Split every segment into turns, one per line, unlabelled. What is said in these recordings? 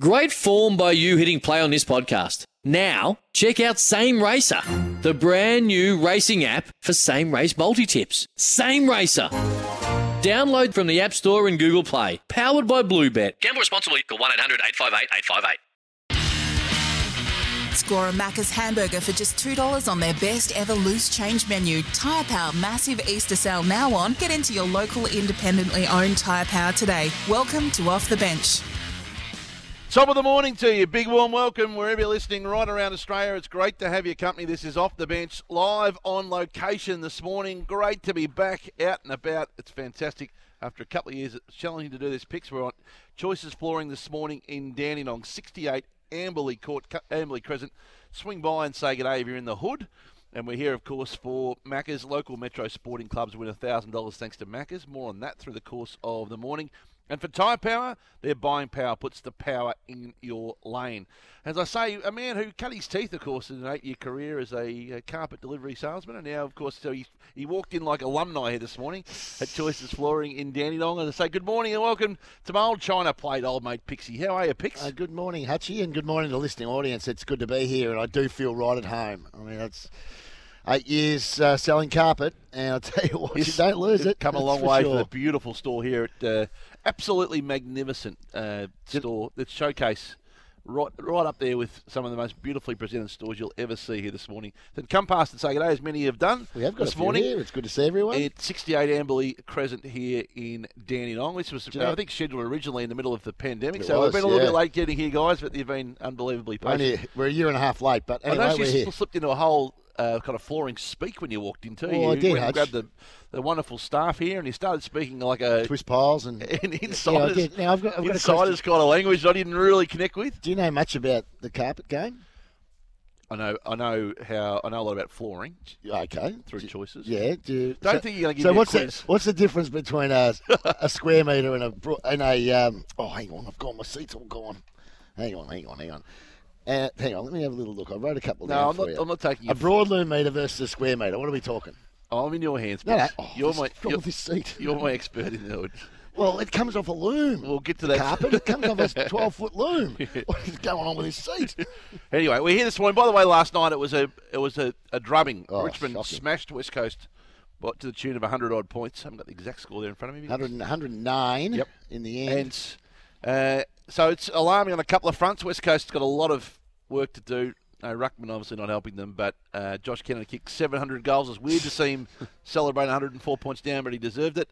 Great form by you hitting play on this podcast. Now, check out Same Racer, the brand new racing app for same race multi tips. Same Racer. Download from the App Store and Google Play. Powered by Bluebet. Gamble responsibly. Call 1 800 858 858.
Score a Macca's hamburger for just $2 on their best ever loose change menu. Tyre Power massive Easter sale now on. Get into your local independently owned Tyre Power today. Welcome to Off the Bench.
Top of the morning to you. Big warm welcome wherever you're listening right around Australia. It's great to have your company. This is Off the Bench live on location this morning. Great to be back out and about. It's fantastic. After a couple of years, it's challenging to do this picks. We're on Choices Flooring this morning in Dandenong, 68 Amberley Court, Cu- Amberley Crescent. Swing by and say good day if you're in the hood. And we're here, of course, for Macca's. Local Metro Sporting Clubs win $1,000 thanks to Macca's. More on that through the course of the morning. And for Tyre Power, their buying power puts the power in your lane. As I say, a man who cut his teeth, of course, in an eight-year career as a uh, carpet delivery salesman, and now, of course, so he, he walked in like alumni here this morning at Choices Flooring in Dandenong. And I say good morning and welcome to my old China plate, old mate Pixie. How are you, Pix?
Uh, good morning, Hutchie, and good morning to the listening audience. It's good to be here, and I do feel right at home. I mean, it's eight years uh, selling carpet, and I tell you what,
Yes.
you don't lose
It's
it.
Come a
that's
long
for
way
sure.
for the beautiful store here at uh, absolutely magnificent uh, store. That showcase right right up there with some of the most beautifully presented stores you'll ever see here this morning. Then come past and say good day, as many have done
We have got
this
a few
morning.
here. It's good to see everyone.
At 68 Amberley Crescent here in Dandenong, which was,
you know-
I think, scheduled originally in the middle of the pandemic.
It
so
was,
we've been a little
yeah.
bit late getting here, guys, but you've been unbelievably patient.
Only, we're a year and a half late, but
I
anyway,
noticed
we're
you
here.
sl- slipped into a whole uh, kind of flooring speak when you walked in too.
Oh,
you
I did,
went and
Hutch.
grabbed the, the wonderful staff here, and you started speaking like a
Twist piles and
an
Yeah, I
insider's,
did. Now, I've got- I've got a
insider's kind of language that I didn't really connect with.
Do you know much about the carpet game?
I know, I know how I know a lot about flooring
Okay.
through
Do-
choices.
Yeah. Do you,
Don't think you're gonna give
so
me a
what's
quiz.
The, what's the difference between a, a square meter and a bro- and a um, oh hang on I've gone my seat's all gone. Hang on, hang on, hang on. Uh, hang on, let me have a little look. I wrote a couple.
No,
down
I'm
for
not.
you.
I'm not taking.
A
You.
broadloom meter versus a square meter. What are we talking?
I'm in your hands.
No, no.
Mitch.
Oh,
you're
this-
my.
God,
You're,
this seat.
you're my expert in the hood.
Well, it comes off a loom.
We'll get to
The
that.
carpet. It comes off a twelve-foot loom. What is going on with this seat?
Anyway, we're here this morning. By the way, last night it was a it was a, a drubbing.
Oh,
Richmond
shocking.
smashed West Coast, but to the tune of 100 odd points. I haven't got the exact score there in front of me.
100, 109
Yep.
in the end.
And uh, so it's alarming on a couple of fronts. West Coast's got a lot of work to do. No, Ruckman obviously not helping them, but uh, Josh Kennedy kicked 700 goals. It's weird to see him celebrate 104 points down, but he deserved it.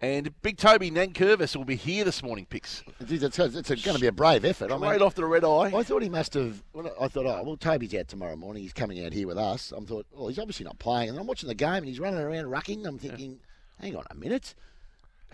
And Big Toby Nankervis will be here this morning, picks.
Geez, it's, it's going to be a brave effort. I mean,
Right off the red eye.
I thought he must have. Well, I thought, oh, well, Toby's out tomorrow morning. He's coming out here with us. I am thought, well, he's obviously not playing. And I'm watching the game, and he's running around rucking. I'm thinking, hang on a minute.
He-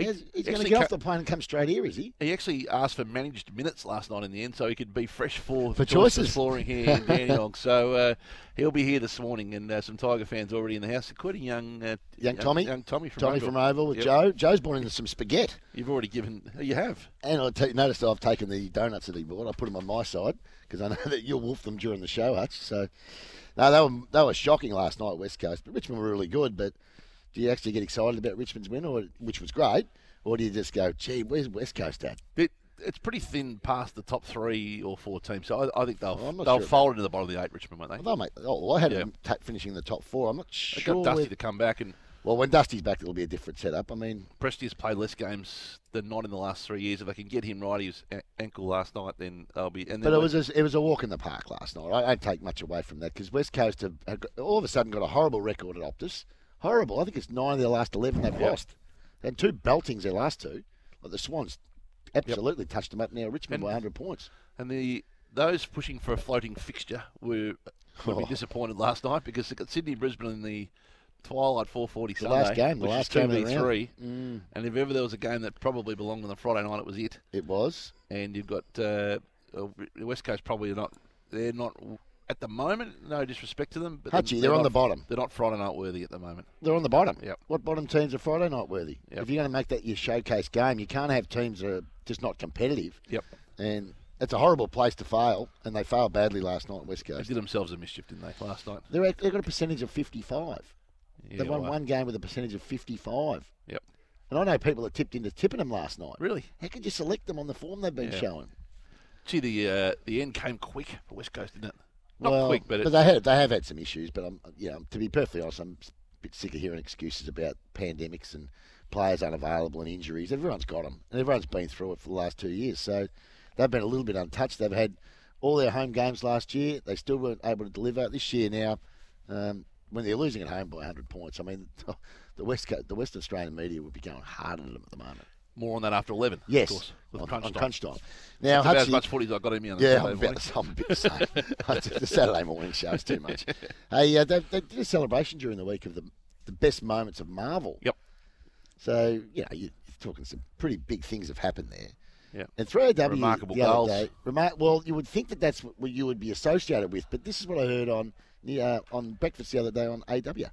He's, going to
actually
get off
ca-
the plane and come straight here, is he?
He actually asked for managed minutes last night in the end, so he could be fresh for,
For choices.
flooring here in Dandenong. so uh, he'll be here this morning, and uh, some Tiger fans already in the house, including young uh,
Young Tommy,
young Tommy from
Tommy
Oval.
from Oval with
Yep.
Joe. Joe's brought in some spaghetti,
You've already given. You have.
and I t- noticed I've taken the donuts that he bought. I put them on my side because I know that you'll wolf them during the show, Hutch. So, no, they were they were shocking last night, West Coast. But Richmond were really good. But do you actually get excited about Richmond's win, or which was great, or do you just go, gee, where's West Coast at?
It, it's pretty thin past the top three or four teams, so I, I think they'll
Oh, I'm
they'll
not sure
fold into the bottom of the eight, Richmond, won't they?
Well, they'll make. Oh, well, I had
Yeah.
them ta finishing in the top four. I'm not
They've
sure.
got Dusty
where-
to come back, and
well, when Dusty's back, it'll be a different setup. I mean,
Presti has played less games than not in the last three years. If they can get him right, his a- ankle last night, then they'll be. And then
but it was a, it was a walk in the park last night. I don't take much away from that because West Coast have, have got, all of a sudden got a horrible record at Optus. Horrible. I think it's nine of their last eleven they've
Yeah.
lost, and two beltings their last two. Like the Swans, absolutely touched them up. Now Richmond
And-
by 100 points.
And the those pushing for a floating fixture were would be
Oh.
disappointed last night because they got Sydney Brisbane in the twilight 4:40
The
Sunday,
last game, the
which
last
is
game of the round. Mm.
2v3. And if ever there was a game that probably belonged on the Friday night, it was it.
It was.
And you've got uh, uh, West Coast probably are not. They're not at the moment. No disrespect to them, but
Hutchie, they're on
not-
the bottom.
They're not Friday night worthy at the moment.
They're on the bottom.
Yep.
What bottom teams are Friday night worthy?
Yep.
If you're going to make that your showcase game, you can't have teams that are just not competitive.
Yep.
And it's a horrible place to fail, and they failed badly last night in West
They
Coast.
did themselves a mischief, didn't they, last night?
They're at, they've got a percentage of 55.
Yeah,
They've won
well,
one game with a percentage of 55.
Yep.
And I know people that tipped into tipping them last night.
Really?
How could you select them on the form they've been
Yeah.
showing?
Gee, the uh, the end came quick for West Coast, didn't it? Not
well,
quick, but, it,
but they had they have had some issues. But I'm you know, to be perfectly honest, I'm a bit sick of hearing excuses about pandemics and players unavailable and injuries. Everyone's got them, and everyone's been through it for the last two years. So they've been a little bit untouched. They've had all their home games last year. They still weren't able to deliver this year. Now, um, when they're losing at home by 100 points, I mean the West Co- the West Australian media would be going hard at them at the moment.
more on that after eleven.
Yes,
of course, with
on,
crunch
on
time.
crunch time. Now,
That's about as
Hutchie-
much footy as I got in me on the
yeah,
Sunday
I'm,
morning.
about, I'm a bit the same. the Saturday morning show is too much. Hey, uh, they, they did a celebration during the week of the the best moments of Marvel.
Yep.
So you know you're talking some pretty big things have happened there.
Yeah.
And 3AW
Remarkable
the other
goals.
day- remar- well, you would think that that's what you would be associated with, but this is what I heard on uh, on breakfast the other day on AW.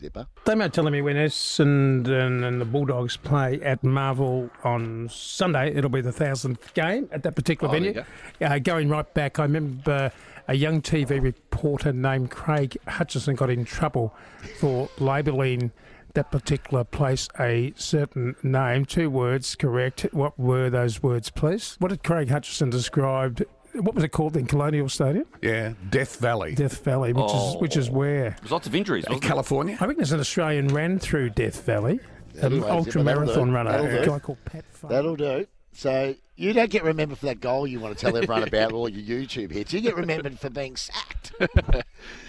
Zipper.
They might telling me when Essendon and the Bulldogs play at Marvel on Sunday, it'll be the thousandth game at that particular
Oh, there you
venue. Uh, going right back, I remember a young TV reporter named Craig Hutchison got in trouble for labelling that particular place a certain name. Two words, correct. What were those words, please? What did Craig Hutchison describe? What was it called then? Colonial Stadium,
Yeah, Death Valley,
Death Valley, which is which
Oh.
is where.
There's lots of injuries. wasn't there?
California.
I
Oh,
think there's an Australian ran through Death Valley, an
Um,
Anyway,
ultra
that'll
marathon
do.
runner,
That'll
a
do.
guy called Pat. Fo-
That'll do. So you don't get remembered for that goal you want to tell everyone about all your YouTube hits. You get remembered for being sacked.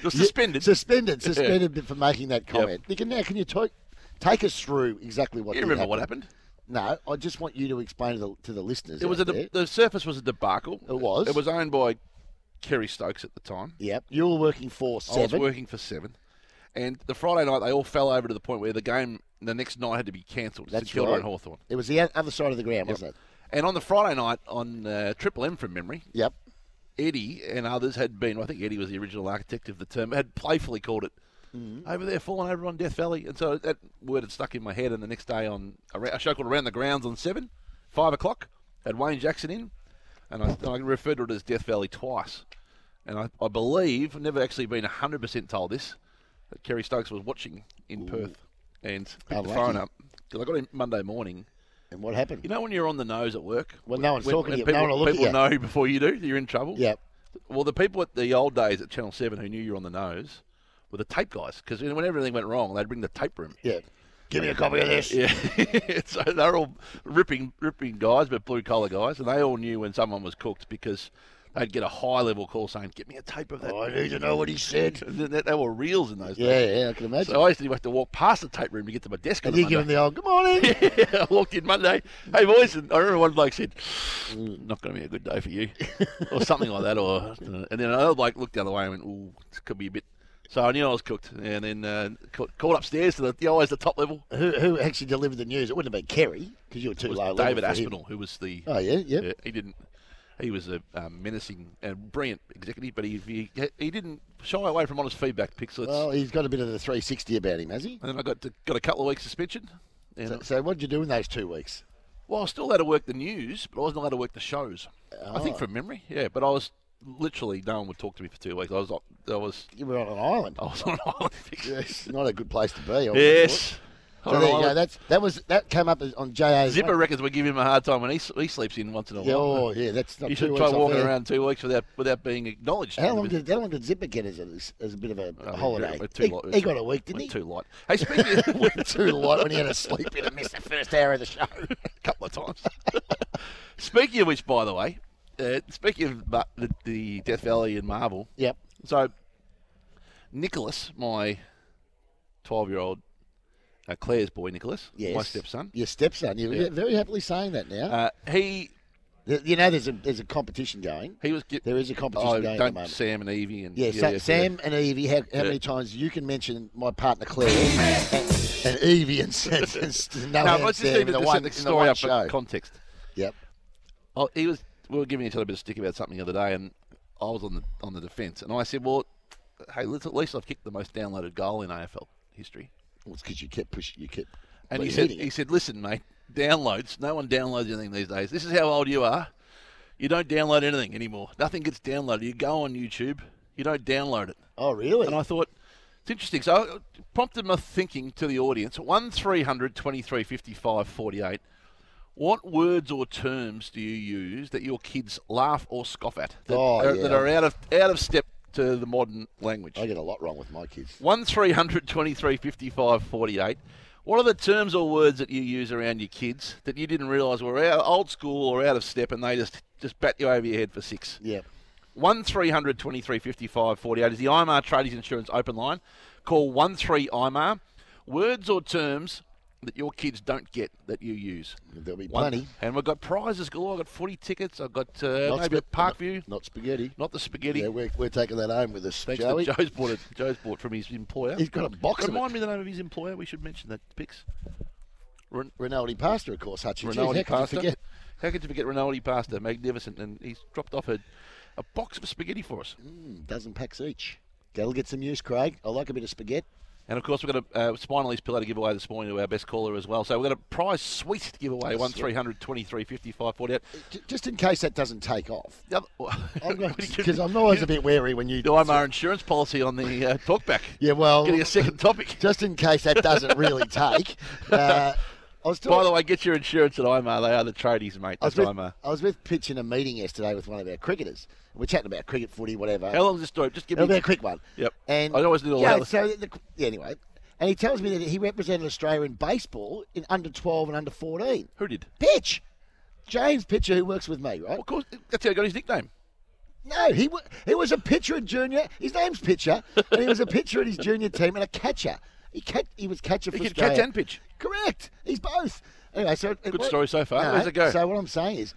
You're suspended.
Suspended, suspended for making that comment. Nick, now can you talk, take us through exactly what
you
did
remember
happen?
what happened?
No, I just want you to explain to the, to the listeners.
It was a
out
de-
there.
the surface was a debacle.
It was.
It was owned by Kerry Stokes at the time.
Yep, you were working for
I was
seven.
working for seven, and the Friday night they all fell over to the point where the game the next night had to be cancelled.
That's
St Kilda
right.
and Hawthorn.
It was the o- other side of the ground, wasn't it?
And on the Friday night on uh, Triple M from memory,
Yep.
Eddie and others had been. I think Eddie was the original architect of the term. Had playfully called it over there, falling over on Death Valley, and so that word had stuck in my head. And the next day on a ra- a show called Around the Grounds on seven, five o'clock, had Wayne Jackson in, and I, I referred to it as Death Valley twice. And I, I believe, I've never actually been hundred percent told this, that Kerry Stokes was watching in Perth and picked the
How
phone
lucky.
up because I got him Monday morning.
And what happened?
You know when you're on the nose at work,
When no one's talking to you,
people,
no one will look at
people
you.
know before you do, that you're in trouble.
Yep.
Well, the people at the old days at Channel Seven who knew you were on the nose were the tape guys because when everything went wrong, they'd bring the tape room.
Yeah. Give me a copy of this.
Yeah, so they're all ripping, ripping guys, but blue collar guys, and they all knew when someone was cooked because they'd get a high level call saying, "Get me a tape of that."
Oh, I need to know what he said.
And then they, they were reels in those
Yeah,
days.
yeah, I can imagine.
So I used to have to walk past the tape room to get to my desk. on
and
a
you give
Monday.
him the old good morning.
I walked in Monday. Hey boys, and I remember one bloke said,
Mm.
"Not going to be a good day for you," or something like that. Or and then another bloke looked the other way and went, "Ooh, this could be a bit." So I knew I was cooked, and then uh, ca- called upstairs to the, the always the top level.
who, who actually delivered the news? It wouldn't have been Kerry because you were too
It was
low. level
David
for him.
Aspinall, who was the
Oh yeah, yeah.
yeah, he didn't. He was a um, menacing and brilliant executive, but he, he he didn't shy away from honest feedback. Pixlets.
Well, he's got a bit of the 360 about him, has he?
and then I got to, got a couple of weeks suspension. And
So, so what did you do in those two weeks?
Well, I was still allowed to work the news, but I wasn't allowed to work the shows. I
Oh.
think from memory, yeah. But I was literally no one would talk to me for two weeks. I was I was
You were on an island.
I was on an island. fix-
Yes, not a good place to be. I would've
yes.
thought.
Oh, On
So
an
there you go.
island.
That's that was that came up as- on JA's.
Zipper reckons we give him a hard time when he, s- he sleeps in once in a
Yeah,
while.
oh yeah, that's not
you
two
should
weeks
try
off
walking
air.
around two weeks without without being acknowledged.
How long did how long did Zipper get as a, as a bit of a
I mean,
holiday?
we're too
He,
light-
he got a week, didn't
we're
he?
Too light. Hey, speaking of,
We're too light when he had a sleep in and missed the first hour of the show.
a couple of times. speaking of which, by the way, uh, speaking of Ma- the, the Death Valley and Marvel,
Yep.
So, Nicholas, my 12 year old, uh, Claire's boy, Nicholas,
Yes.
my stepson,
Your stepson. You're
Yeah.
very happily saying that now.
uh, he
Th- you know, there's a there's a competition going.
he was. Get,
There is a competition
oh,
going at the
don't
moment.
Sam and Evie and
Yeah, Sa- Sam and Evie, how, how
Yeah.
many times you can mention my partner Claire and, and Evie and, and, and no,
No,
hand
I just
Sam
needed
in the
to
one,
set the
in the
story
one
up for
show.
context.
yep.
I, Oh, he was. We were giving each other a bit of stick about something the other day, and I was on the on the defence, and I said, "Well, hey, let's, at least I've kicked the most downloaded goal in AFL history."
Well, it's because you kept pushing. You kept.
And
but
he
you're
said,
hitting
he
it.
said, listen, mate, downloads. No one downloads anything these days. This is how old you are. You don't download anything anymore. Nothing gets downloaded. You go on YouTube, you don't download it.
"Oh, really?"
And I thought, it's interesting. So it prompted my thinking to the audience 1 300 23 55 48. What words or terms do you use that your kids laugh or scoff at that,
Oh,
are,
yeah.
that are out of out of step to the modern language?
I get a lot wrong with my kids.
1 300 23 55 48. What are the terms or words that you use around your kids that you didn't realise were out, old school or out of step and they just, just bat you over your head for six?
Yeah.
1 300 23 55 48 is the IMAR Tradies Insurance open line. Call 1 3 IMAR. Words or terms that your kids don't get that you use.
There'll be
One-
plenty.
And we've got prizes galore. I've got footy tickets. I've got uh,
Not
maybe a
spa-
Parkview.
Not, not spaghetti.
Not the spaghetti.
Yeah, we're, we're taking that home with us,
Thanks
Joey.
to Joe's bought it. Joe's bought from his employer.
He's got a box of
Remind
it.
me the name of his employer. We should mention that, Pix. Ren-
Rinaldi pasta, of course, Hutchie. Geez, how
Rinaldi
could you
pasta.
forget?
How could you forget Rinaldi pasta? Magnificent, and he's dropped off a, a box of spaghetti for us.
Mm, dozen packs each. That'll get some use, Craig. I like a bit of spaghetti.
And of course, we've got a uh, spinal ease pillow to give away this morning to our best caller as well. So we've got a prize suite to give away. One 300 23 55 48.
Uh, J- just in case that doesn't take off. Because
Because
I'm always a bit wary when you.
Do I'm our insurance policy on the uh, talkback?
Yeah, well-
getting a second topic.
Just in case that doesn't really take. Uh, I was
By
talking-
the way, get your insurance at IMAR. They are the tradies, mate.
I was,
That's
with,
IMAR.
I was with Pitch in a meeting yesterday with one of our cricketers. We're chatting about cricket, footy, whatever.
How long is this story? Just give
It'll
me
be a quick one.
Yep.
And
I always need a
yeah,
lot.
So the, yeah, anyway, and he tells me that he represented Australia in baseball in under twelve and under fourteen.
Who did?
Pitch, James Pitcher, who works with me, right?
Of course, that's how he got his nickname.
No, he wa- he was a pitcher in junior. His name's Pitcher, and he was a pitcher in his junior team and a catcher. He catch, he was catcher for
He could
Australia.
catch and pitch.
Correct. He's both. Anyway, so it-
Good
what-
story so far. Where's it go?
So what I'm saying is,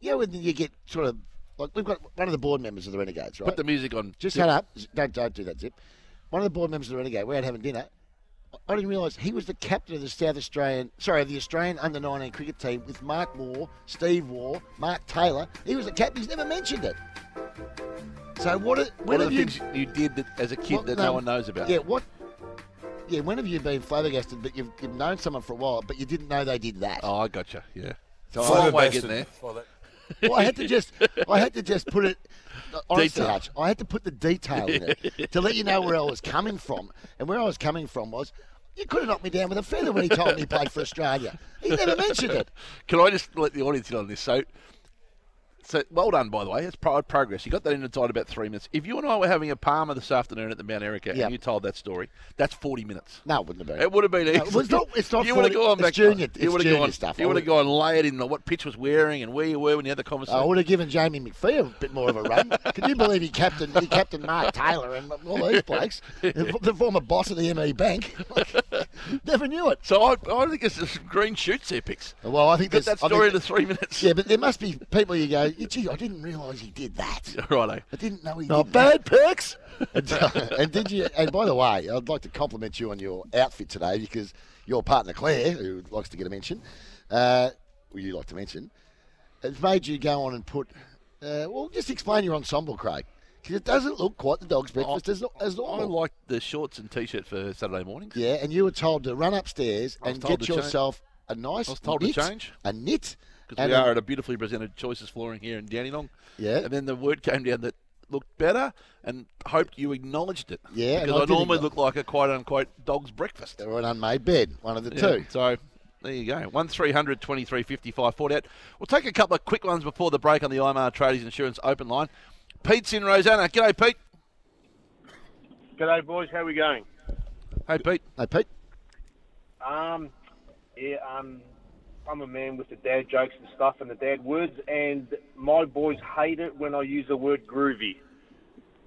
you know, when you get sort of like we've got one of the board members of the Renegades, right?
Put the music on.
Just shut up. Don't don't do that, Zip. One of the board members of the Renegade, we are out having dinner. I didn't realise he was the captain of the South Australian, sorry, the Australian under 19 cricket team with Mark Moore, Steve Waugh, Mark Taylor. He was the captain. He's never mentioned it. So what? Are,
What
when
are
have
the
you?
things you did that, as a kid
what-
that no, one knows about?
Yeah. What? Yeah. When have you been flabbergasted? But you've, you've known someone for a while, but you didn't know they did that.
Oh, I gotcha. Yeah. So
Follow
I'm way
Baston.
getting there.
Follow that.
Well, I had to just, I had to just put it. Honestly,
Detail.
Hutch, I had to put the detail in it to let you know where I was coming from, and where I was coming from was, you could have knocked me down with a feather when he told me he played for Australia. He never mentioned it.
Can I just let the audience in on this? So, so well done, by the way. It's pro- progress. You got that in inside about three minutes. If you and I were having a Palmer this afternoon at the Mount Erica
Yeah.
and you told that story, that's 40 minutes.
No, it wouldn't have been.
It would have been easy.
No, it's not- it's not
you would have
40
gone
it's
back.
junior- it's
you would have
junior
gone,
stuff. I
You would have
would-
gone layered in on what pitch was wearing and where you were when you had the conversation.
I would have given Jamie McPhee a bit more of a run. Can you believe he captained, he captained Mark Taylor and all these blokes, the, the former boss of the ME Bank? never knew it.
so I, I think it's some green shoots there, Pix.
Well, I think
Get
there's-
that
I think-
story into three minutes.
Yeah, but there must be people you go, gee, I didn't realise he did that.
Righto.
I didn't know he
Not
did that.
bad, Pix.
and, uh, and did you? And by the way, I'd like to compliment you on your outfit today because your partner Claire, who likes to get a mention, uh, well, you like to mention, has made you go on and put. Uh, well, just explain your ensemble, Craig, because it doesn't look quite the dog's breakfast as, as
I
normal.
like the shorts and t-shirt for Saturday mornings.
yeah, and you were told to run upstairs
was
and
told
get
to change-
yourself a nice.
I was told to
knit,
change.
a knit.
because we
and a-
are at a beautifully presented Choices Flooring here in Dandenong.
Yeah.
And then the word came down that looked better and hoped you acknowledged it.
Yeah, and
Because
I
I,
did
normally
acknow-
look like a quote unquote dog's breakfast.
or an unmade bed, one of the
Yeah,
two.
So there you go. 1300 23 55 48. We'll take a couple of quick ones before the break on the IMR Traders Insurance open line. Pete's in Rosanna. G'day, Pete.
G'day, boys. How we going?
Hey, Pete.
Hey, Pete.
Um, yeah, um, I'm a man with the dad jokes and stuff and the dad words, and my boys hate it when I use the word groovy.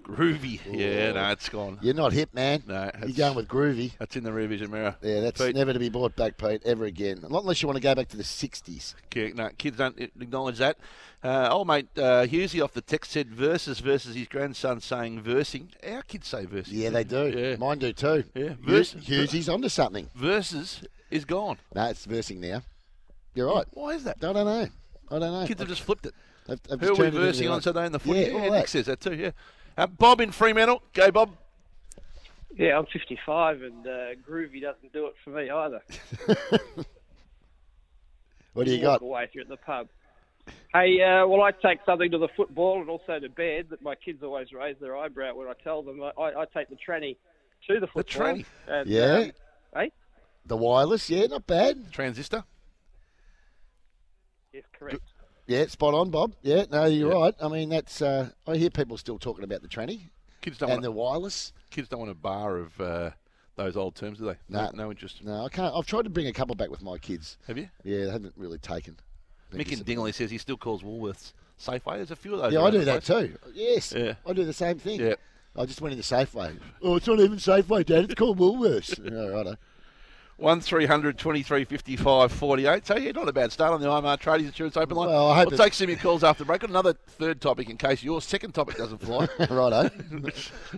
Groovy. Yeah, no, it's gone.
You're not hip, man.
No,
you're
it's-
going with groovy.
That's in the rear vision mirror.
Yeah, that's
Pete,
never to be brought back, Pete, ever again. Not unless you want to go back to the 60s.
Yeah, no, kids don't acknowledge that. Uh, old mate uh, Husey off the text said versus versus his grandson saying versing. Our kids say versing.
Yeah, they do.
Yeah.
Mine do too.
Yeah,
Hughes,
vers-
Hughesy's onto something.
Versus is gone.
No, it's versing now. You're right.
Why is that?
I don't know. I don't know.
Kids have just flipped it.
They've- they've
Who
just
are we
turned it into
versing
their
on
own-
Saturday in the footy?
Yeah,
Yeah,
all
Nick
that.
says that too, yeah. Uh, Bob in Fremantle. Go, Bob.
Yeah, I'm 55, and uh, groovy doesn't do it for me either.
What do you
Walk
got?
away if you're at the pub. Hey, uh, well, I take something to the football and also to bed that my kids always raise their eyebrow when I tell them. I, I, I take the tranny to the football.
tranny.
And,
Yeah.
um, hey?
The wireless, yeah, not bad.
Transistor.
Yes, correct.
Yeah, spot on, Bob. Yeah, no, you're
Yeah.
right. I mean, that's uh, I hear people still talking about the tranny
Kids don't
and
want
the
a,
wireless.
kids don't want a bar of uh, those old terms, do they? No,
Nah.
no interest.
No, I can't. I've tried to bring a couple back with my kids.
Have you?
Yeah, they haven't really taken. Been
Mick and
disappointed.
Dingley says he still calls Woolworths Safeway. There's a few of those.
Yeah, I
around
do
the
that
place.
too. Yes,
Yeah.
I do the same thing.
Yeah.
I just went into Safeway. Oh, it's not even Safeway, Dad. It's called Woolworths. All right.
One 5355 48. So, yeah, not a bad start on the IMR Tradies Insurance Open Line.
Well, I hope
will
it's-
take some of your calls after the break. Got another third topic in case your second topic doesn't fly.
Righto.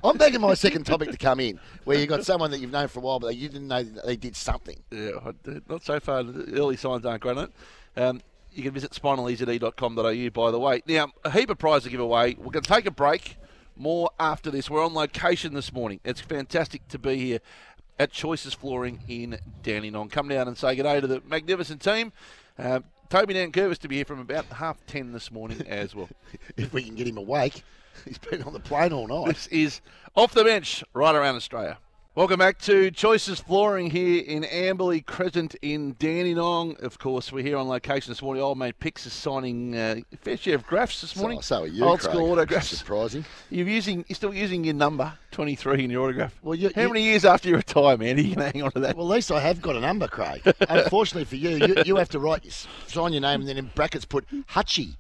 I'm begging my second topic to come in, where you got someone that you've known for a while, but you didn't know that they did something.
Yeah, I- not so far. The early signs aren't great on it. Um, you can visit spinaleasyd.com.au, by the way. Now, a heap of prize to give away. We're going to take a break. More after this. We're on location this morning. It's fantastic to be here at Choices Flooring in Dandenong. Come down and say good day to the magnificent team. Um, Toby Nankervis to be here from about half ten this morning as well.
If we can get him awake, he's been on the plane all night.
This is Off the Bench right around Australia. Welcome back to Choices Flooring here in Amberley Crescent in Dandenong. Of course, we're here on location this morning. Old mate Pix is signing uh, a fair share of graphs this
So,
morning.
so are you,
Old
Craig.
school autographs.
Surprising.
You're using, you're still using your number 23 in your autograph.
Well, you-
how
you-
many years after you retire, man, are you going to hang on to that?
Well, at least I have got a number, Craig. Unfortunately for you, you, you have to write, sign your name, and then in brackets put Hutchie.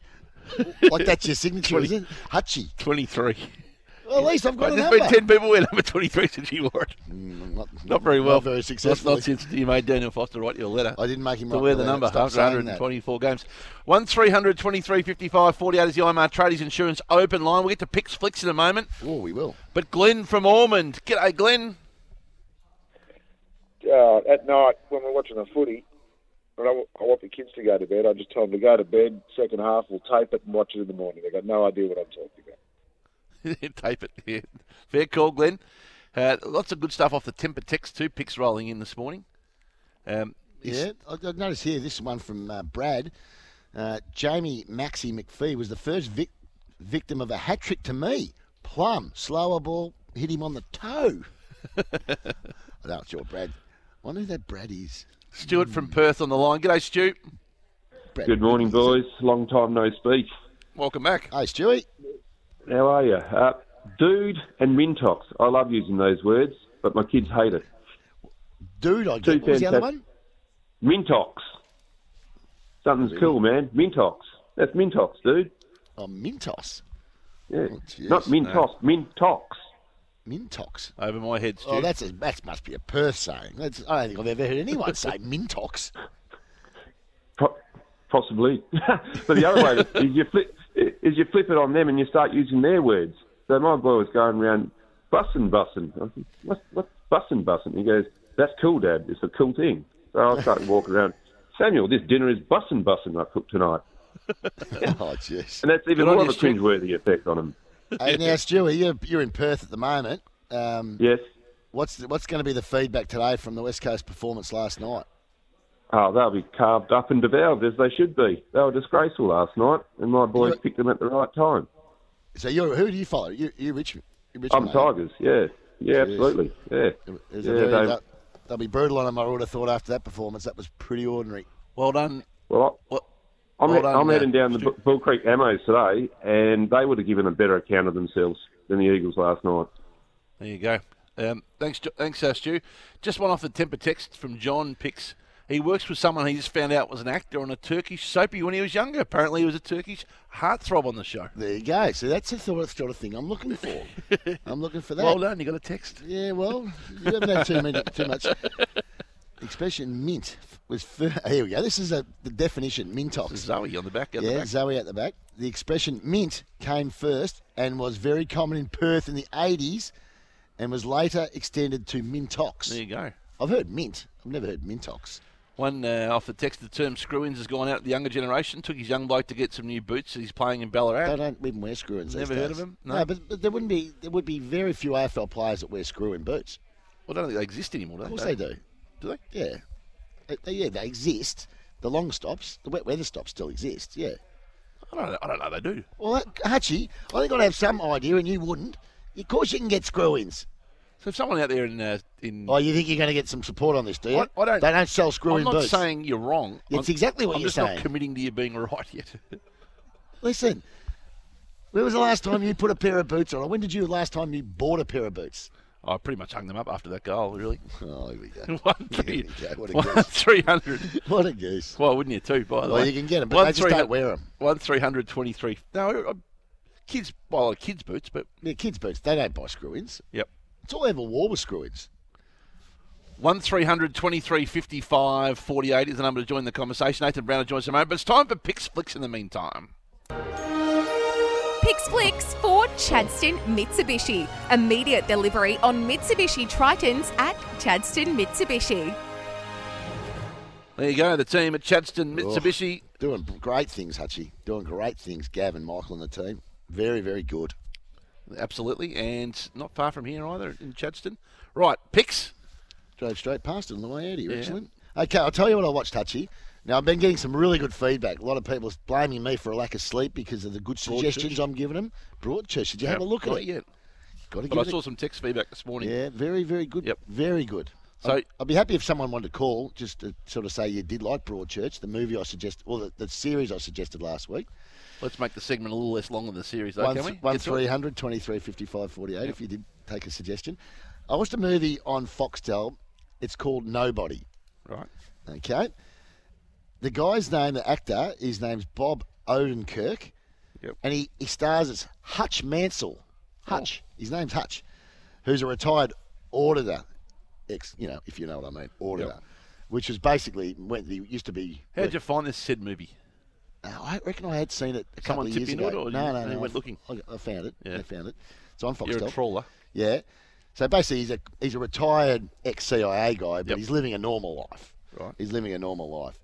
Like that's your signature, is it? Hutchie.
23.
Well, at least I've got a
There's
number.
been 10 people with number 23 since you wore it.
Mm.
Not,
Not very well.
Not very successfully.
Not, not since you made Daniel Foster write you a letter.
I didn't make him
to
write
wear
the
the
letter.
number
Stop
after
saying
124 games. One 300 23 55 48 is the IMR Tradies Insurance Open Line. We'll get to Picks Flicks in a moment.
Oh, we will.
But Glenn from Ormond. G'day, Glenn.
uh, at night when we're watching the footy, I don't, I want the kids to go to bed. I just tell them to go to bed. Second half, we'll tape it and watch it in the morning. They got no idea what I'm talking about.
Tape it. Yeah. Fair call, Glenn. Uh, lots of good stuff off the temper text, too. Picks rolling in this morning. Um,
Yeah, I I noticed here this one from uh, Brad. Uh, Jamie Maxie McPhee was the first vic- victim of a hat trick to me. Plum, slower ball, hit him on the toe. I don't sure, Brad. I wonder who that Brad is.
Stuart from Perth on the line. G'day, Stu.
Brad
Good morning, boys. Long time no speak.
Welcome back.
Hey, Stewie.
How are you? Uh, dude and Mintox. I love using those words, but my kids hate it.
Dude, I get. What was the other one?
fantastic- Mintox. Something's cool, man. Mintox. That's Mintox, dude.
Oh, Mintos.
Yeah.
Oh, jeez.
Not Mintox. Mintox.
Mintox.
Over my head, Stu.
Oh, that's a, that must be a Perth saying. That's, I don't think I've ever heard anyone say Mintox.
Po- possibly. but the other way is you flip is you flip it on them and you start using their words. So my boy was going around bussin' bussin'. I was like, what, what's bussin' bussin'? He goes, that's cool, Dad. It's a cool thing. So I started walking around. Samuel, this dinner is bussin' bussin' I cooked tonight.
oh, jeez.
And that's even
Good on
more
you,
of a
Stu.
cringeworthy effect on him.
Hey, now, Stewie, you're, you're in Perth at the moment. Um,
Yes.
What's what's going to be the feedback today from the West Coast performance last night?
Oh, they'll be carved up and devoured as they should be. They were disgraceful last night, and my boys picked them at the right time.
So you're who do you follow? You you Richmond. You
I'm
Richmond aren't
Tigers, yeah. Yeah, absolutely. Yeah.
you? It
yeah
was a very-
they-
they'll, they'll be brutal on them. I would have thought after that performance, that was pretty ordinary.
Well done.
well, I-
Well,
I'm,
Well done,
I'm heading
Dan.
down the Bu- Bull Creek Ammos today, and they would have given a better account of themselves than the Eagles last night.
There you go. Um, thanks, Jo- thanks, uh, Stu. Just one off the temper text from John Picks. He works with someone he just found out was an actor on a Turkish soapy when he was younger. Apparently, he was a Turkish heartthrob on the show.
There you go. So that's the sort of, sort of thing I'm looking for. I'm looking for that.
Well done. You got a text.
Yeah, well, you haven't had too many, too much. Expression mint was fir- oh, here. We go. This is a, the definition mintox.
Zoe on the back. out the
Yeah,
back.
Zoe at the back. The expression mint came first and was very common in Perth in the 80s and was later extended to mintox.
There you go.
I've heard mint. I've never heard mintox.
One uh, off the text, the term screw-ins has gone out to the younger generation. Took his young bloke to get some new boots. He's playing in Ballarat.
They don't even wear screw-ins.
Never
these
heard
days.
of him?
No, but, but there wouldn't be. There would be very few AFL players that wear screw-in boots.
Well, I don't think they exist anymore. Do they?
Of course they do.
Do they?
Yeah, They- they, yeah, they exist. The long stops, the wet weather stops still exist. Yeah.
I don't. Know, I don't know. They do.
Well, that, Hutchie, I think I'd have some idea, and you wouldn't. Of course, you can get screw-ins.
So if someone out there in uh, in
Oh, you think you're going to get some support on this, do you?
I- I don't-
They don't sell screw-in
I'm not
boots.
saying you're wrong.
It's
I'm-
exactly what
I'm
you're
just
saying.
not committing to you being right yet.
Listen, when was the last time you put a pair of boots on? When did you last time you bought a pair of boots?
I pretty much hung them up after that goal. Really,
Oh, here we go.
one
Here
three,
we go. What a
one
guess.
three hundred.
What a goose.
Well, wouldn't you too? By the
Well,
way,
you can get 'em, but
One
they just don't
300
wear 'em.
One three hundred twenty-three. No, I- I- kids buy a lot of kids' boots, but
Yeah, kids' boots, they don't buy screw-ins.
yep.
It's all they ever wore was screw-ins.
One 55 48 is the number to join the conversation. Nathan Brown will join us in a moment, but it's time for Picks Flicks in the meantime.
Pix Flicks for Chadston Mitsubishi. Immediate delivery on Mitsubishi Tritons at Chadston Mitsubishi.
There you go, the team at Chadston Mitsubishi.
Doing great things, Hutchie. Doing great things, Gav and Michael and the team. Very, very good.
Absolutely, and not far from here either in Chadston. Right, Picks.
Drove straight past it on the way out here. Excellent. Okay, I'll tell you what I watched, Hutchie. Now, I've been getting some really good feedback. A lot of people blaming me for a lack of sleep because of the good suggestions I'm giving them. Broadchurch, did you have a look at
Not
it?
yet,
Got to
but I
give it
saw
a
some text feedback this morning.
Yeah, very, very good.
Yep.
Very good.
So-
So I'd, I'd be happy if someone wanted to call just to sort of say you did like Broadchurch, the movie I suggested, or the, the series I suggested last week.
Let's make the segment a little less long in the series, though,
One
uh, can
th-
we?
one
Get to it?
1300 23 55 48 if you did take a suggestion. I watched a movie on Foxtel. It's called Nobody.
Right.
Okay. The guy's name, the actor, his name's Bob Odenkirk.
Yep. Oh.
And he, he stars as Hutch Mansell. Hutch. His name's Hutch, who's a retired auditor. Ex, you know, if you know what I mean, auditor. Which was basically when he used to be.
How'd you find this said movie?
Uh, I reckon I had seen it a couple
Someone
of
tipped
years
you
ago.
into it or
no,
you-
no,
you
no.
went
I-
looking?
I, I found it.
Yeah.
I found it. It's on Foxtel.
You're a trawler.
Yeah. So basically, he's a he's a retired ex CIA guy, but
Yep.
he's living a normal life.
Right.
He's living a normal life,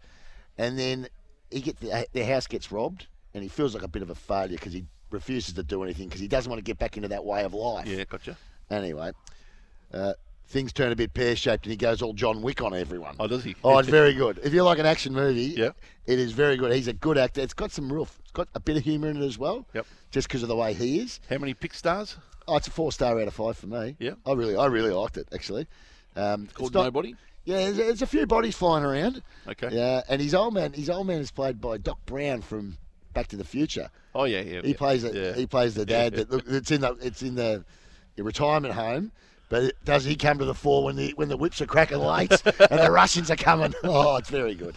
and then he get the, their house gets robbed, and he feels like a bit of a failure because he refuses to do anything because he doesn't want to get back into that way of life.
Yeah, gotcha.
Anyway, uh, things turn a bit pear shaped, and he goes all John Wick on everyone.
Oh, does he?
Oh, it's very good. If you like an action movie,
Yeah.
it is very good. He's a good actor. It's got some real, it's got a bit of humour in it as well.
Yep.
Just because of the way he is.
How many pick stars?
Oh, it's a four star out of five for me.
Yeah.
I really, I really liked it actually. Um, it's
Called
not-
Nobody?
Yeah, there's, there's a few bodies flying around.
Okay.
Yeah, and his old man, his old man is played by Doc Brown from Back to the Future.
Oh, yeah, yeah.
He
yeah.
plays the
Yeah.
he plays the dad that look, it's in the it's in the, the retirement home. But it, does he come to the fore when the when the whips are cracking late and the Russians are coming? Oh, it's very good.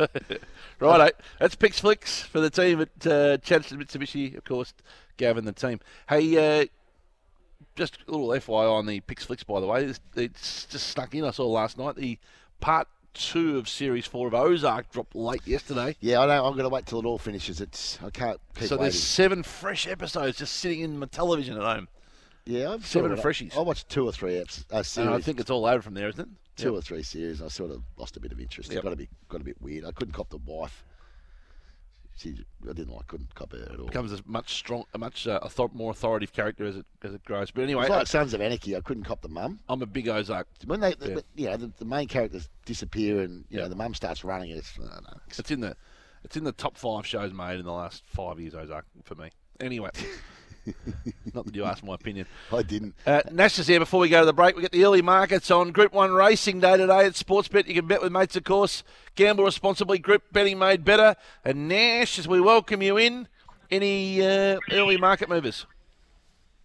Righto, that's Pix Flicks for the team at uh, Chadston Mitsubishi, of course, Gavin the team. Hey, uh, just a little FYI on the Pix Flicks, by the way. It's, it's just snuck in, I saw last night. The part two of series four of Ozark dropped late yesterday.
Yeah, I know. I'm going to wait till it all finishes. It's I can't keep
so
waiting.
there's seven fresh episodes just sitting in my television at home.
Yeah, I've
seven
sort of-
freshies.
I watched two or three eps, uh, series.
And I think it's all over from there, isn't it?
two or three series, and I sort of lost a bit of interest.
Yep.
It got a bit got a bit weird. I couldn't cop the wife. She, I didn't like. Couldn't cop her at all.
becomes a much strong, a much uh, author- more authoritative character as it as it grows. But anyway, uh,
it's like Sons of Anarchy. I couldn't cop the mum.
I'm a big Ozark.
When they,
Yeah.
the, you know, the, the main characters disappear, and you
Yeah.
know, the mum starts running. and It's, I don't know.
It's in the it's in the top five shows made in the last five years, Ozark, for me. Anyway. Not that you asked my opinion.
I didn't.
Uh, Nash is here before we go to the break. We get the early markets on Group 1 Racing Day today at Sportsbet. You can bet with mates, of course. Gamble responsibly. Group betting made better. And Nash, as we welcome you in, any uh, early market movers?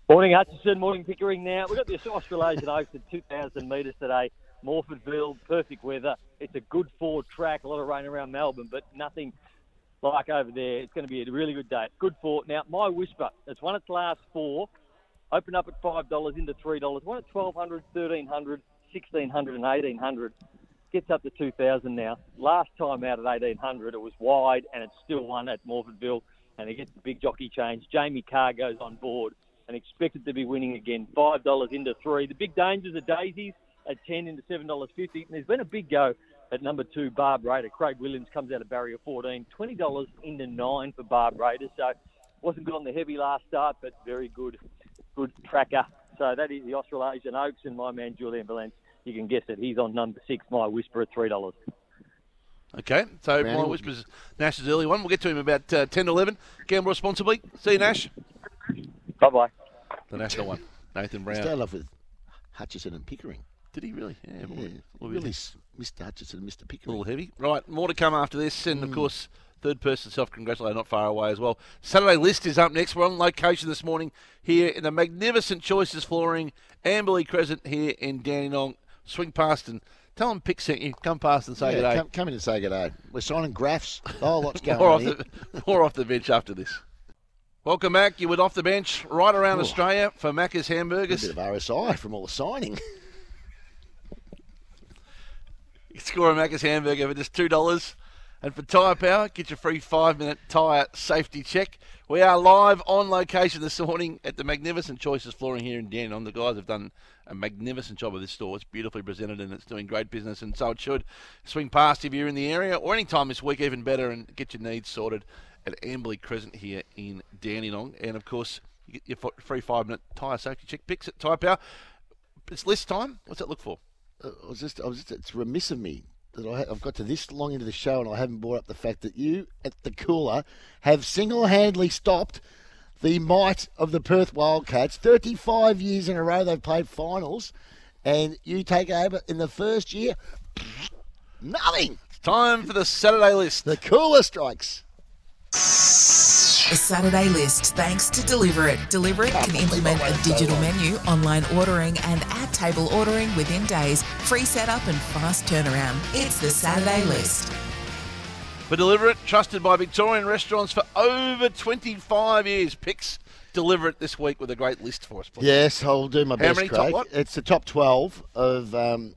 Morning, Hutchinson. Morning, Pickering. Now, we've got the Australasian Oaks at 2,000 metres today. Morfordville, perfect weather. It's a good forward track. A lot of rain around Melbourne, but nothing like over there. It's going to be a really good day. Good for. Now, my whisper, it's won its last four. Opened up at $5 into $3. Won at 1200 1300 1600 and 1800 Gets up to 2000 now. Last time out at 1800 it was wide and it's still won at Morfordville. And it gets the big jockey change. Jamie Carr goes on board and expected to be winning again. $5 into 3 The big dangers are daisies at 10 into $7.50. And there's been a big go At number two, Barb Raider. Craig Williams comes out of barrier 14. $20 into nine for Barb Raider. So wasn't good on the heavy last start, but very good, good tracker. So that is the Australasian Oaks and my man Julian Valence. You can guess it. He's on number six, my whisper at $3.
Okay, so
Brownie.
my whispers Nash's early one. We'll get to him about uh, 10 to 11. Gamble responsibly. See you, Nash.
Bye bye.
The national one. Nathan Brown.
He started off with Hutchison and Pickering.
Did he really? Yeah, boy. Little bit
really,
heavy.
s- Mr. Hutchison and Mr.
A
Pickering.
little heavy. Right, more to come after this. And of course, third person self congratulate not far away as well. Saturday list is up next. We're on location this morning here in the magnificent Choices Flooring, Amberley Crescent here in Dandenong. Swing past and tell them Pick sent you. Come past and say
yeah,
good day.
Come, come in and say good day. We're signing graphs. Oh, what's going
more,
on
off
here?
the, more off the bench after this. Welcome back. You went off the bench right around Australia for Macca's Hamburgers.
A bit of RSI from all the signing.
You score a Macca's hamburger for just two dollars. And for Tyre Power, get your free five-minute tyre safety check. We are live on location this morning at the Magnificent Choices Flooring here in Dandenong. The guys have done a magnificent job of this store. It's beautifully presented and it's doing great business, and so it should. Swing past if you're in the area or any time this week, even better, and get your needs sorted at Amberley Crescent here in Dandenong. And of course, you get your f- free five-minute tyre safety check picks at Tyre Power. It's list time. What's that look for?
I was just, I was just, it's remiss of me that I, ha- I've got to this long into the show and I haven't brought up the fact that you at the cooler have single-handedly stopped the might of the Perth Wildcats. Thirty-five years in a row they've played finals, and you take over in the first year. Nothing.
Time for the Saturday list.
The cooler strikes.
The Saturday list, thanks to Deliver It. Deliver It can implement a digital menu, online ordering, and at table ordering within days. Free setup and fast turnaround. It's the Saturday list.
For Deliver It, trusted by Victorian restaurants for over 25 years. Picks Deliver It this week with a great list for us, please.
Yes, I'll do my
How
best.
many top
Craig.
what?
It's the top twelve of um,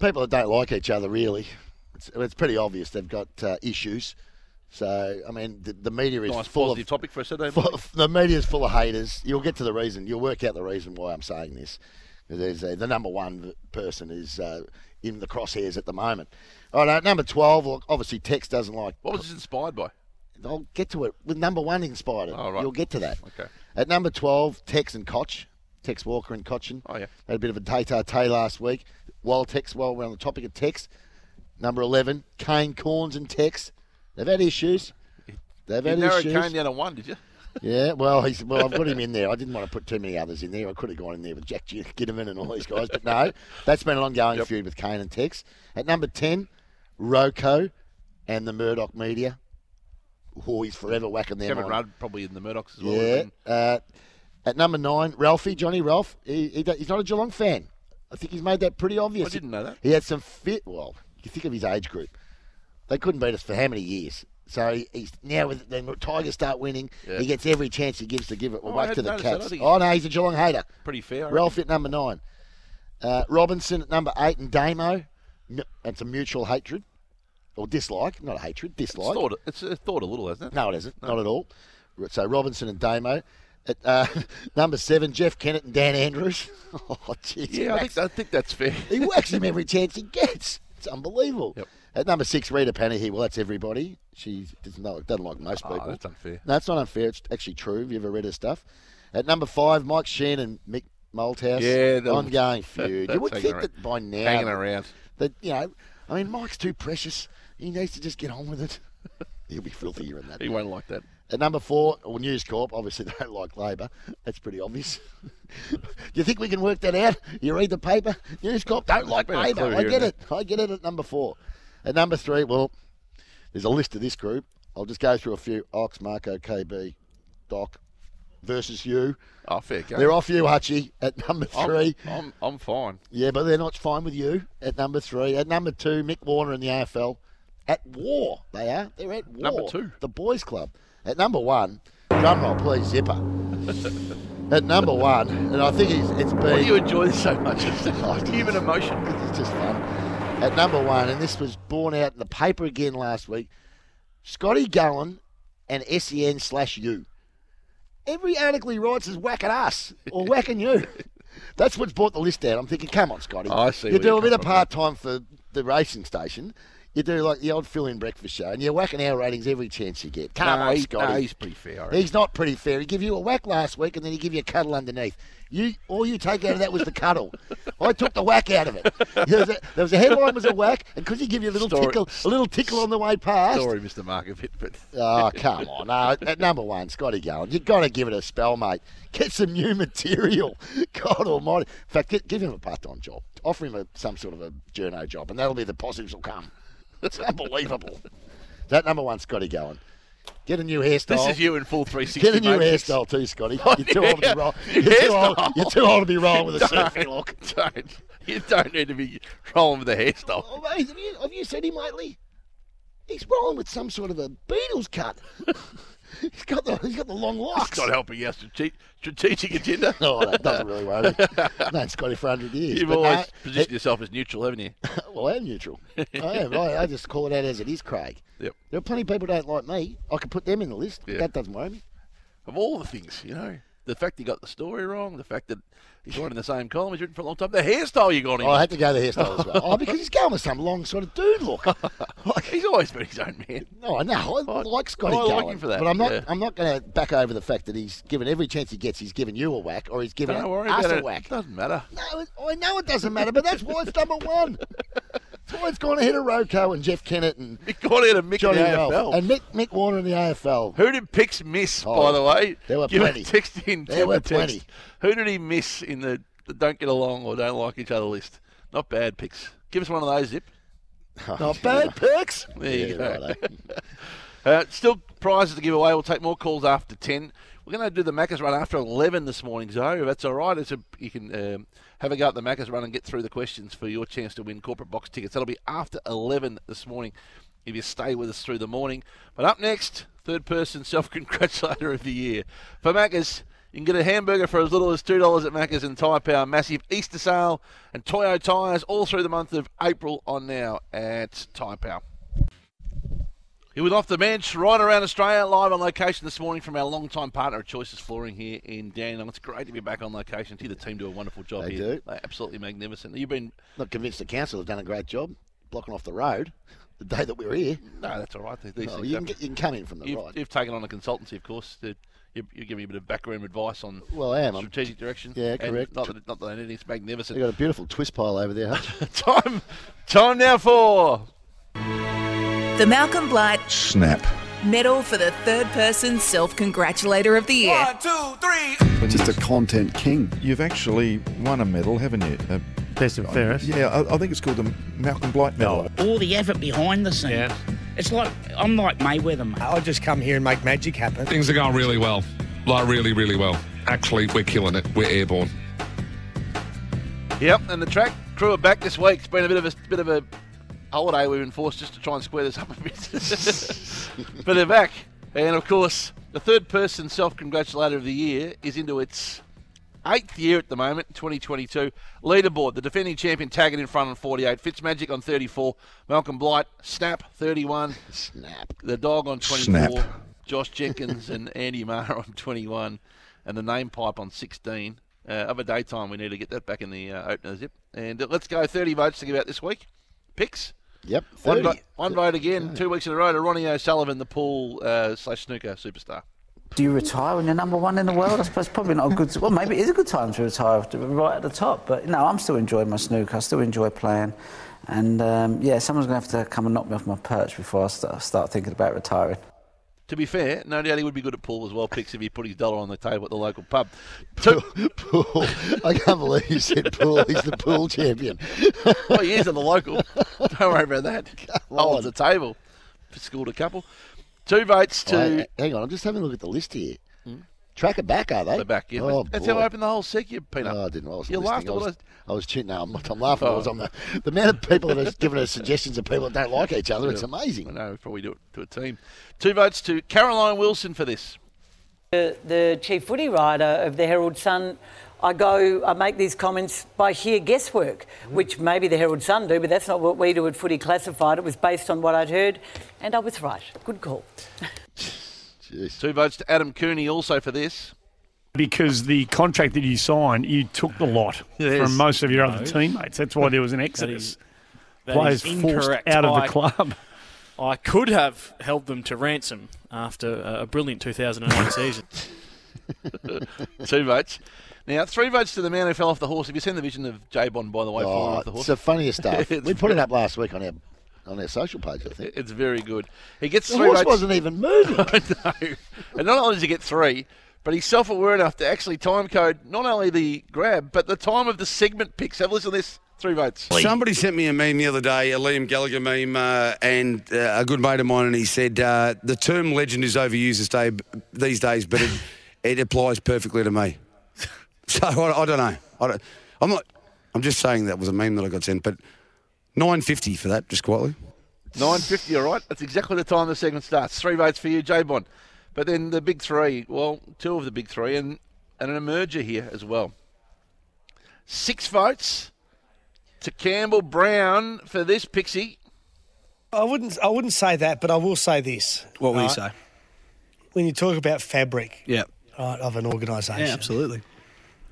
people that don't like each other. Really, it's, it's pretty obvious they've got uh, issues. So I mean, the, the media is
Nice
full
positive
of
topic for a Saturday
full,
morning.
the media is full of haters. You'll get to the reason. You'll work out the reason why I'm saying this. There's a, the number one person is uh, in the crosshairs at the moment. All right, number twelve. Look, obviously, Tex doesn't like.
What was this inspired by?
I'll get to it. With number one inspired, it.
Oh, right.
you'll get to that.
Okay.
At number 12, Tex and Koch. Tex Walker and Cochin. Oh, yeah. Had a bit of a tete-a-tete last week. While Tex, while we're on the topic of Tex, number 11, Kane Corns and Tex. They've had issues. They've
you
had
narrowed
issues.
Kane down to one, did you?
Yeah, well, he's, well, I've got him in there. I didn't want to put too many others in there. I could have gone in there with Jack G- Ginnivan and all these guys, but no, that's been an ongoing feud with Kane and Tex. At number ten, Rocco and the Murdoch media. Oh, he's forever whacking them.
Kevin
on.
Rudd probably in the Murdochs as well.
Yeah. Uh, at number nine, Ralphie, Johnny Ralph. He, he, don't- he's not a Geelong fan. I think he's made that pretty obvious.
I didn't know that.
He had some fit. Well, you think of his age group. They couldn't beat us for how many years? So he, he's now with then the Tigers start winning.
Yeah.
He gets every chance he gives to give it
Oh, I
back to
hadn't
the
noticed that. I
Cats.
think-
Oh no, he's a Geelong hater.
Pretty fair. I
Ralph at number nine. Uh, Robinson at number eight and Damo. No, it's a mutual hatred or dislike, not a hatred,
reckon.
dislike.
It's thawed, it's, it's thawed a little, hasn't it?
No, it isn't. Not at all. So Robinson and Damo. At, uh, number seven, Jeff Kennett and Dan Andrews. Oh, jeez. he
Yeah, I
whacks-
think, I think that's fair.
he whacks him every chance he gets. It's unbelievable. At number six, Rita Panahy. Well, that's everybody. She doesn't, know, doesn't like most
Oh,
people.
that's unfair.
No, it's not unfair. It's actually true. Have you ever read her stuff? At number five, Mike Sheen and Mick Malthouse.
Yeah, they'll-
ongoing
that-
feud.
that's
you would
hanging
think
around-
that by now,
hanging around.
That you know, I mean, Mike's too precious. He needs to just get on with it. He'll be filthier in that.
He won't like that.
At number four, well, News Corp obviously they don't like Labor. That's pretty obvious. you think we can work that out? You read the paper. News Corp don't like
been a
Labor.
clue
I
here
get
and
it. I get it. At number four, at number three, well, there's a list of this group. I'll just go through a few. Ox, Marco, KB, Doc, versus you.
Oh, fair game.
They're off you, Hutchie, at number
I'm-
3
I'm, I'm fine.
yeah, but they're not fine with you at number three. At number two, Mick Warner and the AFL. At war, they are. They're at war.
Number two.
The boys' club. At number one, drum roll, please, Zipper. at number one, and I think it's, it's been.
Why do you enjoy this so much? It's just human emotion.
It's just fun. At number one, and this was borne out in the paper again last week Scotty Gowan and SEN slash you. Every article he writes is whacking us or whacking you. That's what's brought the list down. I'm thinking, come on, Scotty.
I see
You
where
do
you
a bit
come
of
from,
part time for the racing station, you do like the old fill-in breakfast show, and you're whacking our ratings every chance you get. Come
No,
on,
he-
Scotty.
no, he's pretty fair, I reckon.
He's not pretty fair. He give you a whack last week, and then he give you a cuddle underneath. You all you take out of that was the cuddle. I took the whack out of it. There was a, there was a headline was a whack, and because he give you a little
Story-
tickle, a little tickle on the way past.
Sorry, Mr. Markovic, but
Oh, come on. No, at number one, Scotty Gallen, you've got to give it a spell, mate. Get some new material. God almighty. In fact, gi- give him a part-time job. Offer him a, some sort of a journo job, and that'll be the positives will come. It's unbelievable. that number one, Scotty Gallen. Get a new hairstyle.
this is you in full 360.
Get a new
matrix.
hairstyle too, Scotty.
Oh,
You're too old to
yeah.
be rolling. You're
New
too old,
hairstyle.
you're too old to be rolling with a surfing
Don't-
look.
Don't. You don't need to be rolling with a hairstyle.
Oh, mate, have you, have you seen him lately? He's rolling with some sort of a Beatles cut. he's got the he's got the long locks.
It's not helping our strate- strategic agenda.
Oh, that doesn't really worry me. No, it's got it for 100 years.
You've
But
always
no,
positioned yourself as neutral, haven't you?
it- well, I am neutral. I am. I, I just call it out as it is, Craig.
Yep.
There are plenty of people who don't like me. I could put them in the list, but
Yeah.
that doesn't worry me.
Of all the things, you know, the fact he got the story wrong, the fact that he's not in the same column he's written for a long time, the hairstyle you got him.
Oh, I
in.
had to go the hairstyle as well. Oh, because he's going with some long sort of dude look.
He's always been his own man.
No, I know. I
I-
like Scotty
I like
Gallen,
him for that,
But I'm not.
yeah.
I'm not going to back over the fact that he's given every chance he gets. He's given you a whack, or he's given
Don't worry
us
about
a
it.
whack.
Doesn't matter.
No, it- I know it doesn't matter, but that's why it's number one. That's why it's gone ahead of Rocco and Jeff Kennett and
Mick got out of Mick
Johnny
in the
Ralph.
AFL.
and Mick, Mick Warner in the AFL.
Who did picks miss,
Oh,
by the way?
there were
Give a
plenty.
Text in.
There
give a
were
text.
plenty.
Who did he miss in the, the don't get along or don't like each other list? Not bad picks. Give us one of those, Zip.
Not bad picks.
There you go.
righto.
Uh, still prizes to give away. We'll take more calls after 10. We're going to do the Macca's run after 11 this morning, Zoe. If that's all right, it's a, you can um, have a go at the Macca's run and get through the questions for your chance to win corporate box tickets. That'll be after 11 this morning if you stay with us through the morning. But up next, third person self congratulator of the year. For Macca's, you can get a hamburger for as little as $2 at Macca's and Tyre Power. Massive Easter sale and Toyo tyres all through the month of April on now at Tyre Power. Here with Off the Bench, right around Australia, live on location this morning from our longtime partner at Choices Flooring here in Dandenong. It's great to be back on location. See the team do a wonderful job
They
here.
do.
They're absolutely magnificent. You've been,
Not convinced the council have done a great job blocking off the road the day that we were here.
no, that's all right. These
Oh,
things
you, can
happen.
get, you can come in from the
you've,
right.
you've taken on a consultancy, of course. that you- You're giving me a bit of backroom advice on
Well, I am. I'm-
strategic direction.
Yeah,
And
correct.
Not that, not that anything, it's magnificent.
They've got a beautiful twist pile over there. Hutch.
time, time now for
The Malcolm Blight
Snap.
Medal for the Third Person Self Congratulator of the Year.
Just a content king. You've actually won a medal, haven't you? Uh,
Best and fairest.
yeah, I, I think it's called the Malcolm Blight Medal.
all the effort behind the scenes. It's like I'm like Mayweather, mate. I just come here and make magic happen.
Things are going really well. Like, really, really well. Actually, we're killing it. We're airborne.
Yep, and the track crew are back this week. It's been a bit of a bit of a holiday we've been forced just to try and square this up a bit. but they're back, and of course, the third person self congratulator of the year is into its eighth year at the moment, 2022 leaderboard. The defending champion Taggart in front on 48, Fitzmagic on 34, Malcolm Blight, Snap 31,
Snap.
the dog on 24,
Snap.
Josh Jenkins and Andy Maher on 21, and the name pipe on 16. Uh, other daytime, we need to get that back in the uh, opener zip. And uh, let's go 30 votes to give out this week. Picks.
Yep. 30.
One, vo- one vote again, two weeks in a row to Ronnie O'Sullivan, the pool uh, slash snooker superstar.
Do you retire when you're number one in the world? I suppose probably not a good. Well, maybe it is a good time to retire to- right at the top. But no, I'm still enjoying my snooker. I still enjoy playing, and um, yeah, someone's going to have to come and knock me off my perch before I start, start thinking about retiring.
To be fair, no doubt he would be good at pool as well, Picks, if he put his dollar on the table at the local pub. Two,
Pool. I can't believe you said pool. He's the pool champion.
well, he is at the local. Don't worry about that. Oh, it's a table. Schooled a couple. Two votes to.
Wait, Oh, hang on, I'm just having a look at the list here. Tracker back, are they?
They're back, yeah.
Oh,
That's
boy.
how I opened the whole sec, you peanut.
No, I didn't. I was
You laughed
I
at what
was, I was cheating. No, I'm, not- I'm laughing. I was
Oh.
on the, the amount of people that have given us suggestions of people that don't like each other. It's
I
amazing.
know, we probably do it to a team. Two votes to Caroline Wilson for this.
The, the chief footy writer of the Herald Sun, I go, I make these comments by sheer guesswork, which maybe the Herald Sun do, but that's not what we do at Footy Classified. It was based on what I'd heard, and I was right. Good call.
Two votes to Adam Cooney also for this.
Because the contract that you signed, you took the lot
Yes.
from most of your other
No.
teammates. That's why there was an exodus.
That
Players
is
forced
incorrect.
out of the
I-
club.
I could have held them to ransom after a a brilliant 2008 season.
Two votes. Now, three votes to the man who fell off the horse. Have you seen the vision of J Bond, by the way, falling
Oh,
off the horse?
it's the funniest stuff.
It's
we put it up last week on our on our social page, I think.
It's very good. He gets
The
three
horse
votes.
wasn't even moving.
I know. And not only does he get three, but he's self-aware enough to actually time code not only the grab but the time of the segment picks. Have a listen to this. Three votes.
Somebody sent me a meme the other day, a Liam Gallagher meme, uh, and uh, a good mate of mine, and he said uh, the term legend is overused this day, these days, but it, it applies perfectly to me. So I, I don't know. I don't, I'm not. I'm just saying that was a meme that I got sent, but 950 for that, just quietly.
Nine fifty. All right. That's exactly the time the segment starts. Three votes for you, J Bond. But then the big three. Well, two of the big three, and and an emerger here as well. Six votes to Campbell Brown for this pixie.
I wouldn't. I wouldn't say that, but I will say this.
What will you
right? When you talk about fabric,
Yeah.
right, of an organisation,
Yeah, absolutely.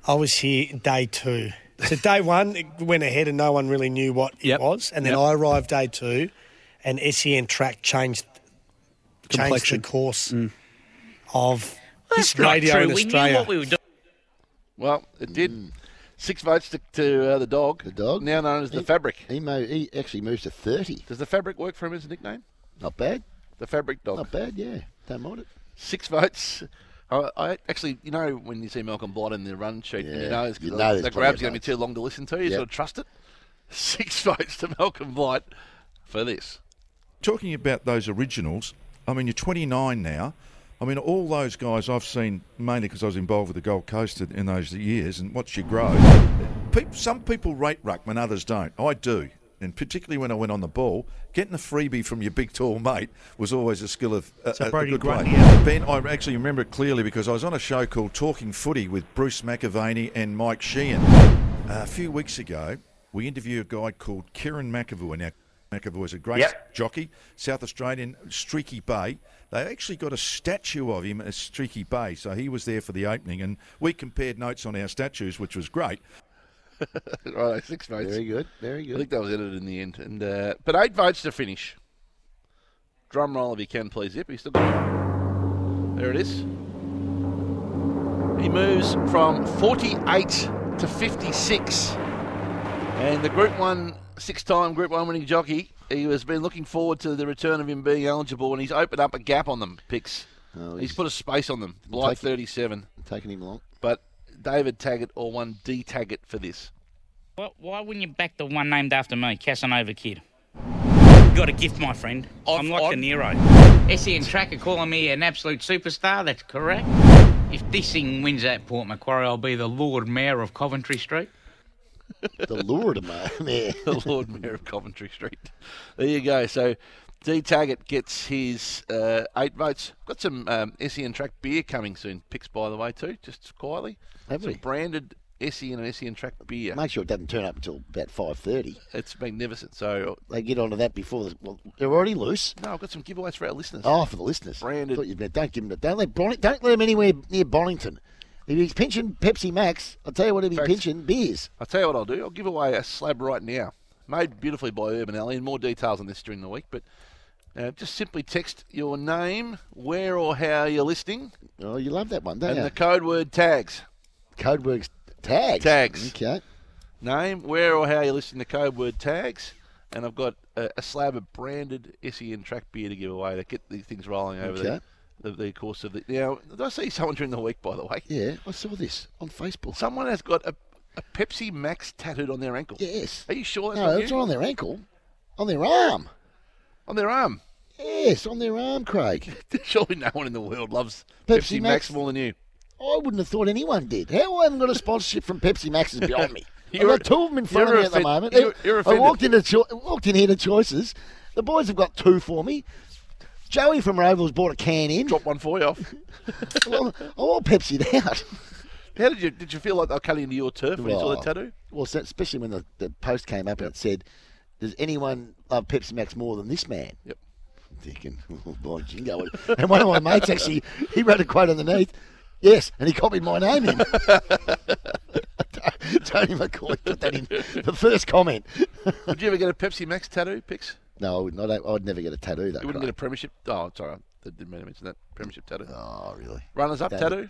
I was here day two. So day one it went ahead, and no one really knew what
Yep.
it was. And then
Yep.
I arrived day two, and Sen Track changed changed
Complexion. Mm.
the course of this
not
radio
true.
in
We knew
Australia.
what we were doing. Well, it did.
Mm.
Six votes to, to uh, the dog. The dog, now known as the fabric.
He, mo- he actually moves to thirty.
Does the fabric work for him as a nickname?
Not bad.
The fabric dog.
Not bad. Yeah. Don't mind it.
Six votes. I, I actually, you know, when you see Malcolm Blight in the run sheet, and you
Yeah.
know, it's,
You know
the,
there's
the
plenty
grab's
of
going to be too long to listen to. You
Yep.
sort of trust it. Six votes to Malcolm Blight for this.
Talking about those originals, I mean, you're 29 now. I mean, all those guys I've seen mainly because I was involved with the Gold Coast in, in those years and watched you grow. Peop some people rate ruckman, others don't. I do. And particularly when I went on the ball, getting a freebie from your big tall mate was always a skill of uh,
So
a, a
Brody
good
Grundy,
play.
yeah.
Ben, I actually remember it clearly because I was on a show called Talking Footy with Bruce McAvaney and Mike Sheehan. Uh, a few weeks ago, we interviewed a guy called Kieran McAvoy. Now, McAvoy is a great
Yep.
jockey, South Australian, Streaky Bay. They actually got a statue of him at Streaky Bay, so he was there for the opening, and we compared notes on our statues, which was great.
right, six votes.
Very good. Very
I
good.
think that was edited in the end. And uh, but eight votes to finish. Drum roll if you can, please. Yep, he's still got There it is. He moves from 48 to 56. And the Group 1, six time Group 1 winning jockey, he has been looking forward to the return of him being eligible and he's opened up a gap on them, picks.
Oh,
he's,
he's-
put a space on them, like
Taking-
37.
Taking him long.
But David Taggart or one D Taggart for this.
Well, why wouldn't you back the one named after me, Casanova Kid? Got a gift, my friend. i am like a Nero. Essie E and Track are calling me an absolute superstar, that's correct. If this thing wins at Port Macquarie, I'll be the Lord Mayor of Coventry Street.
The Lord Mayor.
the Lord Mayor of Coventry Street. There you go. So D Taggart gets his uh, eight votes. Got some um, SEN Track beer coming soon. Picks, by the way, too, just quietly.
Have
some
we?
branded SEN and SEN Track beer.
Make sure it doesn't turn up until about five thirty.
It's magnificent. So
They get onto that before the, well, they're already loose.
No, I've got some giveaways for our listeners.
Oh, for the listeners.
Branded.
Thought you meant, don't give him. the- Don't let Bon- Don't let him anywhere near Bonington. If he's pinching Pepsi Max, I'll tell you what. If he's
Fact.
pinching beers,
I'll tell you what I'll do. I'll give away a slab right now, made beautifully by Urban Alley, and more details on this during the week. But uh, just simply text your name, where or how you're listening.
Oh, you love that one, don't
and
you?
the code word tags.
Code words tags.
Tags.
Okay.
Name, where or how you're listening to code word tags. And I've got a, a slab of branded SEN track beer to give away to get these things rolling over
Okay.
the, the, the course of the. Now, did I see someone during the week, by the way?
Yeah, I saw this on Facebook.
Someone has got a, a Pepsi Max tattooed on their ankle.
Yes.
Are you sure that's
No,
not
it's
you?
not on their ankle, on their arm.
On their arm.
Yes, on their arm, Craig.
Surely no one in the world loves
Pepsi Max.
Pepsi, Max more than you.
I wouldn't have thought anyone did. How I haven't got a sponsorship from Pepsi Max is beyond me. I've
You're-
got two of them in front of
you're
me at the
offend-
moment.
you're- you're
I
offended.
walked into cho- walked in here to Choices. The boys have got two for me. Joey from Rovell's bought a can in. Drop
one for you off.
well, I all Pepsi'd out.
How did you did you feel like they were cutting into your turf when you saw the tattoo?
Well, so- especially when the, the post came up and it said, "Does anyone love Pepsi Max more than this man?"
Yep.
I'm thinking, oh, boy, jingo. and one of my mates actually, he wrote a quote underneath. Yes, and he copied my name in. Tony McCoy put that in the first comment.
Would you ever get a Pepsi Max tattoo, Pix?
No, I would not. I'd never get a tattoo. That
You wouldn't
could
get a premiership. Oh, it's all right. I didn't mean to mention that premiership tattoo.
Oh, really?
Runners up
That-
tattoo.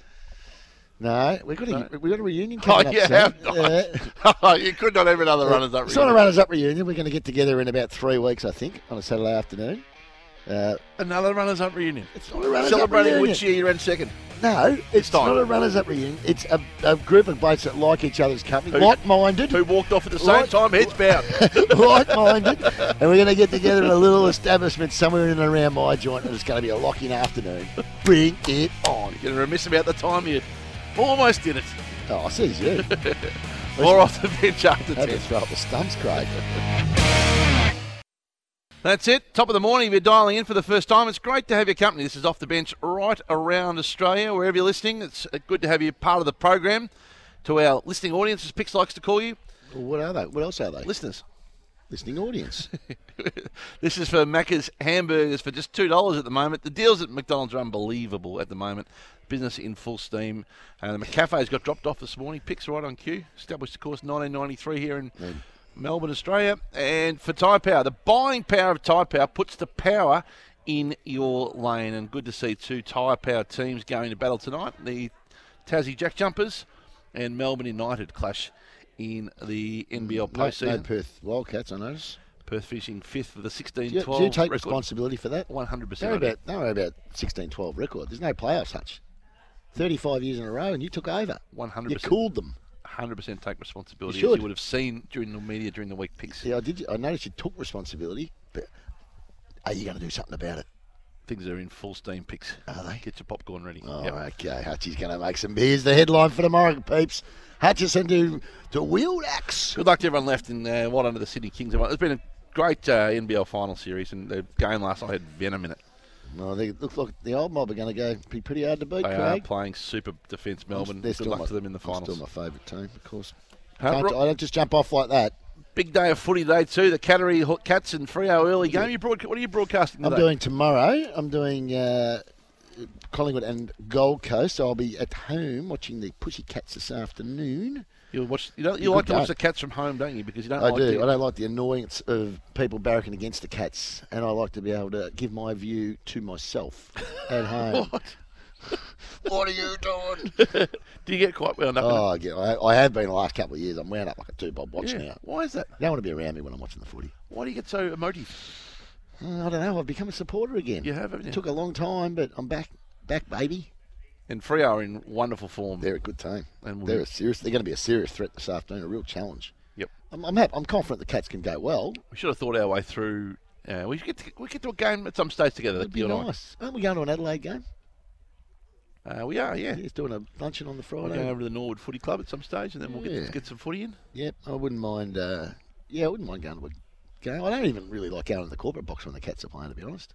I? No, we've got a we've got a reunion
Oh,
coming up
you
soon.
have not. Oh, you could not have another runners up.
It's not a runners up reunion. We're going to get together in about three weeks, I think, on a Saturday afternoon. Uh,
Another runners up reunion. It's
not a runners-up
Celebrating
reunion.
which year you ran second.
no, it's,
time.
not a runners up reunion. It's a, a group of blokes that like each other's company,
Who-
like minded.
Who walked off at the same
Right.
time, heads bowed.
like minded. Oh, And we're going to get together in a little establishment somewhere in and around my joint, and it's going to be a lock in afternoon. Bring it on.
You're remiss about the time you almost did it.
Oh, I see you.
More off the bench after
Had to
10.
throw up the stumps, Craig.
That's it. Top of the morning. If you're dialing in for the first time, it's great to have your company. This is Off the Bench right around Australia. Wherever you're listening, it's uh, good to have you part of the program. To our listening audience, as Pix likes to call you.
Well, what are they? What else are they?
Listeners.
Listening audience.
this is for Macca's hamburgers for just $2 at the moment. The deals at McDonald's are unbelievable at the moment. Business in full steam. And the McCafe's got dropped off this morning. Picks right on cue. Established, of course, 1993 here in Melbourne, Australia. And for Tyre Power, the buying power of Tyre Power puts the power in your lane. And good to see two Tyre Power teams going to battle tonight. The Tassie Jack Jumpers and Melbourne United clash in the NBL
No,
postseason.
no Perth Wildcats, I notice.
Perth fishing fifth with a
Do
16
you, do
12.
you take
record.
responsibility for that?
100%.
Don't worry about, don't worry about 16 12 record. There's no playoffs, Hutch. 35 years in a row, and you took over.
100%.
You cooled them.
100% take responsibility.
You
as
should.
you would have seen during the media during the week picks.
Yeah, I did. I noticed you took responsibility, but are you going to do something about it?
Things are in full steam picks. Are they? Get your popcorn ready.
Oh,
Yep.
okay. Hutchie's going to make some. Here's the headline for tomorrow, peeps. Hutchison to to wield axe.
Good luck to everyone left in uh, what under the Sydney Kings. It's been a great uh, NBL final series, and the game last night had venom in it.
Well, they look like the old mob are going to go be pretty hard to beat,
They are
Craig.
playing super defence Melbourne.
They're
Good luck
my-
to them in the
I'm
finals.
Still my favourite team, of course.
Huh,
Can't-
Rob?
I don't just jump off like that.
Big day of footy today too. The Cattery Ho- Cats and Frio early game. You broadca- what are you broadcasting
I'm
today?
doing tomorrow. I'm doing uh, Collingwood and Gold Coast. I'll be at home watching the Pussycats this afternoon.
You watch. You, don't,
Good
you like to
game.
watch the Cats from home, don't you? Because you don't.
I
like
do.
the-
I don't like the annoyance of people barracking against the cats, and I like to be able to give my view to myself at home.
What are you doing? Do you get quite wound up? in
Oh, I, get, I, I have been the last couple of years. I'm wound up like a two bob watch
Yeah.
now.
Why is that?
You don't want to be around me when I'm watching the footy.
Why do you get so emotive?
Uh, I don't know. I've become a supporter again.
You have, haven't you?
It took a long time, but I'm back, back, baby.
And Frio are in wonderful form.
They're a good team.
And we'll
They're
be-
a serious. They're going to be a serious threat this afternoon. A real challenge.
Yep.
I'm, I'm happy. I'm confident the cats can go well.
We should have thought our way through. Uh, we should get to, we get to a game at some stage together.
It'd be
you and I.
nice. Aren't we going to an Adelaide game?
Uh, we are, yeah.
He's doing a luncheon on the
We're
Friday.
going over to the Norwood Footy Club at some stage, and then we'll
Yeah.
get, get some footy in.
Yep, I wouldn't mind. Uh, yeah, I wouldn't mind going to a game. I don't even really like going to the corporate box when the Cats are playing, to be honest.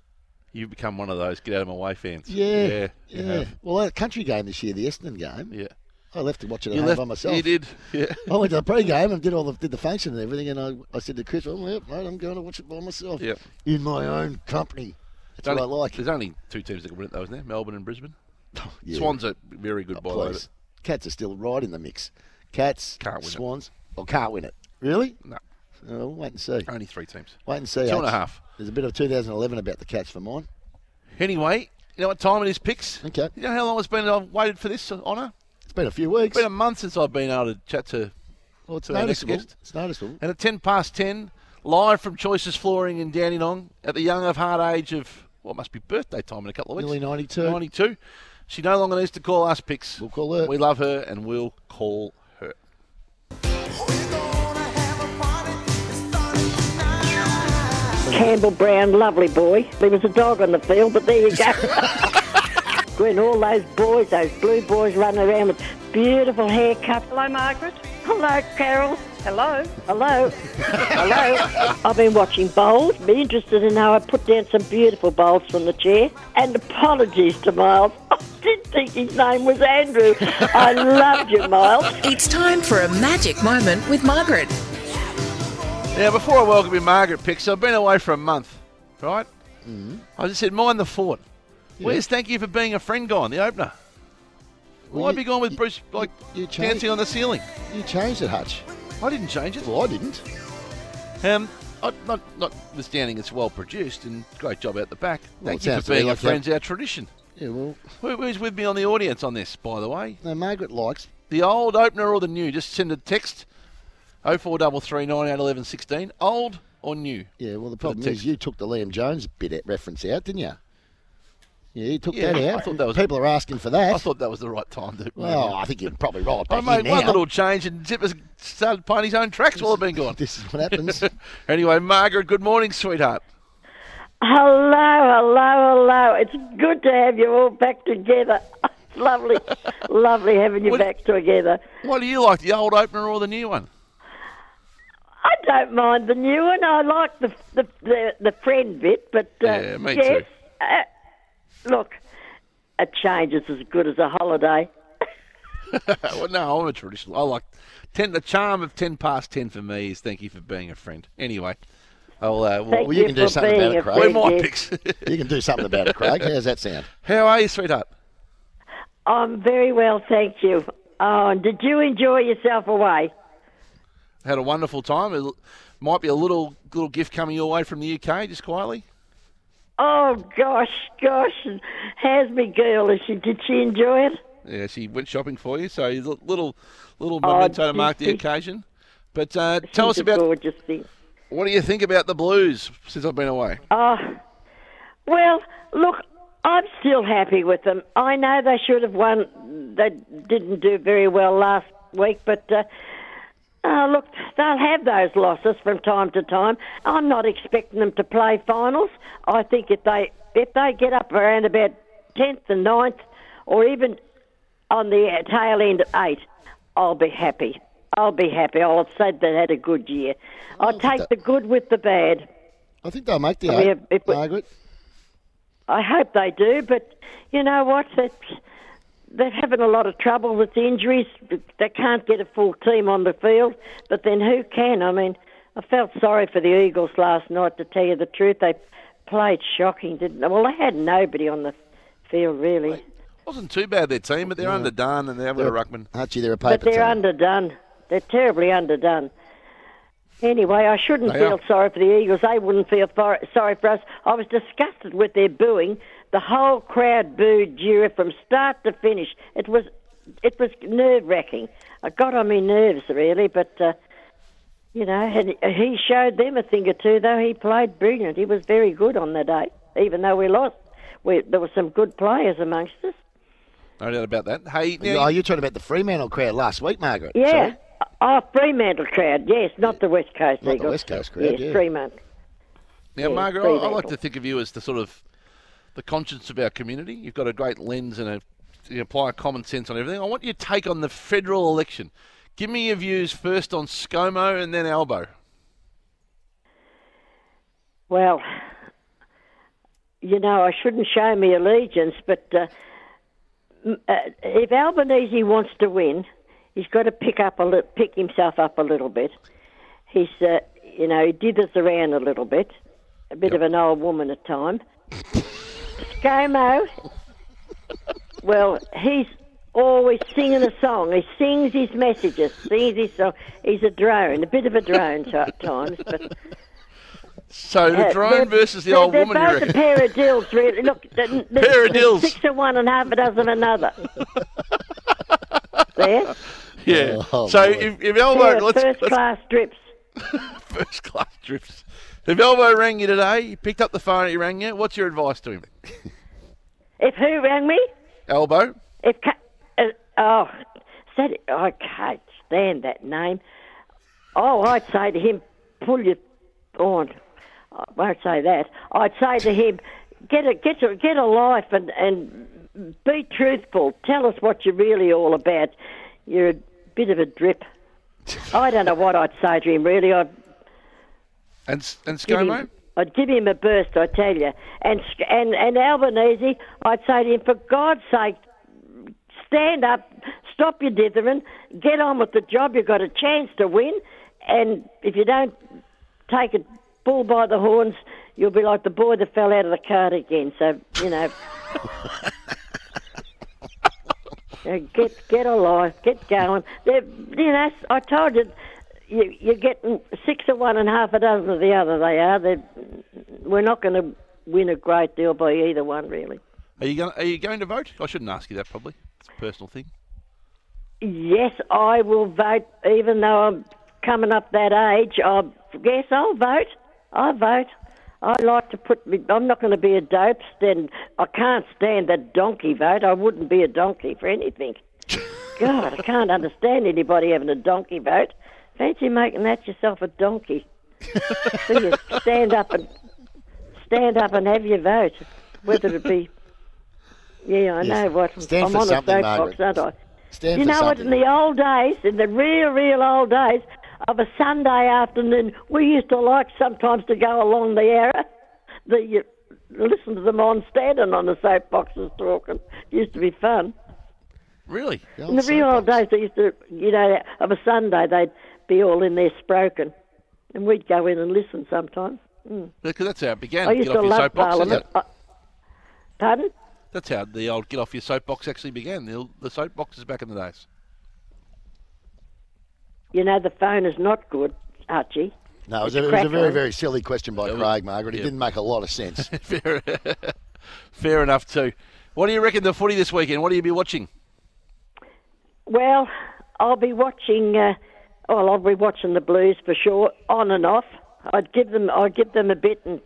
You've become one of those get out of my way fans.
Yeah,
yeah.
yeah.
you have.
Well, that country game this year, the Essendon game.
Yeah,
I left to watch it at
You
home
left-
by myself.
you did, yeah.
I went to the pre-game and did all the did the function and everything, and I, I said to Chris, "Well, yep, mate, I'm going to watch it by myself
Yep.
in my own company." That's
There's
what I
only-
like. Oh,
There's only two teams that can win it, though, isn't there? Melbourne and Brisbane.
yeah. Oh,
Swans are very good, by the way.
Please. Cats are still right in the mix. Cats,
Can't win it.
Swans, or can't win it. Really?
No.
Oh, we'll wait and see.
but Only three teams.
Wait and see.
Two and a
Hutch.
half.
There's a bit of 2011 about the Cats for mine.
Anyway, you know what time it is, picks?
Okay.
You know how long it's been that I've waited for this honour?
It's been a few weeks.
It's been a month since I've been able to chat to.
Well, it's
to our next
noticeable.
guest.
It's noticeable.
And at 10 past 10, live from Choices Flooring in Dandenong, at the young of hard age of what must be birthday time in a couple of weeks.
Nearly 92.
92. She no longer needs to call us picks. We'll
call her.
We love her and we'll call her.
Campbell Brown, lovely boy. There was a dog on the field, but there you go. when all those boys, those blue boys running around with beautiful haircuts. Hello, Margaret. Hello, Carol. Hello. Hello. Hello. I've been watching bowls. Be interested in how I put down some beautiful bowls from the chair. And apologies to Miles. I did think his name was Andrew. I loved you, Miles.
It's time for a magic moment with Margaret.
Now, before I welcome you, Margaret Picks, I've been away for a month, right?
Mm-hmm.
I just said, mind the fort. Where's thank you for being a friend gone, the opener? Why have you gone with Bruce like dancing on the ceiling?
You changed it, Hutch.
I didn't change it.
Well, I didn't.
Um, I, not notwithstanding, it's well produced and great job out the back.
Well,
Thank
it
you
sounds
for
to me
being a
like you-
friends, our tradition.
Yeah, well,
Who, who's with me on the audience on this, by the way?
no, Margaret likes.
The old opener or the new? Just send a text. Oh four double three nine eight eleven sixteen. Old or new?
Yeah, well, the
For the
problem
text.
is you took the Liam Jones bit at reference out, didn't you? Yeah, you took
Yeah,
that out.
I thought that was-
People are asking for that.
I thought that was the right time to.
Well, I think you're probably right. back
I
in
made one
now.
little change and Zipper's started playing his own tracks while I've been gone.
This is what happens.
anyway, Margaret, good morning, sweetheart.
Hello, hello, hello. It's good to have you all back together. It's lovely, lovely having you back together.
What do you like, the old opener or the new one?
I don't mind the new one. I like the the the, the friend bit, but uh,
Yeah, me
yes,
too.
Uh, look, a change is as good as a holiday.
well, no, I'm a traditional. I like ten. The charm of ten past ten for me is thank you for being a friend. Anyway, I'll, uh,
Well, you can do something about it, Craig.
We're my picks.
you can do something about it, Craig. How's that sound?
How are you, sweetheart?
I'm very well, thank you. Oh, and did you enjoy yourself away?
Had a wonderful time. It might be a little little gift coming your way from the UK, just quietly.
Oh gosh, gosh! And How's me girl? Is she? Did she enjoy it?
Yeah, she went shopping for you, so you- little little
Oh,
memento to
she-
mark the
she-
occasion. But uh, tell us
She's a
about
gorgeous thing.
what do you think about the Blues since I've been away?
Oh, well, look, I'm still happy with them. I know they should have won. They didn't do very well last week, but uh, uh, look, they'll have those losses from time to time. I'm not expecting them to play finals. I think if they if they get up around about tenth and 9th, or even on the uh, tail end of eight, I'll be happy. I'll be happy. I'll have said they had a good year. I'll take the good with the bad.
I think they'll make the
I mean,
eight, Margaret.
I hope they do, but you know what? It's, they're having a lot of trouble with the injuries. They can't get a full team on the field, but then who can? I mean, I felt sorry for the Eagles last night, to tell you the truth. They played shocking, didn't they? Well, they had nobody on the field, really.
Wasn't too bad their team, but they're underdone and they're having a ruckman.
Hutchie, they're a
but they're underdone. They're terribly underdone. Anyway, I shouldn't
They
feel
are.
sorry for the Eagles. They wouldn't feel for, sorry for us. I was disgusted with their booing. The whole crowd booed Jura from start to finish. It was, it was nerve wracking. It got on my nerves really, but uh, you know, and he showed them a thing or two. Though he played brilliant. He was very good on the day, even though we lost. We, there were some good players amongst us.
No doubt about that. Hey, now,
Are you talking about the Fremantle crowd last week, Margaret?
Yeah.
Sorry?
Oh, Fremantle crowd, yes, not the West Coast
Not the
Eagles.
West Coast crowd,
yes,
yeah.
Fremantle.
Now,
Yeah,
Margaret,
Fremantle.
I, I like to think of you as the sort of the conscience of our community. You've got a great lens and a, you apply a common sense on everything. I want your take on the federal election. Give me your views first on ScoMo and then Albo.
Well, you know, I shouldn't show me allegiance, but uh, m- uh, if Albanese wants to win, he's got to pick up a li- pick himself up a little bit. He's, uh, you know, he dithers around a little bit, a bit of an old woman at time. ScoMo, well, he's always singing a song. He sings his messages, sings his song. He's a drone, a bit of a drone at times, but.
So the
Uh,
drone
they're-
versus the
they're-
old
they're
woman, you
both a
reckon?
pair of dills, really. Look, the, the,
Pair of
the
dills.
Six of one and half a dozen of another. there.
Yeah.
Oh,
so
Lord.
if, if Elbo,
Pair of
let's,
first
let's
class drips.
first class drips. If Elbo rang you today, he picked up the phone, he rang you. What's your advice to him,
If who rang me?
Elbo?
If Ca- uh, oh, said it. I can't stand that name. Oh, I'd say to him, pull your on. I won't say that. I'd say to him, get a get a get a life and and be truthful. Tell us what you're really all about. You're a bit of a drip. I don't know what I'd say to him really. I'd
And S- and
give him-
ScoMo?
I'd give him a burst, I tell you. And Sc- and and Albanese, I'd say to him, for God's sake, stand up, stop your dithering, get on with the job. You've got a chance to win, and if you don't take a bull by the horns, you'll be like the boy that fell out of the cart again. So you know. Uh, get get a life, get going. They're, you know, I told you, you, you're getting six of one and half a dozen of the other. They are. They're, we're not going to win a great deal by either one, really.
Are you going? Are you going to vote? I shouldn't ask you that. Probably it's a personal thing.
Yes, I will vote, even though I'm coming up that age. I yes, I'll vote. I vote. I like to put. Me, I'm not going to be a dope. Stand. I can't stand the donkey vote. I wouldn't be a donkey for anything. God, I can't understand anybody having a donkey vote. Fancy making that yourself a donkey. so you stand up and stand up and have your vote, whether it be. Yeah, I
Yes.
know what.
Stand
I'm
for
on a
something,
soapbox,
Margaret.
aren't I?
Stand
you
for
know what? In
something.
the old days, in the real, real old days of a Sunday afternoon, we used to like sometimes to go along the era. The you listen to them on standing on the soapboxes talking. Used to be fun.
Really?
in the real old days, they used to, you know, of a Sunday, they'd be all in there sproken, and we'd go in and listen sometimes. Mm.
Because that's how it began.
I used
get off your
to love
soapbox. isn't
Parliament.
it?
I- Pardon?
That's how the old get off your soapbox actually began. The, the soapboxes back in the days.
You know, the phone is not good, Archie.
No, it was, a,
It's
it was a very,
crackling.
very silly question by Craig, Margaret. It didn't make a lot of sense.
Fair, fair enough too. What do you reckon the footy this weekend? What do you be watching?
Well, I'll be watching. Uh, well, I'll be watching the Blues for sure, on and off. I'd give them. I give them a bit and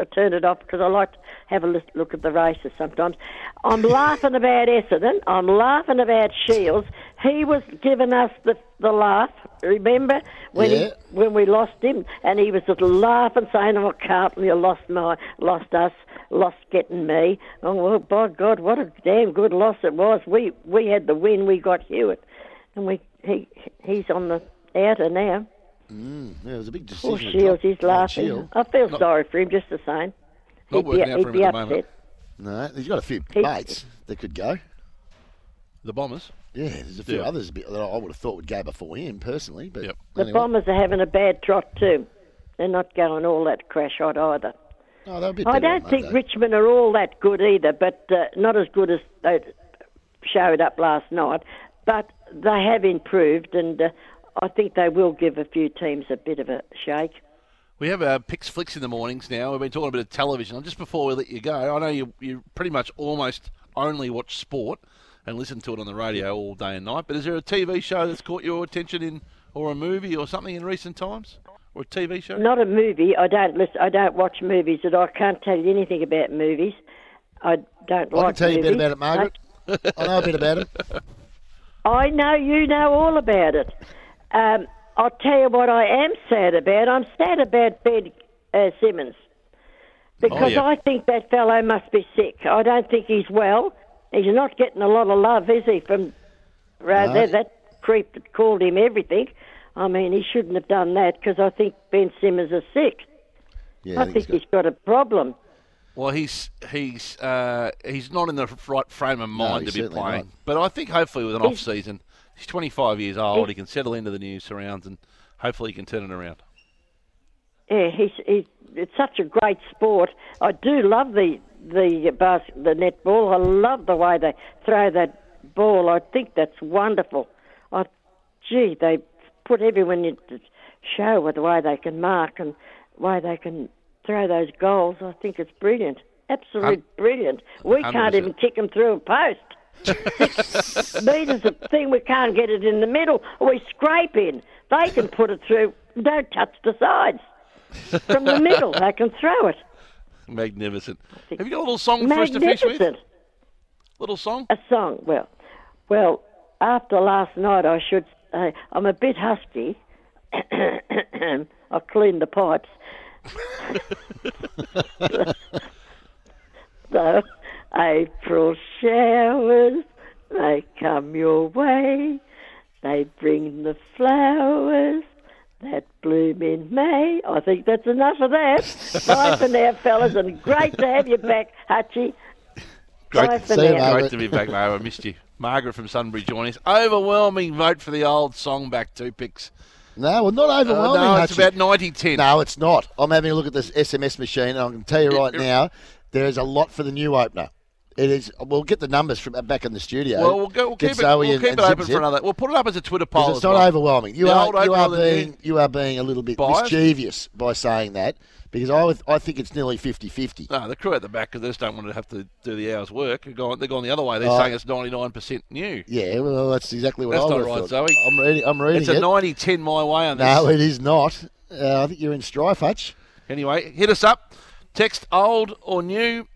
uh, turn it off because I like to have a lis- look at the races sometimes. I'm laughing about Essendon. I'm laughing about Shields. He was giving us the the laugh. Remember when
Yeah.
he, when we lost him, and he was just laughing, saying, "Oh, Carpenter lost my, lost us, lost getting me." Oh well, by God, what a damn good loss it was. We we had the win. We got Hewitt, and we he he's on the outer now.
Mm, yeah, it was a big decision.
Poor Shields, he's
Can't
laughing.
chill.
I feel
Not-
sorry for him just the same.
Not
He'd be-
working out for
he'd
him
be
at the moment.
upset.
No, he's got a few
He-
mates that could go.
The Bombers?
Yeah, there's a few
Yeah.
others that I would have thought would go before him personally, but
The
anyway.
Bombers are having a bad trot too. They're not going all that crash hot either.
No, they're a bit
I
better on
don't think
Monday.
Richmond are all that good either, but uh, not as good as they showed up last night. But they have improved, and uh, I think they will give a few teams a bit of a shake.
We have our picks flicks in the mornings now. We've been talking a bit of television. And Just before we let you go, I know you, you pretty much almost only watch sport and listen to it on the radio all day and night. But is there a TV show that's caught your attention in, or a movie or something in recent times, or a TV show?
Not a movie. I don't listen, I don't watch movies, and I can't tell you anything about movies. I don't
I
like.
can tell you a bit about
movies.
it, Margaret. I know a bit about it.
I know you know all about it. Um, I'll tell you what I am sad about. I'm sad about Ben uh, Simmons
Oh,
because
yeah.
I think that fellow must be sick. I don't think he's well. He's not getting a lot of love, is he? From right
No.
there, that creep that called him everything. I mean, he shouldn't have done that because I think Ben Simmons is sick.
Yeah,
I,
I
think,
think he's got-
he's got a problem.
Well, he's he's uh, he's not in the right frame of mind
he's
to be
certainly
playing. But I think hopefully with an
He's-
off season, he's 25 years old.
He's-
He can settle into the new surrounds and hopefully he can turn it around.
Yeah, he's, he's it's such a great sport. I do love the the uh, bas- the netball. I love the way they throw that ball. I think that's wonderful. I, gee, they put everyone in to show with the way they can mark and way they can throw those goals. I think it's brilliant, absolute
Hun-
brilliant. We
100%.
can't even kick them through a post. Six metres of thing, we can't get it in the middle. We scrape in. They can put it through. Don't touch the sides from the middle. They can throw it.
Magnificent. Have you got a little song for us to finish with?
Magnificent.
Little song?
A song. Well, well. After last night, I should. say I'm a bit husky. I cleaned the pipes. so, April showers they come your way. They bring the flowers that bloom in May. I think that's enough of that. Bye for now, fellas, and great to have you back, Hutchie. Bye for now.
Great to be back, Margaret. I missed you. Margaret from Sunbury joining us. Overwhelming vote for the old song back two picks.
No, well, not overwhelming.
Uh, no, it's
Hutchie.
about 90 10.
No, it's not. I'm having a look at this SMS machine, and I can tell you right now, there is a lot for the new opener. It is. We'll get the numbers from back in the studio.
Well, we'll, go, we'll
Get
keep it,
Zoe
we'll
and-
keep
and
it open
Zip
for another.
Zip.
We'll put it up as a Twitter poll.
'Cause
as
it's not
well.
overwhelming. You
The
are
old
you are
overwhelming
being
thing.
you are being a little bit
Biased?
mischievous by saying that because I would- I think it's nearly 50-50.
No, the crew at the back 'cause they just don't want to have to do the hours work. They're gone, they're gone the other way. They're
Oh.
saying it's ninety nine percent new.
Yeah, well, that's exactly what
That's
I
not
would
right,
have
Zoe.
thought. I'm reading. I'm reading
It's a
it.
90-10 my way on this.
No, it is not. Uh, I think you're in strife, Hutch.
Anyway, hit us up. Text old or new,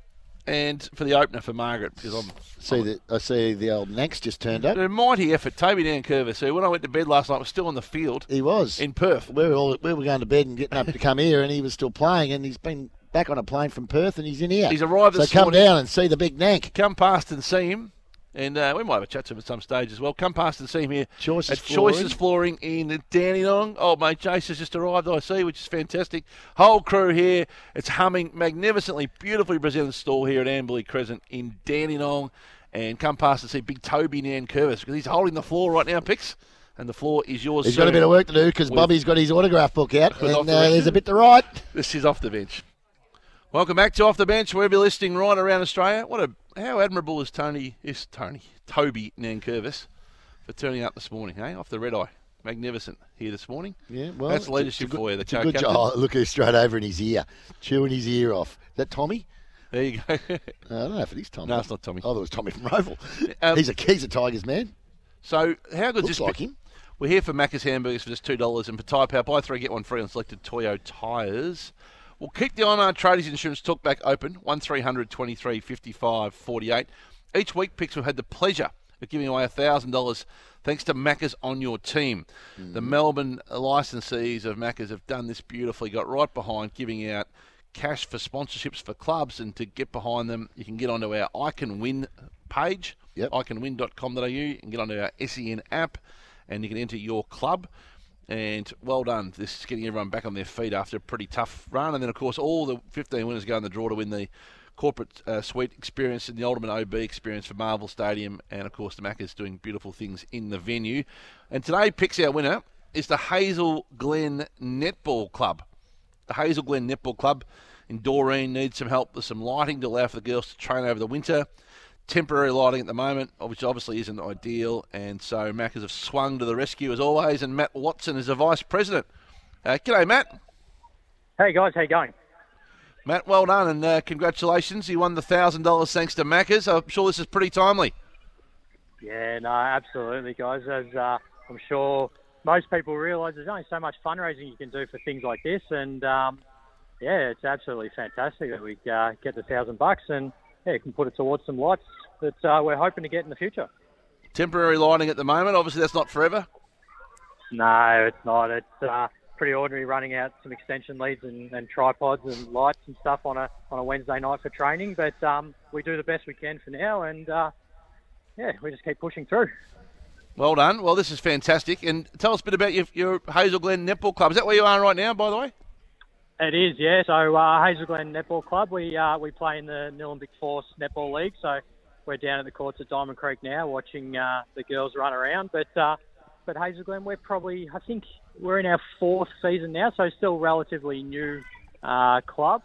and for the opener for Margaret because I'm
See that I see the old Nanks just turned up.
a mighty effort. Toby Dan Curvis, who when I went to bed last night was still on the field.
He was
in Perth.
We were all we were going to bed and getting up to come here, and he was still playing, and he's been back on a plane from Perth, and he's in here.
He's arrived
So
this
come
morning.
down and see the big Nank.
Come past and see him, and uh, we might have a chat to him at some stage as well. Come past and see him here
Choices
at
Flooring.
Choices Flooring in Dandenong. Oh mate, Jace has just arrived. I see, which is fantastic. Whole crew here. It's humming magnificently, beautifully presented stall here at Amberley Crescent in Dandenong. And come past and see Big Toby Nan Curvis because he's holding the floor right now, Picks, and the floor is yours.
He's got a
soon.
bit of work to do because
With-
Bobby's got his autograph book out,
With
and
off
uh,
the
there's
record.
a bit to write.
This is off the bench. Welcome back to Off the Bench, wherever you're listening right around Australia. What a how admirable is Tony is Tony Toby Nankervis for turning up this morning, eh? Off the red eye, magnificent here this morning.
Yeah, well,
that's
it's a-
leadership
it's a good-
for you. The
It's a good
co-captain.
job. Look who's straight over in his ear, chewing his ear off. Is that Tommy?
There you go. I
don't know if it is Tommy.
No, it's not Tommy.
Oh, it was Tommy from Roval.
Um,
he's a he's a Tigers man.
So how good
Looks
this
like
him? We're here for Macca's hamburgers for just two dollars, and for Tyre Power, buy three get one free on selected Toyo tyres. We'll keep the IMR Traders Insurance Talkback open one 23 55 48. Each week, picks we've had the pleasure of giving away thousand dollars thanks to Macca's on your team. The
Mm.
Melbourne licensees of Macca's have done this beautifully. Got right behind giving out cash for sponsorships for clubs, and to get behind them, you can get onto our I Can Win page, yep. iCanWin.com.au. You can get onto our SEN app, and you can enter your club. And well done. This is getting everyone back on their feet after a pretty tough run. And then, of course, all the 15 winners go in the draw to win the corporate uh, suite experience and the ultimate OB experience for Marvel Stadium. And, of course, the Macca's doing beautiful things in the venue. And today picks our winner is the Hazel Glen Netball Club the Hazel Glen Netball Club in Doreen needs some help with some lighting to allow for the girls to train over the winter. Temporary lighting at the moment, which obviously isn't ideal, and so Maccas have swung to the rescue as always. And Matt Watson is the vice president. Uh, g'day, Matt.
Hey guys, how you going?
Matt, well done and uh, congratulations. You won the thousand dollars thanks to Maccas. I'm sure this is pretty timely.
Yeah, no, absolutely, guys. As uh, I'm sure most people realise, there's only so much fundraising you can do for things like this, and um, yeah, it's absolutely fantastic that we uh, get the thousand bucks, and yeah, you can put it towards some lights that uh, we're hoping to get in the future.
Temporary lighting at the moment. Obviously, that's not forever.
No, it's not. It's uh, pretty ordinary running out some extension leads and, and tripods and lights and stuff on a on a Wednesday night for training, but um, we do the best we can for now, and uh, yeah, we just keep pushing through.
Well done. Well, this is fantastic. And tell us a bit about your, your Hazel Glen Netball Club. Is that where you are right now, by the way?
It is, yeah. So uh, Hazel Glen Netball Club, we uh, we play in the Nillumbik Force Netball League. So we're down at the courts at Diamond Creek now, watching uh, the girls run around. But uh, but Hazel Glen, we're probably I think we're in our fourth season now, so still relatively new uh, club.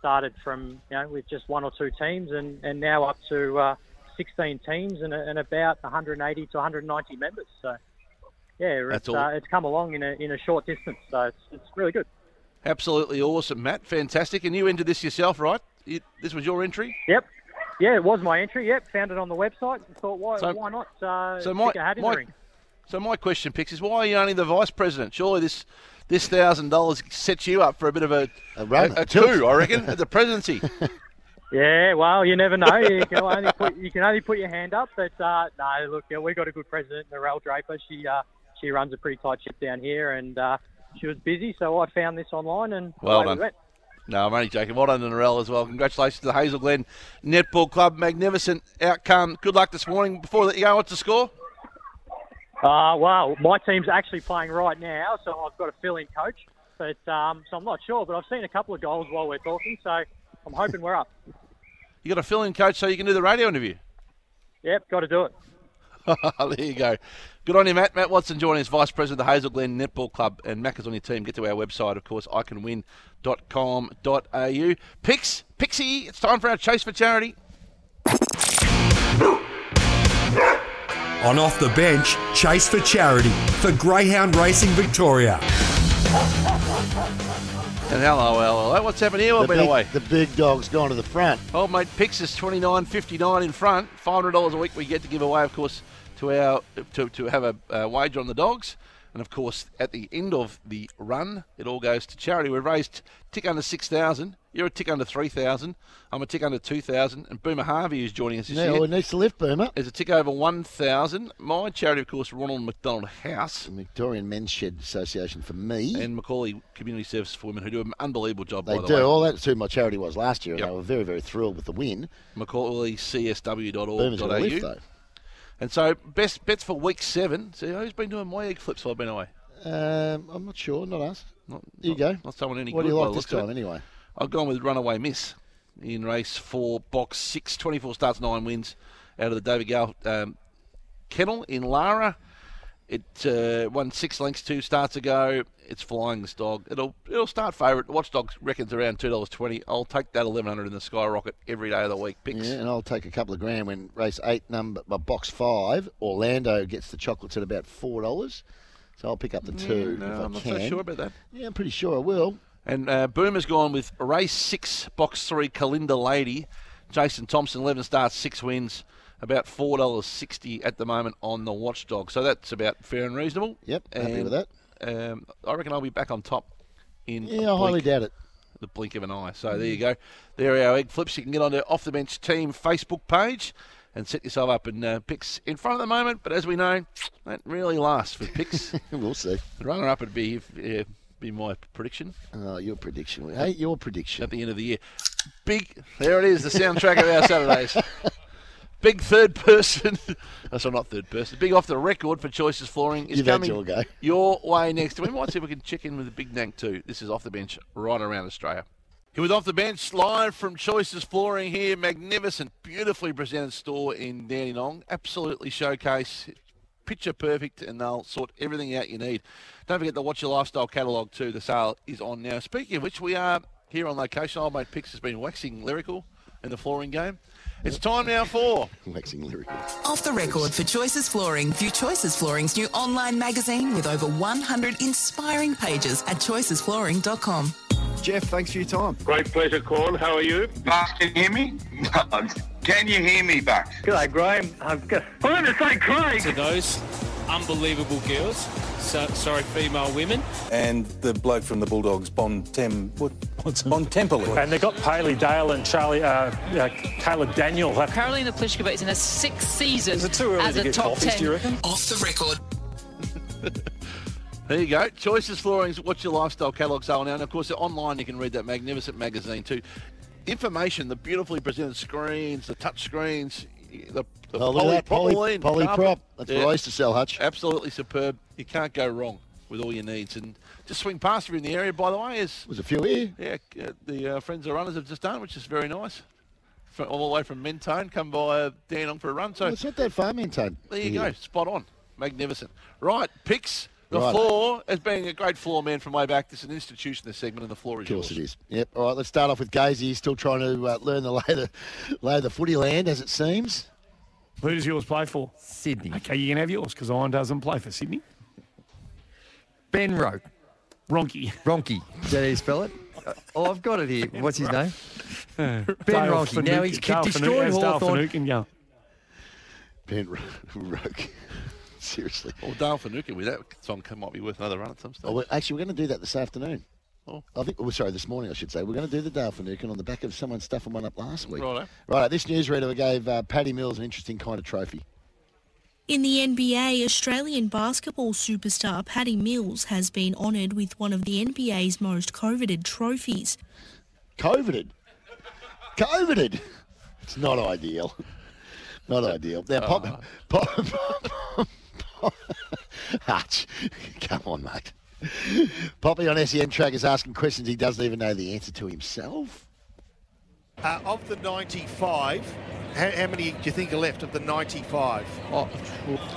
Started from you know with just one or two teams, and, and now up to uh, 16 teams and, and about 180 to 190 members. So yeah, it's,
That's all.
uh, it's come along in a in a short distance. So it's, it's really good.
Absolutely awesome, Matt. Fantastic. And you entered this yourself, right? You, this was your entry?
Yep. Yeah, it was my entry. Yep, found it on the website and thought, why,
So-
why not? Uh,
So my,
stick a hat in
my-
the ring.
so my question, Pix, is why are you only the vice president? Surely this this thousand dollars sets you up for a bit of a a,
run,
a
a tilt.
coup, I reckon, at the presidency.
Yeah, well, you never know. You can only put you can only put your hand up. But uh, no, look, yeah, we got a good president, Narelle Draper. She uh, she runs a pretty tight ship down here, and uh, she was busy, so I found this online and
Well
away we
done.
went.
No, I'm only joking. Well done, Norell, as well. Congratulations to the Hazel Glen Netball Club. Magnificent outcome. Good luck this morning. Before I let you go, what's the score?
Uh, well, my team's actually playing right now, so I've got a fill-in coach. But um, so I'm not sure, but I've seen a couple of goals while we're talking, so I'm hoping we're up.
You got a fill-in coach, so you can do the radio interview.
Yep, got to do it.
there you go. Good on you, Matt. Matt Watson joining us, Vice President of the Hazel Glen Netball Club. And Mac is on your team. Get to our website, of course, iCanWin.com.au. Pix, Pixie, it's time for our Chase for Charity.
On Off the Bench, Chase for Charity for Greyhound Racing Victoria.
And hello, hello, hello. What's happened here? I've
the,
been
big,
away.
the big dog's gone to the front.
Old Oh, mate Pix is twenty nine fifty nine in front. Five hundred dollars a week we get to give away, of course, to our to, to have a uh, wager on the dogs. And of course, at the end of the run, it all goes to charity. We've raised tick under six thousand. You're a tick under three thousand. I'm a tick under two thousand. And Boomer Harvey is joining us this
Yeah,
year.
well, it needs to lift, Boomer.
There's a tick over 1,000. My charity, of course, Ronald McDonald House.
Victorian Men's Shed Association for me.
And Macaulay Community Service for Women, who do an unbelievable job,
They
by the
do.
way.
All that's who my charity was last year, and
Yep.
they were very, very thrilled with the win. Boomer's gonna lift,
McCauleycsw.org.au.
though.
And so, best bets for week seven. See, who's been doing my egg flips while I've been away?
Um, I'm not sure, not us. Here you go.
Not someone any
What
good
do you
by
like
the
this
looks of
time,
it.
anyway?
I've gone with Runaway Miss in race four, box six, 24 starts, nine wins out of the David Gale um, kennel in Lara. It uh, won six lengths two starts ago. It's flying this dog. It'll it'll start favourite. Watchdog reckons around two dollars twenty. I'll take that eleven hundred in the skyrocket every day of the week. Picks.
Yeah, and I'll take a couple of grand when race eight, number well, box five. Orlando gets the chocolates at about four dollars, so I'll pick up the
Yeah,
two.
no,
if I
I'm not so
can.
sure about that.
Yeah, I'm pretty sure I will.
And uh, Boomer's gone with race six, box three, Kalinda Lady. Jason Thompson, 11 starts, six wins, about $4.60 at the moment on the watchdog. So that's about fair and reasonable.
Yep, happy
And,
with that.
Um, I reckon I'll be back on top in
Yeah, I
a
highly
blink-
doubt it.
The blink of an eye. So there you go. There are our egg flips. You can get onto Off the Bench Team Facebook page and set yourself up in uh, picks in front of the moment. But as we know, that really lasts for picks.
we'll see.
The runner up would be uh, be my prediction.
Oh, your prediction. Hey, your prediction.
At the end of the year. Big, there it is, the soundtrack of our Saturdays. Big third person, that's not third person, big off the record for Choices Flooring is
You've had
coming
your go.
your way next. We might see if we can check in with the big nank too. This is Off the Bench right around Australia. He was off the bench live from Choices Flooring here. Magnificent, beautifully presented store in Dandenong. Absolutely showcase, picture perfect, and they'll sort everything out you need. Don't forget to watch your lifestyle catalogue too. The sale is on now. Speaking of which, we are here on location. Old mate Pix has been waxing lyrical in the flooring game. It's time now for
waxing lyrical.
Off the record for Choices Flooring, view Choices Flooring's new online magazine with over 100 inspiring pages at choicesflooring.com.
Jeff, thanks for your time.
Great pleasure, Corn. How are you? Buck, can you hear me? can you hear me, Buck? G'day, Graham. I'm going to say Craig.
to those unbelievable girls, so, sorry, female women.
And the bloke from the Bulldogs, Bon Tem, what, what's Bon Temple.
And they've got Paley Dale and Charlie, uh, uh, Caleb Daniel.
Carolina Pliskova is in her sixth season
Is it too early
as
to
a
get
top
coffees,
ten.
do you reckon?
Off the record.
There you go. Choices Floorings, what's your lifestyle catalogue sale now? And of course, online you can read that magnificent magazine too. Information, the beautifully presented screens, the touch screens, the, the
Oh, look at that, poly-
polypropylene
polyprop.
carpet.
That's what I used to sell, Hutch.
Absolutely superb. You can't go wrong with all your needs. And just swing past if you're in the area, by the way. Is,
There's a few here.
Yeah, uh, the uh, Friends of Runners have just done, which is very nice. Fro- all the way from Mentone, come by uh, Danong for a run. So
Well, it's not that far, Mentone.
there you go. Spot on. Magnificent. Right, picks. The
Right.
floor, as being a great floor man from way back, this is an institution, this segment, and the floor is
Of course
yours.
it is. Yep. All right. Let's start off with Gazy. He's still trying to uh, learn the lay of the lay of the footy land, as it seems.
Who does yours play for? Sydney. Okay, you can have yours because Iron doesn't play for Sydney.
Benro.
Ronky.
Ronky. Is that how you spell it? Uh, Oh, I've got it here. What's his name? Ben Ronky. Now he's kicked destroyed Hawthorn.
Ben Ro- Roke. Seriously.
Or Dale Finucane with that song can- might be worth another run at some stage.
Oh, well, actually, we're going to do that this afternoon.
Oh.
I think, oh, sorry, this morning, I should say. We're going to do the Dale Finucane on the back of someone stuffing one up last week.
Righto.
Right, this newsreader gave uh, Paddy Mills an interesting kind of trophy.
In the NBA, Australian basketball superstar Patty Mills has been honoured with one of the NBA's most coveted trophies.
Coveted. Coveted. It's not ideal. Not ideal. Now, pop,
Uh.
pop, pop- pop- Hutch, come on, mate. Poppy on SEN track is asking questions he doesn't even know the answer to himself.
Uh, of the 95, how, how many do you think are left of the 95?
Oh,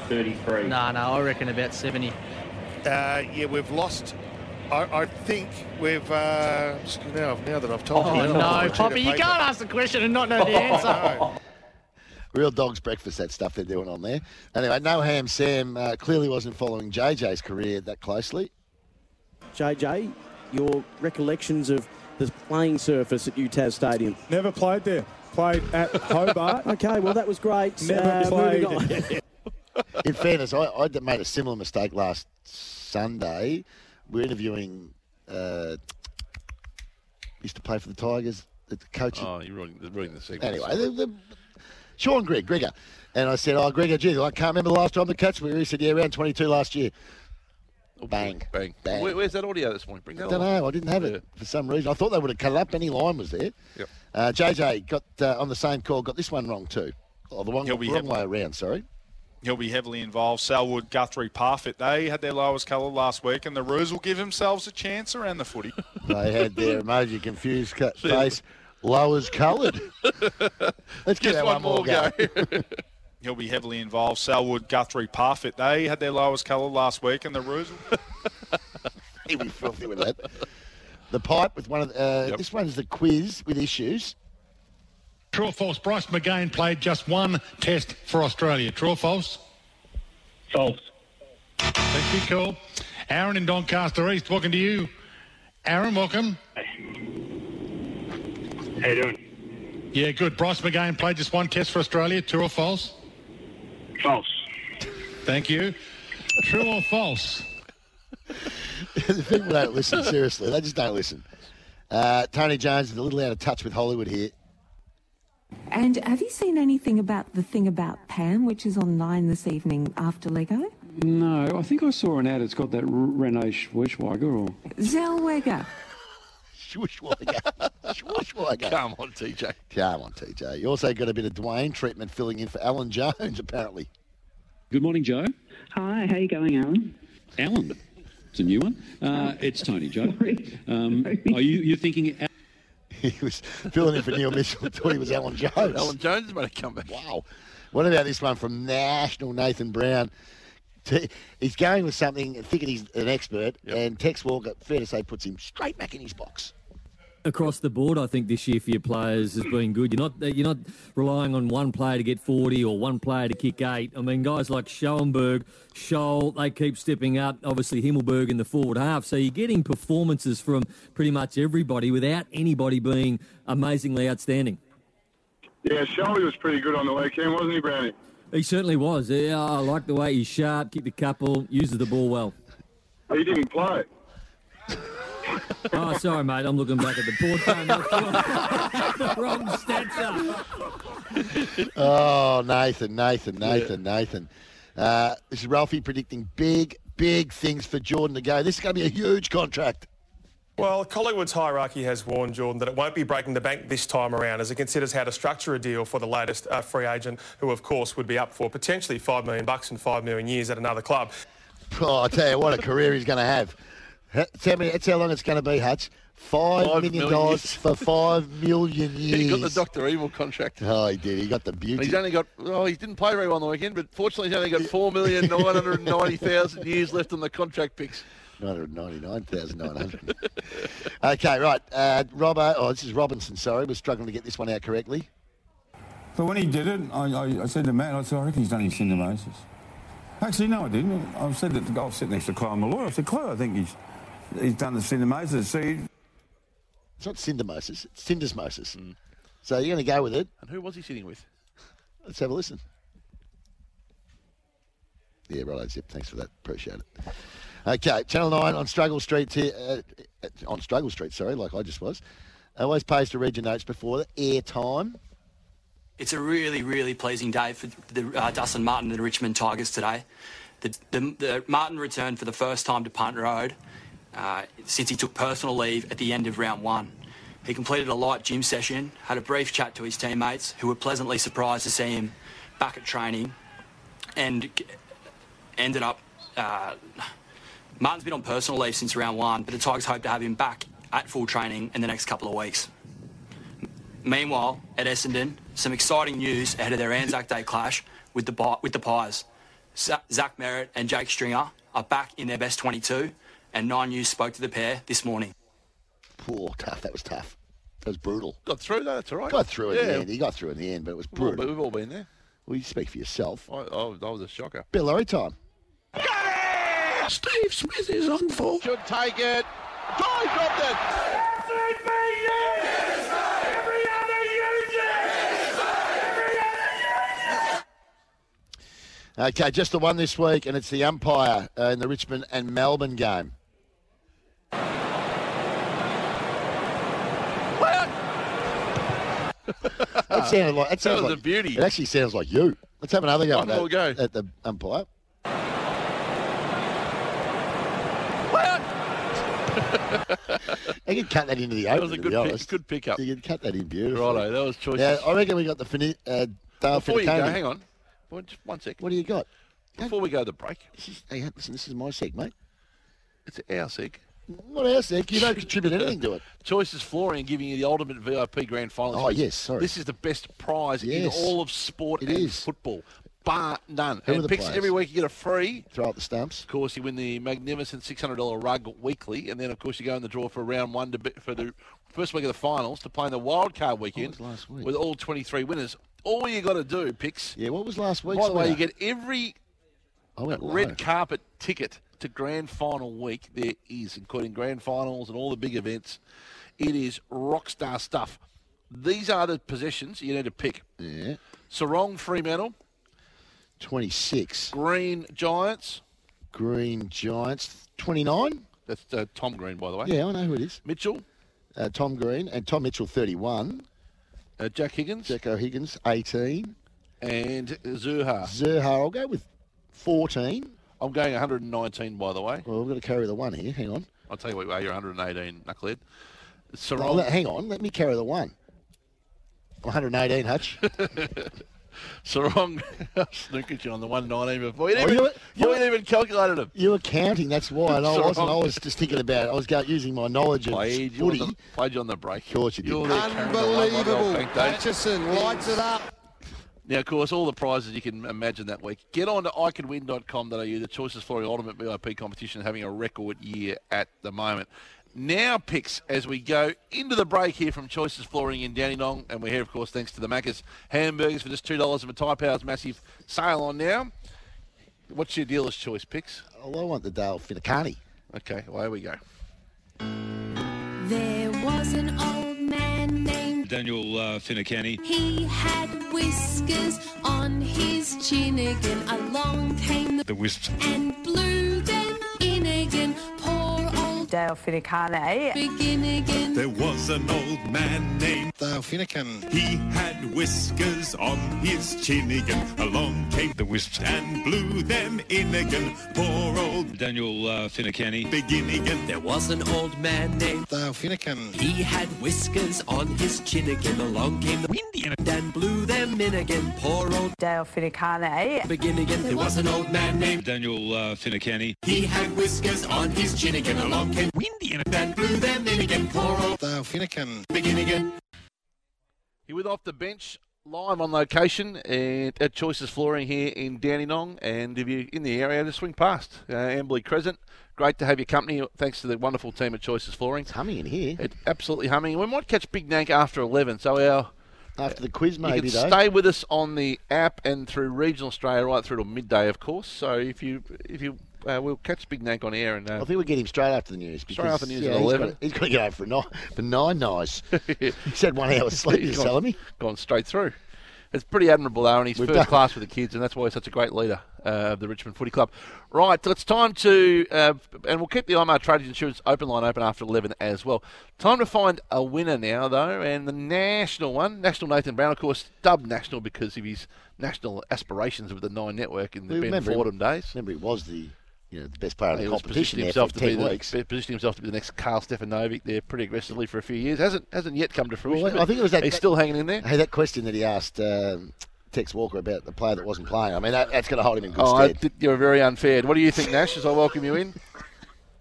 33. No, no, I reckon about 70.
Uh, yeah, we've lost. I, I think we've. Uh, now, now that I've told
Oh,
you.
no, Poppy, you can't ask the question and not know the answer.
Real dog's breakfast, that stuff they're doing on there. Anyway, no ham Sam uh, clearly wasn't following JJ's career that closely.
JJ, your recollections of the playing surface at UTAS Stadium?
Never played there. Played at Hobart.
okay, well, that was great.
Never
Uh,
played.
moving on.
In fairness, I, I made a similar mistake last Sunday. We're interviewing, uh, used to play for the Tigers, the coach.
Oh, you're ruining, ruining the segment.
Anyway, the, the, Sean Gregg, Gregor. And I said, oh, Gregor, gee, I can't remember the last time the Cats were here. He said, yeah, around 22 last year. Bang.
Oh, Bang.
Bang.
Where, where's that audio this morning? Bring
I
that
don't
along.
know. I didn't have it for some reason. I thought they would have cut up. Any line was there.
Yep.
Uh, JJ got uh, on the same call, got this one wrong too. Oh, the one
He'll be
wrong
happy.
way around, sorry.
He'll be heavily involved. Selwood, Guthrie, Parfitt. They had their lowest colour last week, and the Roos will give themselves a chance around the footy.
They had their emoji confused cut face, low as coloured. Let's give that one, more go.
He'll be heavily involved. Selwood, Guthrie, Parfitt. They had their lowest colour last week, and the Roos will.
He'll be filthy with that. The pipe with one of the, uh, this one's the quiz with issues.
True or false? Bryce McGain played just one test for Australia. True or false? False. Thank you, Cole. Aaron in Doncaster East, welcome to you. Aaron, welcome. How you doing? Yeah, good. Bryce McGain played just one test for Australia. True or false? False. Thank you. True or false?
the people don't listen seriously. They just don't listen. Uh, Tony Jones is a little out of touch with Hollywood here.
And have you seen anything about the thing about Pam, which is online this evening after Lego? No, I think I saw an ad. It's got that R- Renault Schweiger or. Zellweger.
Schwishwagger. Schwishwagger.
Come on, TJ.
Come on, TJ. You also got a bit of Dwayne treatment filling in for Alan Jones, apparently.
Good morning, Joe.
Hi, how you going, Alan?
Alan. It's a new one. Uh, it's Tony, Joe. Um, are you you're thinking?
he was filling in for Neil Mitchell thought he was Alan Jones.
Alan Jones is about to come back.
Wow. What about this one from National Nathan Brown? T- He's going with something, and thinking he's an expert, and Tex Walker, fair to say, puts him straight back in his box.
across the board, I think this year for your players has been good. You're not you're not relying on one player to get 40 or one player to kick eight. I mean, guys like Schoenberg, Scholl, they keep stepping up. Obviously, Himmelberg in the forward half. So you're getting performances from pretty much everybody without anybody being amazingly outstanding.
Yeah, Shelby was pretty good on the weekend, wasn't he, Brownie?
He certainly was. Yeah, I like the way he's sharp, kicked a couple, uses the ball well.
He didn't play.
Oh, sorry, mate. I'm looking back at the board. the wrong stats up.
oh, Nathan, Nathan, Nathan, Nathan. Uh, this is Ralphie predicting big, big things for Jordan to go. This is going to be a huge contract.
Well, Collingwood's hierarchy has warned Jordan that it won't be breaking the bank this time around as it considers how to structure a deal for the latest uh, free agent, who of course would be up for potentially five million bucks in five million years at another club.
Oh, I tell you what, a career he's going to have. Ha- Tell me, that's how long it's going to be, Hutch. Five
Five
million
million
dollars for five million years.
He got the Doctor Evil contract.
Oh, he did. He got the beauty.
He's only got. Oh, he didn't play very well on the weekend, but fortunately, he's only got four million nine hundred ninety thousand years left on the contract picks.
999,900. okay, right. Uh, Robbo, oh, this is Robinson, sorry. We're struggling to get this one out correctly.
But when he did it, I, I, I said to Matt, I said, I reckon he's done his cinemasis. Actually, no, I didn't. I said that I was sitting next to Clive, my lawyer. I said, Clive, I think he's he's done the cinemasis. See,
It's not syndesmosis, it's syndesmosis. So you're going to go with it.
And who was he sitting with?
Let's have a listen. Yeah, right, Zip. Thanks for that. Appreciate it. Okay, Channel 9 on Struggle Street here. Uh, uh, on Struggle Street, sorry, like I just was. Always pays to read your notes before the airtime.
It's a really, really pleasing day for the, uh, Dustin Martin and the Richmond Tigers today. The, the, the Martin returned for the first time to Punt Road uh, since he took personal leave at the end of round one. He completed a light gym session, had a brief chat to his teammates, who were pleasantly surprised to see him back at training, and g- ended up. Uh, Martin's been on personal leave since round one, but the Tigers hope to have him back at full training in the next couple of weeks. Meanwhile, at Essendon, some exciting news ahead of their Anzac Day clash with the Pi- with the Pies. Za- Zach Merritt and Jake Stringer are back in their best 22, and Nine News spoke to the pair this morning.
Poor, tough. That was tough. That was brutal.
Got through though. That's all right.
Got through in
Yeah.
the end. He got through in the end, but it was
We've all,
brutal.
been, we've all been there.
Well, you speak for yourself.
I, I, was- I Oh, was a shocker.
Bit lorry time.
Steve Smith is on for. Should take it. Try dropped it.
Okay, just the one this week, and it's the umpire uh, in the Richmond and Melbourne game. That sounded like that,
That
sounds
was
like,
a beauty.
It actually sounds like you. Let's have another go.
One
at
more
that- at the umpire. You could cut that into the
That
opener.
was a
to
good
be
pick-
honest.
good pickup.
You could cut that in beautifully.
Righto, that was choice.
Now, I reckon we got the fini- uh, Dale
Before you go,
Fittipaldi.
hang on. Well, just one sec.
What do you got?
Before we go to the break,
This is, hey, listen, this is my seg, mate.
It's our seg.
Not our seg. You don't contribute anything to it.
Choice is flooring, giving you the ultimate VIP grand final.
Oh, yes, sorry.
This is the best prize in
Yes.
all of sport and football, bar none.
Who are
and
the
picks
players?
every week you get a free.
Throw out the stumps.
Of course, you win the magnificent six hundred dollar rug weekly, and then of course you go in the draw for round one to be, for the first week of the finals to play in the wild card weekend
last week?
with all twenty three winners. All you got to do, picks.
Yeah, what was last week's
By the way, you
winner?
get every
I Oh, went
red
low.
carpet ticket to grand final week there is, including grand finals and all the big events. It is rock star stuff. These are the positions you need to pick.
Yeah.
Sarong Fremantle,
26.
Green Giants.
Green Giants, 29.
That's uh, Tom Green, by the way.
Yeah, I know who it is.
Mitchell.
Uh, Tom Green and Tom Mitchell, 31.
Uh, Jack Higgins.
Jack O'Higgins, 18.
And Zuhar.
Zerhar, I'll go with 14.
I'm going 119, by the way.
Well, we've got to carry the one here. Hang on.
I'll tell you what, you are, you're 118, knucklehead.
Oh,
Sarong.
let- hang on. Let me carry the one. 118, Hutch.
Sarong. I snookered you on the 119 before. You
Oh,
didn't,
you
even,
were-
you hadn't even calculated him.
You were counting, that's why. And I
Sorry.
wasn't. I was just thinking about it. I was go- using my knowledge of
Played you, on
footy.
the, played you on the break. Of
course you did.
Unbelievable. Hutchison lights it up.
Now, of course, all the prizes you can imagine that week. Get on to iCanWin.com.au. The Choices Flooring Ultimate VIP competition having a record year at the moment. Now picks as we go into the break here from Choices Flooring in Dandenong. And we're here, of course, thanks to the Maccas. Hamburgers for just $2 of a Thai Powers massive sale on now. What's your dealer's choice picks?
Oh, I want the Dale Finicani.
Okay, well, here we go.
There was an old man named.
Daniel uh, Finnacani.
He had whiskers on his chin again. Along came the
The Wisps.
and blew them in again. Poor old Dale Finicane. Begin again.
There was an old man named Thou Finnegan. He had whiskers on his chin again. Along came the wisps and blew them in again. Poor old
Daniel uh, Finnacani.
begin again. There was an old man named Thou Finnegan. He had whiskers on his chin again. Along came the windy and then blew them in again. Poor old Dale Finicane. Begin again. There was an old man named
Daniel uh, Finnacani.
He had whiskers on his chin again. Along came windy and then blew them in again. Poor old Thou Finnegan. Begin again.
You're with Off the Bench live on location and at Choices Flooring here in Dandenong. And if you're in the area, just swing past uh, Amberley Crescent. Great to have your company. Thanks to the wonderful team at Choices Flooring. It's
humming in here.
It, absolutely humming. We might catch Big Nank after 11. So our
After the quiz, maybe,
you
though.
can stay with us on the app and through regional Australia right through to midday, of course. So if you if you uh, we'll catch Big Nank on air and uh,
I think we get him straight after the news. Because,
Straight after the news
yeah,
at
he's
11.
got- He's got to go for nine, for nine nights. he's had one hour's sleep,
He's
you're
gone-
telling me?
Gone straight through. It's pretty admirable, though, and he's
We've
first
done-
class with the kids, and that's why he's such a great leader uh, of the Richmond Footy Club. Right, so it's time to, uh, and we'll keep the IMAR Traders Insurance open line open after 11 as well. Time to find a winner now, though, and the national one, National Nathan Brown, of course, dubbed national because of his national aspirations with the Nine Network in the
We
Ben
remember he-
Fordham days.
Remember, he was the you know the best player of the
He was
competition
positioning
there
himself
for
to
10
be the,
weeks.
positioning himself to be the next Carl Stefanovic there pretty aggressively for a few years. Hasn't hasn't yet come to fruition.
Well, I
but
think it was that.
he's
that-
still hanging in there.
Hey, that question that he asked um, Tex Walker about the player that wasn't playing. I mean, that, that's going to hold him in good
Oh, I
stead.
think you're very unfair. What do you think, Nash? As I welcome you in,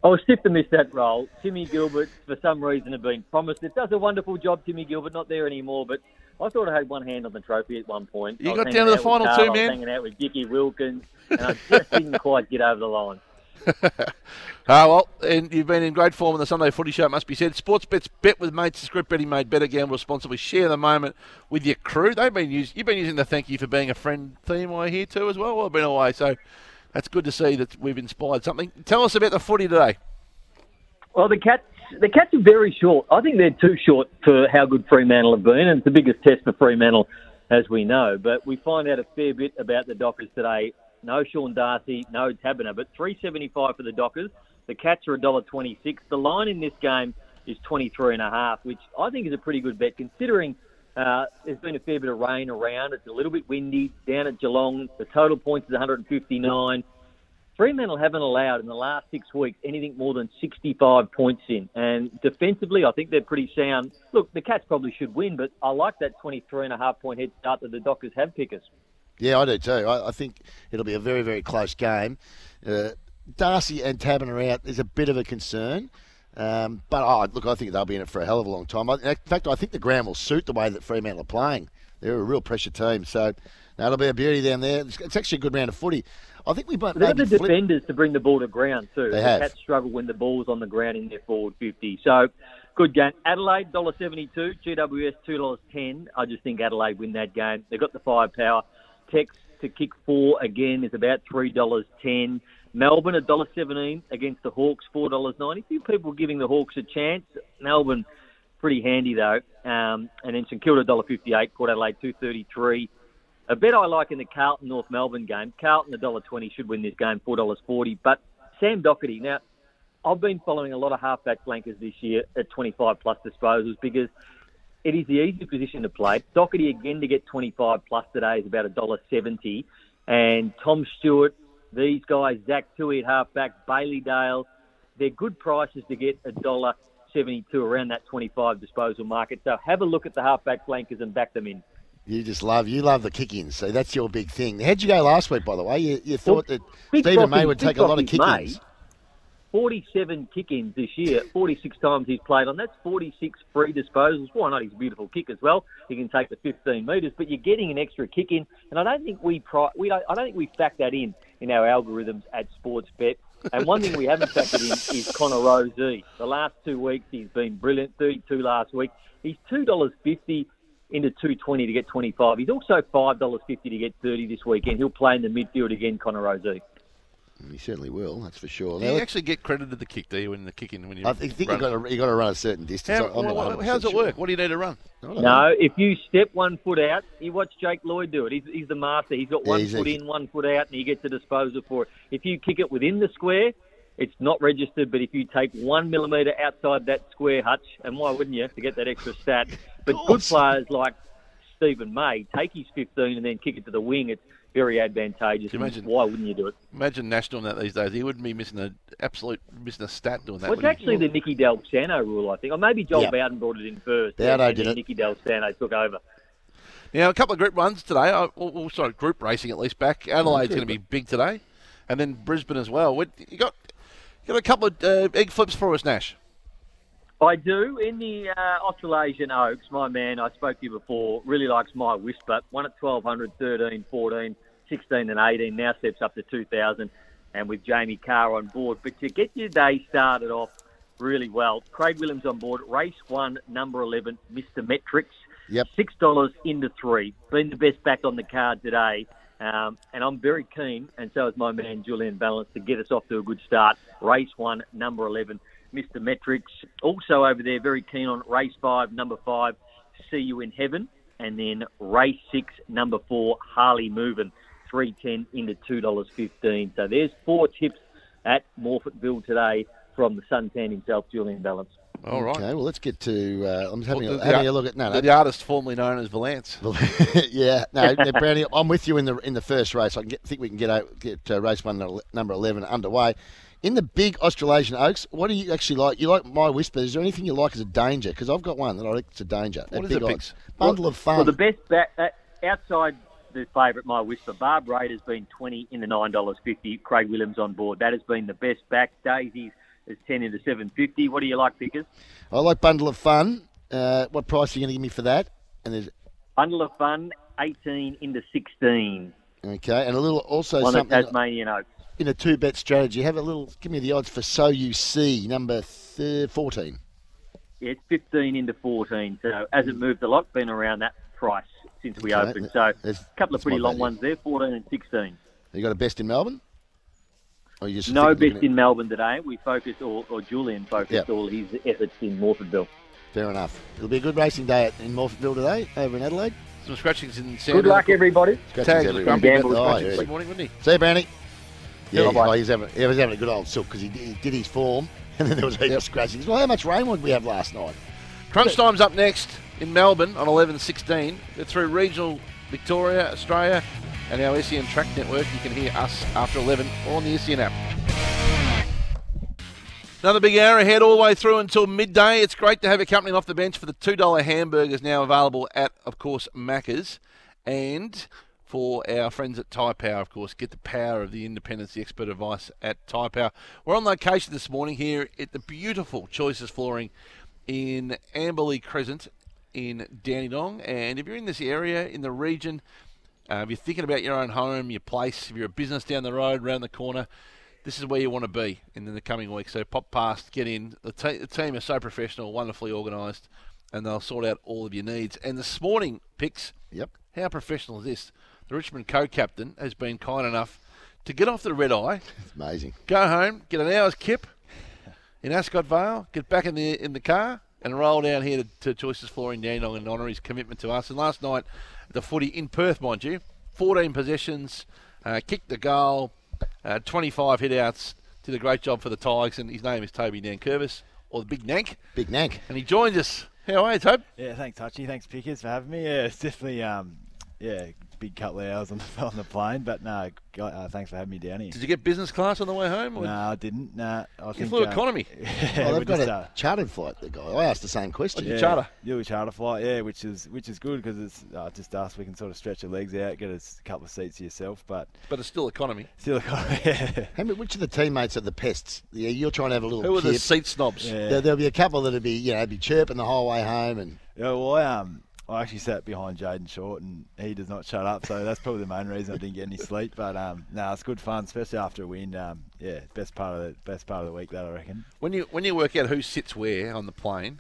I was stiff to miss that role. Timmy Gilbert, for some reason, had been promised it. Does a wonderful job, Timmy Gilbert. Not there anymore, but I thought I had one hand on the trophy at one point.
You
I was
got
hanging
down to the
out with
final
Carl,
two,
I was
man.
hanging out with Dickie Wilkins, and I just didn't quite get over the line.
Ah, well, and you've been in great form on the Sunday Footy Show, it must be said. Sports bets, bet with mates, script betting made better, gamble responsibly. Share the moment with your crew. They've been used, You've been using the thank you for being a friend theme, I hear, too, as well. Well, I've been away, so that's good to see that we've inspired something. Tell us about the footy today.
Well, the Cats, the Cats are very short. I think they're too short for how good Fremantle have been, and it's the biggest test for Fremantle, as we know. But we find out a fair bit about the Dockers today. No Sean Darcy, no Tabiner, but three seventy-five for the Dockers. The Cats are $1.26. The line in this game is twenty-three and a half, which I think is a pretty good bet considering uh, there's been a fair bit of rain around. It's a little bit windy down at Geelong. The total points is 159. Fremantle haven't allowed in the last six weeks anything more than 65 points in. And defensively, I think they're pretty sound. Look, the Cats probably should win, but I like that 23 and a half point head start that the Dockers have pickers.
Yeah, I do too. I, I think it'll be a very, very close game. Uh, Darcy and Tabner out is a bit of a concern. Um, but oh, look, I think they'll be in it for a hell of a long time. I, in fact, I think the ground will suit the way that Fremantle are playing. They're a real pressure team. So that'll be a beauty down there. It's, it's actually a good round of footy. I think we might
They're
maybe
the
flip.
defenders to bring the ball to ground too.
They
the
have.
Cats struggle when the ball's on the ground in their forward fifty. So good game. Adelaide dollar seventy two, GWS two dollars ten. I just think Adelaide win that game. They've got the firepower. Tex to kick four again is about three dollars ten. Melbourne a dollar seventeen against the Hawks four dollars ninety. Few people giving the Hawks a chance. Melbourne pretty handy though. Um, and then St Kilda dollar fifty eight, Port Adelaide two thirty three. A bet I like in the Carlton North Melbourne game. Carlton $1.20 should win this game, $4.40. But Sam Doherty, now, I've been following a lot of halfback flankers this year at 25 plus disposals because it is the easy position to play. Doherty again to get 25 plus today is about $1.70. And Tom Stewart, these guys, Zach Tui at halfback, Bailey Dale, they're good prices to get $1.72 around that 25 disposal market. So have a look at the halfback flankers and back them in.
You just love you love the kick-ins. So that's your big thing. How'd you go last week, by the way? You, you thought that
Big Rocky-
Stephen May would
Big
take a lot of
Rocky's
kick-ins.
made 47 kick-ins this year, 46 times he's played on. That's 46 free disposals. Why not? He's a beautiful kick as well. He can take the 15 metres, but you're getting an extra kick-in, and I don't think we pri- we don't, I don't think we fact that in in our algorithms at Sportsbet. And one thing we haven't factored in is Connor Rosey. The last two weeks he's been brilliant. 32 last week. He's two dollars fifty into 220 to get 25. He's also $5.50 to get 30 this weekend. He'll play in the midfield again, Connor Rosey.
He certainly will. That's for sure.
Do
Now,
you
look,
actually get credited the kick, do you, when the kick in? When you
I think you
run?
got to you got to run a certain distance.
How,
I'm not
well,
100%
how's it
sure.
work? What do you need to run?
No, if you step one foot out, you watch Jake Lloyd do it. He's, he's the master. He's got
Yeah,
one
he's
foot
a-
in, one foot out, and he gets a disposal for it. If you kick it within the square, it's not registered. But if you take one millimetre outside that square, Hutch, and why wouldn't you to get that extra stat? But good players like Stephen May take his 15 and then kick it to the wing. It's very advantageous.
Can you imagine-
why wouldn't you do it?
Imagine Nash doing that these days. He wouldn't be missing a absolute missing a stat doing that.
Well, it's
would he?
actually the Nicky Del Sano rule, I think. Or maybe Joel
Yeah.
Bowden brought it in first.
Bowden
and then
did it.
Nicky Del Sano took over.
Now, a couple of group runs today. I, well, well, sorry, group racing at least back. Adelaide's
good,
going to be big today, and then Brisbane as well. What- You got you got a couple of uh, egg flips for us, Nash.
I do. In the uh, Australasian Oaks, my man, I spoke to you before, really likes my whisper. One at 1200, 13, 14, 16, and 18. Now steps up to 2000, and with Jamie Carr on board. But to get your day started off really well, Craig Williams on board, race one, number 11, Mr. Metrics.
Yep.
Six dollars into three. Been the best back on the card today, um, and I'm very keen, and so is my man Julian Balance to get us off to a good start. Race one, number eleven, Mister Metrics. Also over there, very keen on race five, number five, See You in Heaven, and then race six, number four, Harley Movin, three ten into two dollars fifteen. So there's four tips at Morfettville today from the suntan himself, Julian Balance.
All right.
Okay. Well, let's get to. Uh, I'm just having,
Well,
a,
the-
having
the-
a look at no,
the,
no.
the artist formerly known as Valance.
yeah, no, no, Brownie. I'm with you in the in the first race. I can get, think we can get out- get uh, race one number eleven underway. In the big Australasian Oaks, what do you actually like? You like my whisper? Is there anything you like as a danger? Because I've got one that I think is a danger.
What
at
is it,
odds.
Biggs?
Bundle of fun.
Well, the best back uh, outside the favourite, my whisper, Barb Raid has been twenty into nine dollars fifty. Craig Williams on board. That has been the best back. Daisies is ten into seven fifty. What do you like, Pickers?
I like bundle of fun. Uh, what price are you going to give me for that? And there's
Bundle of fun, eighteen into sixteen
okay, and a little also
on the
something.
Tasmanian Oaks.
in a two bet strategy, have a little. Give me the odds for So You See, number th- 14.
Yeah, it's 15 into 14. So as it moves a lot, been around that price since we
Okay,
opened. So a
that's-
couple
that's
of pretty
my
long
value.
ones there, 14 and 16.
You got a best in Melbourne? Or you just
No
think-
best in Melbourne today. We focused, or, or Julian focused
Yeah.
all his efforts in Morfordville.
Fair enough. It'll be a good racing day at- in Morpheville today, over in Adelaide.
Some scratchings in
sand.
luck, everybody.
Scratches
Tags was
everywhere.
grumpy about the
Oh, I
scratchings
heard.
this morning, wasn't he?
See you, Brownie. Yeah,
Yeah, bye.
oh, he, was having, he was having a good old silk because he, did- he did his form and then there was a heap of scratchings. Well, how much rain would we have last night?
Crunch time's up next in Melbourne on 11.16. They're through regional Victoria, Australia, and our SEN track network. You can hear us after 11 or on the SEN app. Another big hour ahead all the way through until midday. It's great to have you company off the bench for the $2 hamburgers now available at, of course, Macca's. And for our friends at Thai Power, of course, get the power of the independence, the expert advice at Thai Power. We're on location this morning here at the beautiful Choices Flooring in Amberley Crescent in Dandenong. And if you're in this area, in the region, uh, if you're thinking about your own home, your place, if you're a business down the road, round the corner, this is where you want to be in the coming week. So pop past, get in. The, te- the team are so professional, wonderfully organised, and they'll sort out all of your needs. And this morning, picks.
Yep.
How professional is this? The Richmond co-captain has been kind enough to get off the red eye. It's
amazing.
Go home, get an hour's kip in Ascot Vale, get back in the in the car and roll down here to, to Choices Flooring Dandenong and honour his commitment to us. And last night, the footy in Perth, mind you, 14 possessions, uh, kicked the goal, uh, 25 hit-outs, did a great job for the Tigers. And his name is Toby Nankervis, or the Big Nank.
Big Nank.
And he joins us. How are you, Tobe?
Yeah, thanks, Hutchie. Thanks, Pickers, for having me. Yeah, it's definitely, um, yeah, big couple of hours on the, on the plane, but no, go- uh, thanks for having me down here.
Did you get business class on the way home?
No, I didn't. No, I
You
think
flew
um,
economy.
Yeah, we
oh, they've got
just,
a
uh,
chartered flight, the guy. I asked the same question.
yeah, Yeah, we charter flight. Yeah, which is which is good because it's uh, just us. We can sort of stretch our legs out, get a s- couple of seats to yourself, but
But it's still economy.
still economy. Yeah.
How many- which of the teammates are the pests? Yeah, you're trying to have a little
Who are the
kip.
seat snobs? Yeah.
There, will be a couple that'll be, you know, be chirping the whole way home and
Yeah, well, I, um, I actually sat behind Jaden Short, and he does not shut up. So that's probably the main reason I didn't get any sleep. But um, no, it's good fun, especially after a win. Um, yeah, best part of the best part of the week, that I reckon.
When you when you work out who sits where on the plane,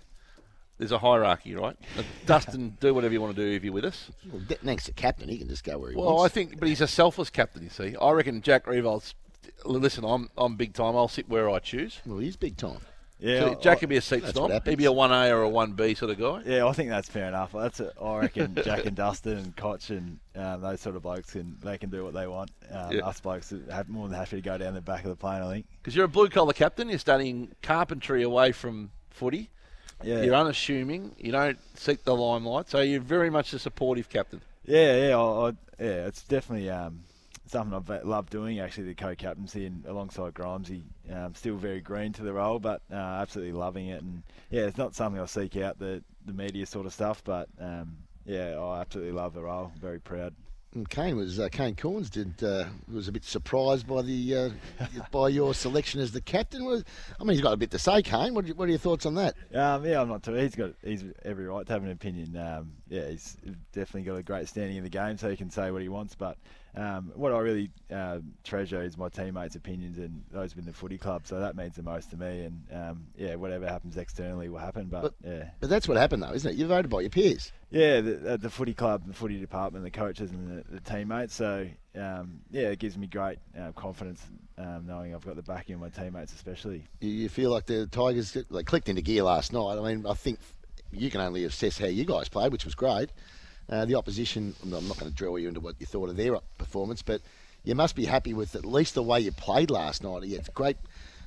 there's a hierarchy, right? Uh, Dustin, do whatever you want to do if you're with us.
well, that- next to captain, he can just go where he
Well, I
wants.
think, but he's a selfless captain. You see, I reckon Jack Revolt's. Listen, I'm I'm big time. I'll sit where I choose.
Well, he's big time.
Yeah,
so Jack
I-
could be a seat
that's
snob.
what
He'd be a one A or a one B sort of guy.
Yeah, I think that's fair enough. That's a, I reckon Jack and Dustin and Koch and um, those sort of blokes can they can do what they want. Um,
Yeah.
Us blokes are ha- more than happy to go down the back of the plane. I think.
Because you're a blue collar captain. You're studying carpentry away from footy.
Yeah.
You're unassuming. You don't seek the limelight. So you're very much a supportive captain.
Yeah, yeah, I, I, yeah. It's definitely um, something I've uh, loved doing. Actually, the co-captaincy and alongside Grimesy, um, still very green to the role, but uh, absolutely loving it. And yeah, it's not something I seek out the the media sort of stuff, but um, yeah, I absolutely love the role. Very proud.
And Kane was uh, Kane Corns did uh, was a bit surprised by the uh, by your selection as the captain. Was I mean, he's got a bit to say, Kane. What are, you- what are your thoughts on that?
Um, yeah, I'm not too. He's got he's every right to have an opinion. Um, yeah, he's definitely got a great standing in the game, so he can say what he wants. But um, what I really uh, treasure is my teammates' opinions and those within the footy club. So that means the most to me. And um, yeah, whatever happens externally will happen. But,
But-
yeah,
But that's what happened, though, isn't it? You voted by your peers.
yeah, the, uh, the footy club, the footy department, the coaches, and the, the teammates. So um, yeah, it gives me great uh, confidence um, knowing I've got the backing of my teammates, especially.
You, you feel like the Tigers they clicked into gear last night. I mean, I think you can only assess how you guys played, which was great. Uh, the opposition. I'm not going to drill you into what you thought of their uh, performance, but you must be happy with at least the way you played last night. Yeah, it's great.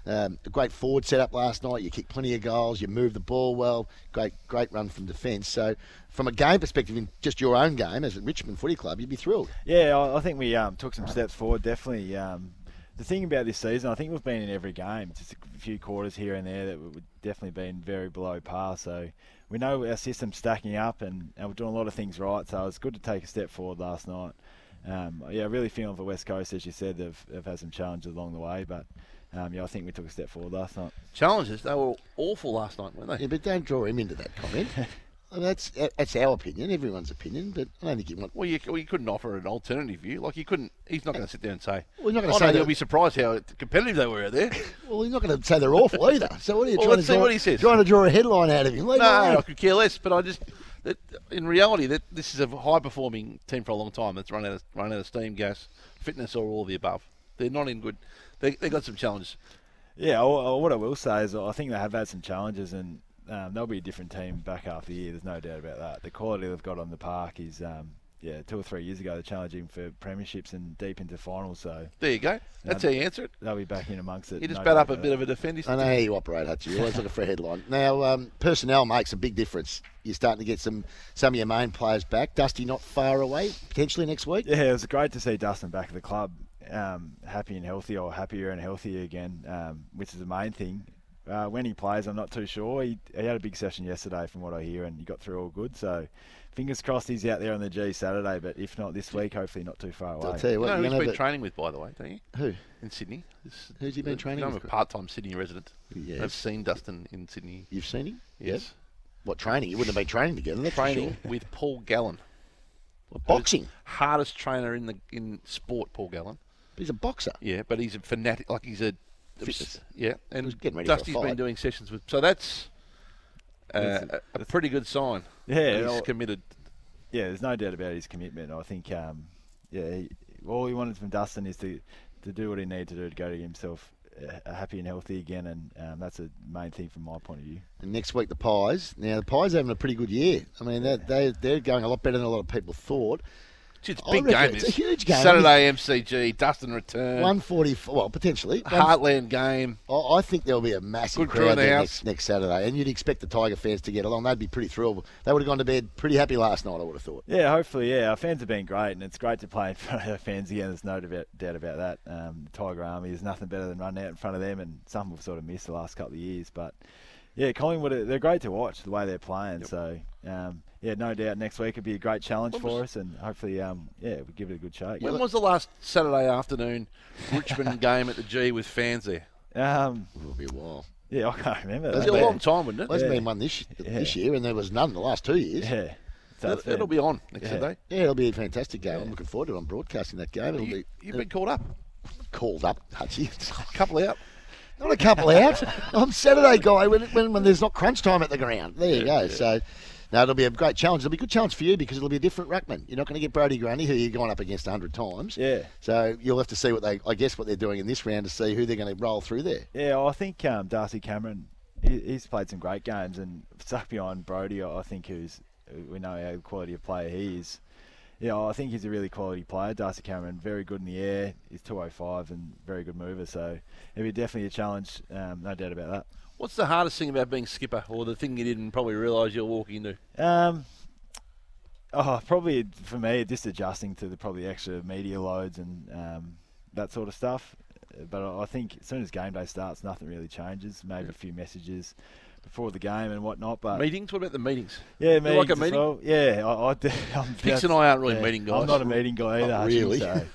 Um, a great forward setup last night. You kicked plenty of goals. You moved the ball well. Great, great run from defence. So, from a game perspective, in just your own game as a Richmond Footy Club, you'd be thrilled.
Yeah, I, I think we um, took some steps forward, definitely. Um, the thing about this season, I think we've been in every game, just a few quarters here and there that we've definitely been very below par. So we know our system's stacking up and, and we're doing a lot of things right. So it's good to take a step forward last night. Um, yeah, really feeling for West Coast, as you said, they've, they've had some challenges along the way, but um, yeah, I think we took a step forward last night.
Challenges. They were awful last night, weren't they?
Yeah, but don't draw him into that comment. I mean, that's that's our opinion, everyone's opinion, but I don't think you want.
Well, you, well, you couldn't offer an alternative view. Like you couldn't. he's not going to sit there and say.
Well, he's not gonna
"Oh, no,
say
they'll
that-
be surprised how competitive they were out there.
Well, you're not going to say they're awful either. So what are you
Well,
trying
let's
to
see
draw,
what he says.
Trying to draw a headline out of him? Leave
no,
him alone.
I could care less. But I just, that, in reality, that this is a high-performing team for a long time. That's run out of run out of steam, gas, fitness, or all of the above. They're not in good. They they got some challenges.
Yeah, I- I- what I will say is I think they have had some challenges, and um, they'll be a different team back half the year. There's no doubt about that. The quality they've got on the park is, um, yeah, two or three years ago they're challenging for premierships and deep into finals. So
There you go. That's
No,
how you answer it.
They'll be back in amongst it.
You just
no
bat
doubt
up a
about
bit
that.
of a defender's
I know how you operate, Hutch. You always looking for a headline. Now, um, personnel makes a big difference. You're starting to get some some of your main players back. Dusty not far away, potentially next week.
Yeah, it was great to see Dustin back at the club, um, happy and healthy, or happier and healthier again, um, which is the main thing. Uh, when he plays, I'm not too sure. He, he had a big session yesterday, from what I hear, and he got through all good. So, fingers crossed he's out there on the G Saturday. But if not this week, hopefully not too far away.
I'll tell you what,
you know
you're gonna
who he's been
have a-
training with, by the way, don't you?
Who?
In Sydney.
Who's he been training
I'm
with?
a part-time Sydney resident.
Yes.
I've seen Dustin in Sydney.
You've seen him?
Yes.
What training? You wouldn't have been training together. That's for
Training
sure.
with Paul Gallen.
Boxing.
Hardest trainer in the in sport, Paul Gallen.
He's a boxer.
Yeah, but he's a fanatic. Like he's a
Fitness.
Yeah, and
He's getting ready for a
Dusty's been
fight.
doing sessions with. So that's uh,
That's-
a, a pretty good sign.
Yeah,
he's
well-
committed.
Yeah, there's no doubt about his commitment. I think, um, yeah, he, all he wanted from Dustin is to, to do what he needed to do to go to himself uh, happy and healthy again, and um, that's the main thing from my point of view.
And next week the Pies. Now the Pies are having a pretty good year. I mean, they they they're going a lot better than a lot of people thought.
It's a
I
big
reckon
game.
Oh, It's
this.
a huge game.
Saturday MCG. Dustin return.
One forty-four. Well, potentially
Uh, Heartland game.
I, I think there'll be a massive
Good crew in
crowd
the
there
house.
next, next Saturday, and you'd expect the Tiger fans to get along. They'd be pretty thrilled. They would have gone to bed pretty happy last night. I would have thought.
Yeah, hopefully, yeah. Our fans have been great, and it's great to play in front of our fans again. There's no deba- doubt about that. Um, Tiger Army is nothing better than running out in front of them, and some we've sort of missed the last couple of years. But yeah, Collingwood, are- they're great to watch the way they're playing. So um, yeah, no doubt next week would be a great challenge for us, and hopefully, um, yeah, we give it a good shake.
When was the last Saturday afternoon Richmond game at the G with fans there?
um,
It'll be a while.
yeah, I can't remember.
It's
That's
a
been-
long time, wouldn't it?
Well, there's
Yeah.
been one this
Yeah.
this year, and there was none the last two years.
Yeah. So
It-
it's
it'll
been-
be on next
yeah.
Saturday.
Yeah, it'll be a fantastic game. I'm looking forward to it. I'm broadcasting that game. It'll be
You've been called up.
called up, Hutchie. It's a
couple out.
Not a couple out. I'm Saturday guy when, when, when there's not crunch time at the ground. There you go. So, no, it'll be a great challenge. It'll be a good challenge for you because it'll be a different ruckman. You're not going to get Brody Grundy, who you've gone up against 100 times.
Yeah.
So you'll have to see what they, I guess, what they're doing in this round to see who they're going to roll through there.
Yeah, I think um, Darcy Cameron, he, he's played some great games, and stuck behind Brody, I I think, who's we know how quality of player he is. Yeah, I think he's a really quality player. Darcy Cameron, very good in the air. He's 205 and very good mover, so it'll be definitely a challenge, um, no doubt about that.
What's the hardest thing about being skipper, or the thing you didn't probably realise you're walking into?
Um, oh, probably for me, just adjusting to the probably extra media loads and um, that sort of stuff. But I I think as soon as game day starts, nothing really changes. Maybe a few messages before the game and whatnot. But
meetings? What about the meetings?
yeah,
You
meetings
like a
as
meeting?
well. Yeah, I, I do. I'm,
Pix
that's-
and I aren't really
yeah,
meeting guys.
I'm not a meeting guy either.
Not
I shouldn't
really.
say.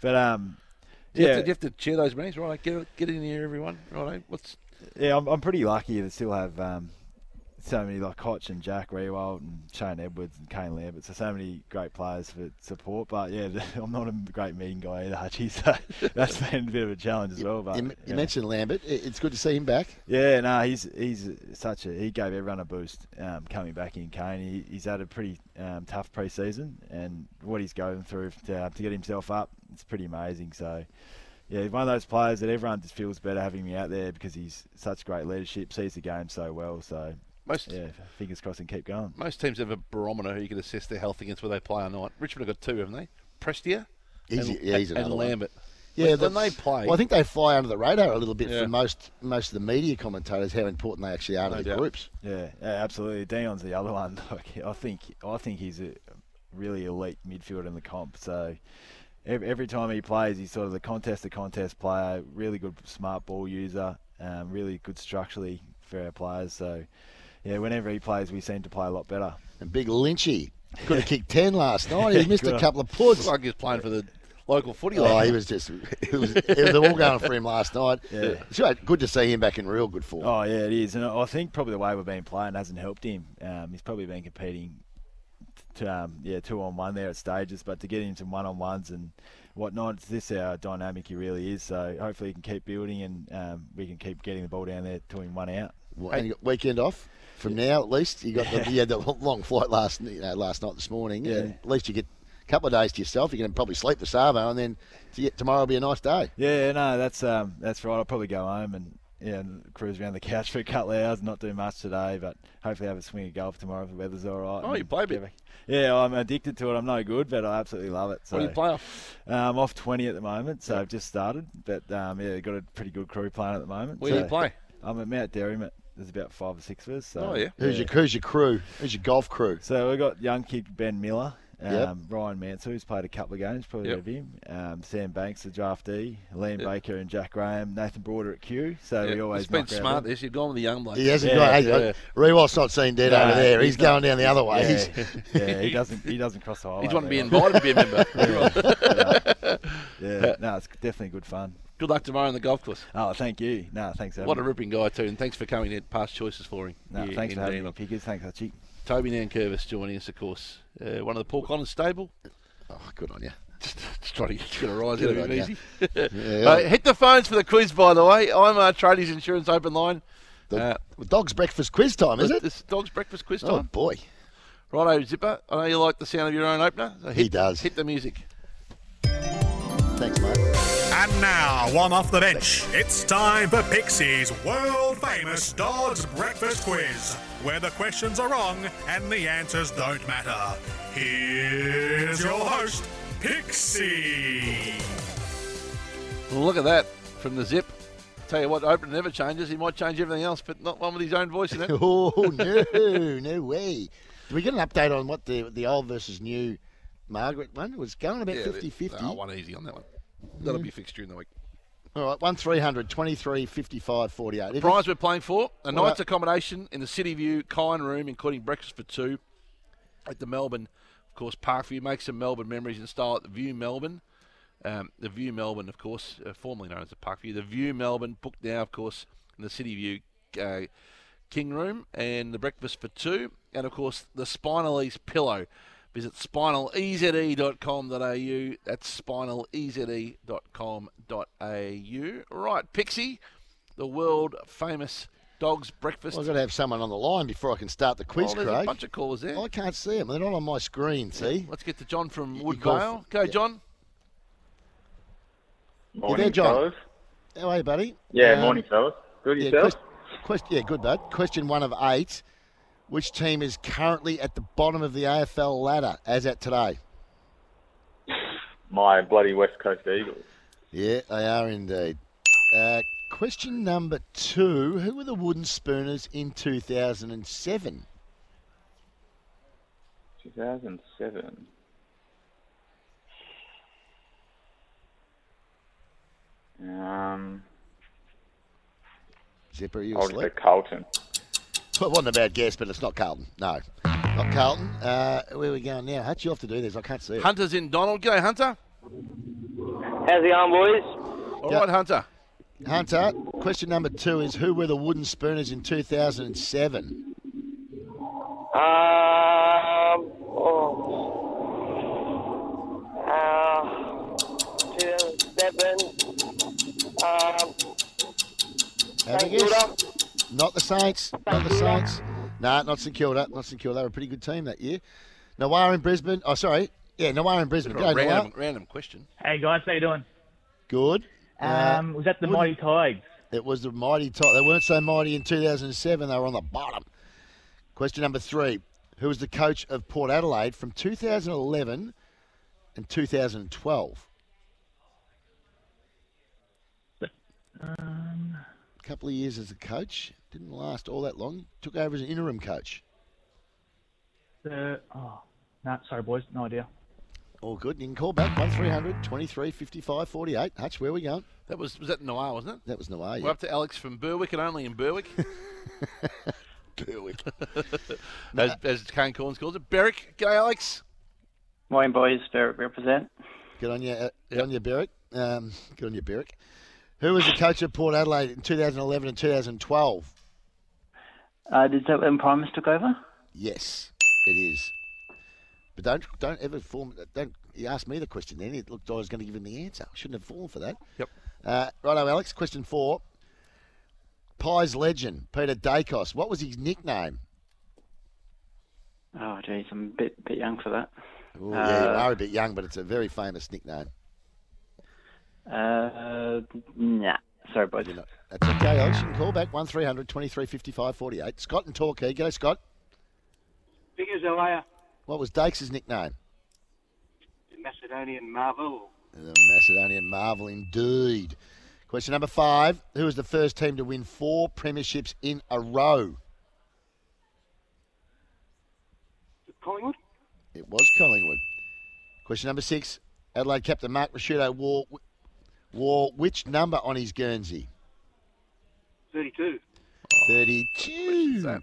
But um,
Do you,
yeah,
have to, do you have to chair those meetings, right? Get get in here, everyone. Right? What's
yeah, I'm, I'm pretty lucky to still have um, so many like Koch and Jack Rewalt and Shane Edwards and Kane Lambert. So so many great players for support. But yeah, I'm not a great meeting guy either, Hutchie. So that's been a bit of a challenge as well. But
You, you
yeah.
mentioned Lambert. It- It's good to see him back.
Yeah, no, he's he's such a he gave everyone a boost um, coming back in. Kane, he, he's had a pretty um, tough preseason, and what he's going through to, to get himself up, it's pretty amazing. So, yeah, he's one of those players that everyone just feels better having him out there because he's such great leadership, sees the game so well. So,
Most-
yeah, fingers crossed and keep going.
most teams have a barometer who you can assess their health against where they play or not. Richmond have got two, haven't they? Prestia
He's-
and,
yeah, he's
and
another one.
Lambert.
Yeah,
when, when they
that's-
play,
Well, I think they fly under the radar a little bit
Yeah.
for most most of the media commentators how important they actually are to
No
the
doubt.
groups.
Yeah, yeah, absolutely. Dion's the other one. Like, I think I think he's a really elite midfielder in the comp. So every, every time he plays, he's sort of the contest to contest player. Really good smart ball user. Um, really good structurally for our players. So yeah, whenever he plays, we seem to play a lot better.
And big Lynchy could have kicked ten last night. He missed a couple of puts.
Looked like he was playing for the local footy.
Oh,
league.
he was just. It was, it was all going for him last night.
Yeah.
It's right, good to see him back in real good form.
Oh yeah, it is, and I I think probably the way we've been playing hasn't helped him. Um, he's probably been competing, t- to, um, yeah, two on one there at stages, but to get him some one on ones and whatnot. It's this how dynamic he really is. So hopefully he can keep building and um, we can keep getting the ball down there to him one out.
Well, and you got weekend off from now at least. You got the, you had the long flight last you know, last night this morning.
Yeah.
And at least you get a couple of days to yourself. You can probably sleep the Savo, and then to get, tomorrow will be a nice day.
Yeah, no, that's um, that's right. I'll probably go home and yeah, and cruise around the couch for a couple of hours. Not do much today, but hopefully have a swing of golf tomorrow if the weather's all right.
Oh, you
And
play a
get
bit.
back- Yeah, I'm addicted to it. I'm no good, but I absolutely love it. So
What do you play
off? I'm off 20 at the moment, so I've just started. But um, yeah, got a pretty good crew playing at the moment.
Where do you
so-
play?
I'm at Mount Derrymut. There's about five or six of us. So,
Oh, yeah. Who's your- who's your crew? Who's your golf crew?
So we've got young kid Ben Miller, um,
Yep.
Ryan Mansell, who's played a couple of games, probably
Yep.
of him. Um, Sam Banks, the draftee, Liam
Yep.
Baker and Jack Graham, Nathan Broader at Q. So we
Yeah,
always
it's been
knock out
smart.
them.
This you've gone with the young bloke.
He hasn't got. Hey,
yeah.
Rewalt's Oh, not seen dead
No,
over there. He's,
he's not.
going down the other way.
Yeah.
He's-
Yeah, he doesn't. He doesn't cross the highway.
He's wanting to be
mate.
invited to be a member.
yeah, yeah. Yeah. no, it's definitely good fun.
Good luck tomorrow on the golf course.
Oh, thank you. No, thanks. for
What a
having me.
ripping guy too, and thanks for coming in. Past choices for him.
No, thanks for having me,
Pickers.
Thanks, Archie.
Toby Nankervis joining us, of course. Uh, one of the Paul Connors stable.
Oh, good on you.
Just, just trying to get you a rise
Good
out of
on
him
ya.
easy.
Yeah.
Uh, hit the phones for the quiz, by the way. I'm uh, Tradies Insurance Open Line.
The
Uh,
dog's breakfast quiz time, is it?
It's dog's breakfast quiz time.
Oh boy,
Righto, Zipper. I know you like the sound of your own opener. So hit,
he does.
Hit the music.
Thanks, mate.
And now, one off the bench, it's time for Pixie's world famous Dodds Breakfast Quiz, where the questions are wrong and the answers don't matter. Here's your host, Pixie.
Look at that from the Zip. Tell you what, opener never changes. He might change everything else, but not one with his own voice in it.
Oh no, no way. Did we get an update on what the the old versus new Margaret one was going about
Yeah,
50-50?
no, one easy on that one. That'll
Mm.
be fixed during the week.
All right, one 300, 23, 55, 48.
The prize we're playing for a
What
night's
a-
accommodation in the City View Kine Room, including breakfast for two at the Melbourne, of course, Parkview. Make some Melbourne memories in style at the View Melbourne. Um, the View Melbourne, of course, uh, formerly known as the Parkview. The View Melbourne, booked now, of course, in the City View uh, King Room, and the breakfast for two, and of course, the Spinal Ease Pillow. Visit spinaleze.com.au. That's spinaleze.com.au. Right, Pixie, the world famous dog's breakfast.
Well, I've got to have someone on the line before I can start the quiz,
Oh, there's
Craig.
a bunch of callers there.
I can't see them. They're not on my screen, see?
Let's get to John from
call
Woodvale.
f-
Go,
yeah.
John.
You there,
Morning,
John?
fellas.
How are you, buddy?
Yeah,
Um,
morning, fellas. Good
yeah,
yourself?
quest- quest- yeah, good, bud. Question one of eight. Which team is currently at the bottom of the AFL ladder as at today?
My bloody West Coast Eagles.
Yeah, they are indeed. Uh, question number two Who were the Wooden Spooners in 2007?
2007. Um,
Zipper, you
I'll just
asleep?
go Carlton.
Well, it wasn't a bad guess, but it's not Carlton. No, not Carlton. Uh, where are we going now? How'd you have to do this? I can't see it.
Hunter's in Donald. G'day, Hunter.
How's it going, boys?
All right, Hunter.
Hunter, question number two is who were the Wooden Spooners in 2007?
Um, oh, uh, 2007. Um,
Have a
St.
guess. Not the Saints. Not the Saints. No, not St Kilda. Not St Kilda. They were a pretty good team that year. Nawar in Brisbane. Oh, sorry. Yeah, Nawar in Brisbane. G'day,
Random,
Nawar.
random question.
Hey guys, how you doing?
Good.
Um, was that the
Wooden-
Mighty Tigers?
It was the mighty top. They weren't so mighty in 2007. They were on the bottom. Question number three. Who was the coach of Port Adelaide from 2011 and 2012?
Um,
A couple of years as a coach. Didn't last all that long. Took over as an interim coach.
the oh, no, sorry boys, no idea.
All good. You can call back 1300 23 55 48. Hutch, where we going?
That was was that Noir, wasn't it?
That was Nawar.
We're
Yeah.
up to Alex from Berwick and only in Berwick.
Berwick.
as, as Kane Corns calls it. Berwick. G'day, Alex.
Morning, boys. Berwick represent.
Good on you, uh, good on you, Berwick. Um, good on you, Berwick. Who was the coach of Port Adelaide in 2011 and 2012?
Uh, did that when Primus took over?
Yes, it is. But don't don't ever form don't he asked me the question then. It looked I was going to give him the answer. I shouldn't have fallen for that.
Yep.
Uh, righto, Alex. Question four. Pies legend, Peter Dacos. What was his nickname?
Oh, geez, I'm a bit, bit young for that.
Ooh, yeah, you
Uh,
are a bit young, but it's a very famous nickname.
Uh, nah. Sorry, bud.
That's okay, Alex. You can call back 1300 23 55 48. Scott and Torquay. G'day, Scott.
Figures, how are
What was Dakes' nickname?
you? Macedonian Marvel.
The Macedonian Marvel, indeed. Question number five Who was the first team to win four premierships in a row?
Collingwood?
It was Collingwood. Question number six Adelaide captain Mark Rashudo wore, wore which number on his Guernsey?
32.
32.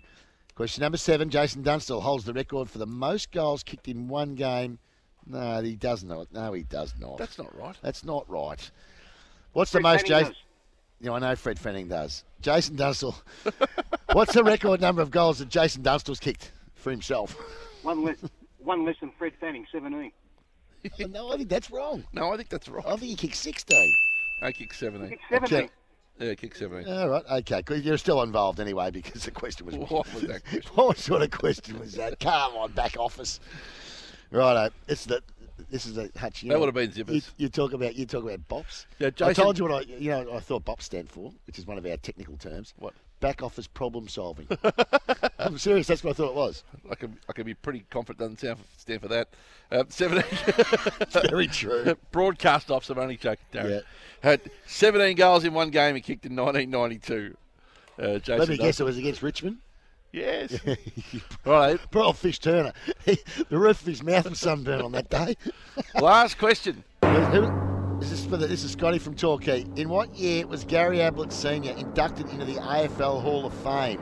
Question number seven Jason Dunstall holds the record for the most goals kicked in one game. No, he does not. No, he does not.
That's not right.
That's not right. What's the
Fred
most
Fanning
Jason? Yeah, I know Fred Fanning does. Jason Dunstall. What's the record number of goals that Jason Dunstall's kicked for himself?
One less, one less than Fred Fanning, 17.
no, I think that's wrong.
No, I think that's right.
I think he kicked 16.
I kick 17.
Kick 17.
Okay.
Yeah, kick 17.
All right, okay. 'cause You're still involved anyway because the question was
What was that question?
what sort of question was that? Come on, back office. Righto, it's the this is a Hutch. you
That
know,
would have been zippers.
You, you talk about you talk about bops.
Yeah,
I
Jason-
told you what I you know what I thought bops stand for, which is one of our technical terms.
What?
Back office problem solving. I'm serious. That's what I thought it was.
I can I can be pretty confident doesn't stand for, stand for that. Um, seventeen.
Very true.
Broadcast offs. I'm only joking, Darren.
Yeah.
Had seventeen goals in one game. He kicked in 1992. Uh, Jason
Let me guess. It
Dunn-
was against Richmond.
Yes.
right. Poor old Fish Turner. the roof of his mouth was sunburned on that day.
Last question.
This is for the, this is Scotty from Torquay. In what year was Gary Ablett Senior inducted into the AFL Hall of Fame?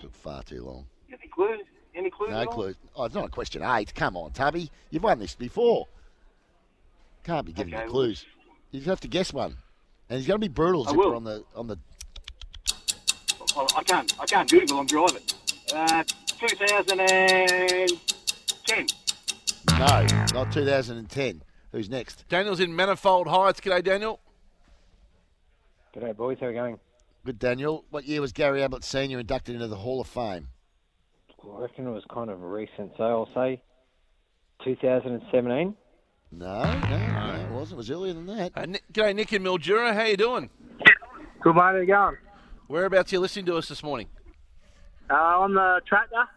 Took far too long.
Any clues? Any clues
No
at all?
clue. Oh, it's not a question eight. Come on, Tubby. You've won this before. Can't be giving
Okay,
you
well-
clues. You just have to guess one. And he's going to be brutal
I
zipper
will.
on the on the.
Well, I can't, I can't Google, I'm driving. Uh, 2010.
No, not 2010. Who's next?
Daniel's in Manifold Heights. G'day, Daniel.
G'day, boys. How are you going? Good, Daniel. What year was Gary Ablett Senior inducted into the Hall of Fame?
I reckon it was kind of recent, so I'll say 2017.
No, no, no, it wasn't. It was earlier than that.
Uh, Nick, g'day, Nick in Mildura. How you doing?
Good, mate. How you going?
Whereabouts you listening to us this morning?
Uh, on the tractor.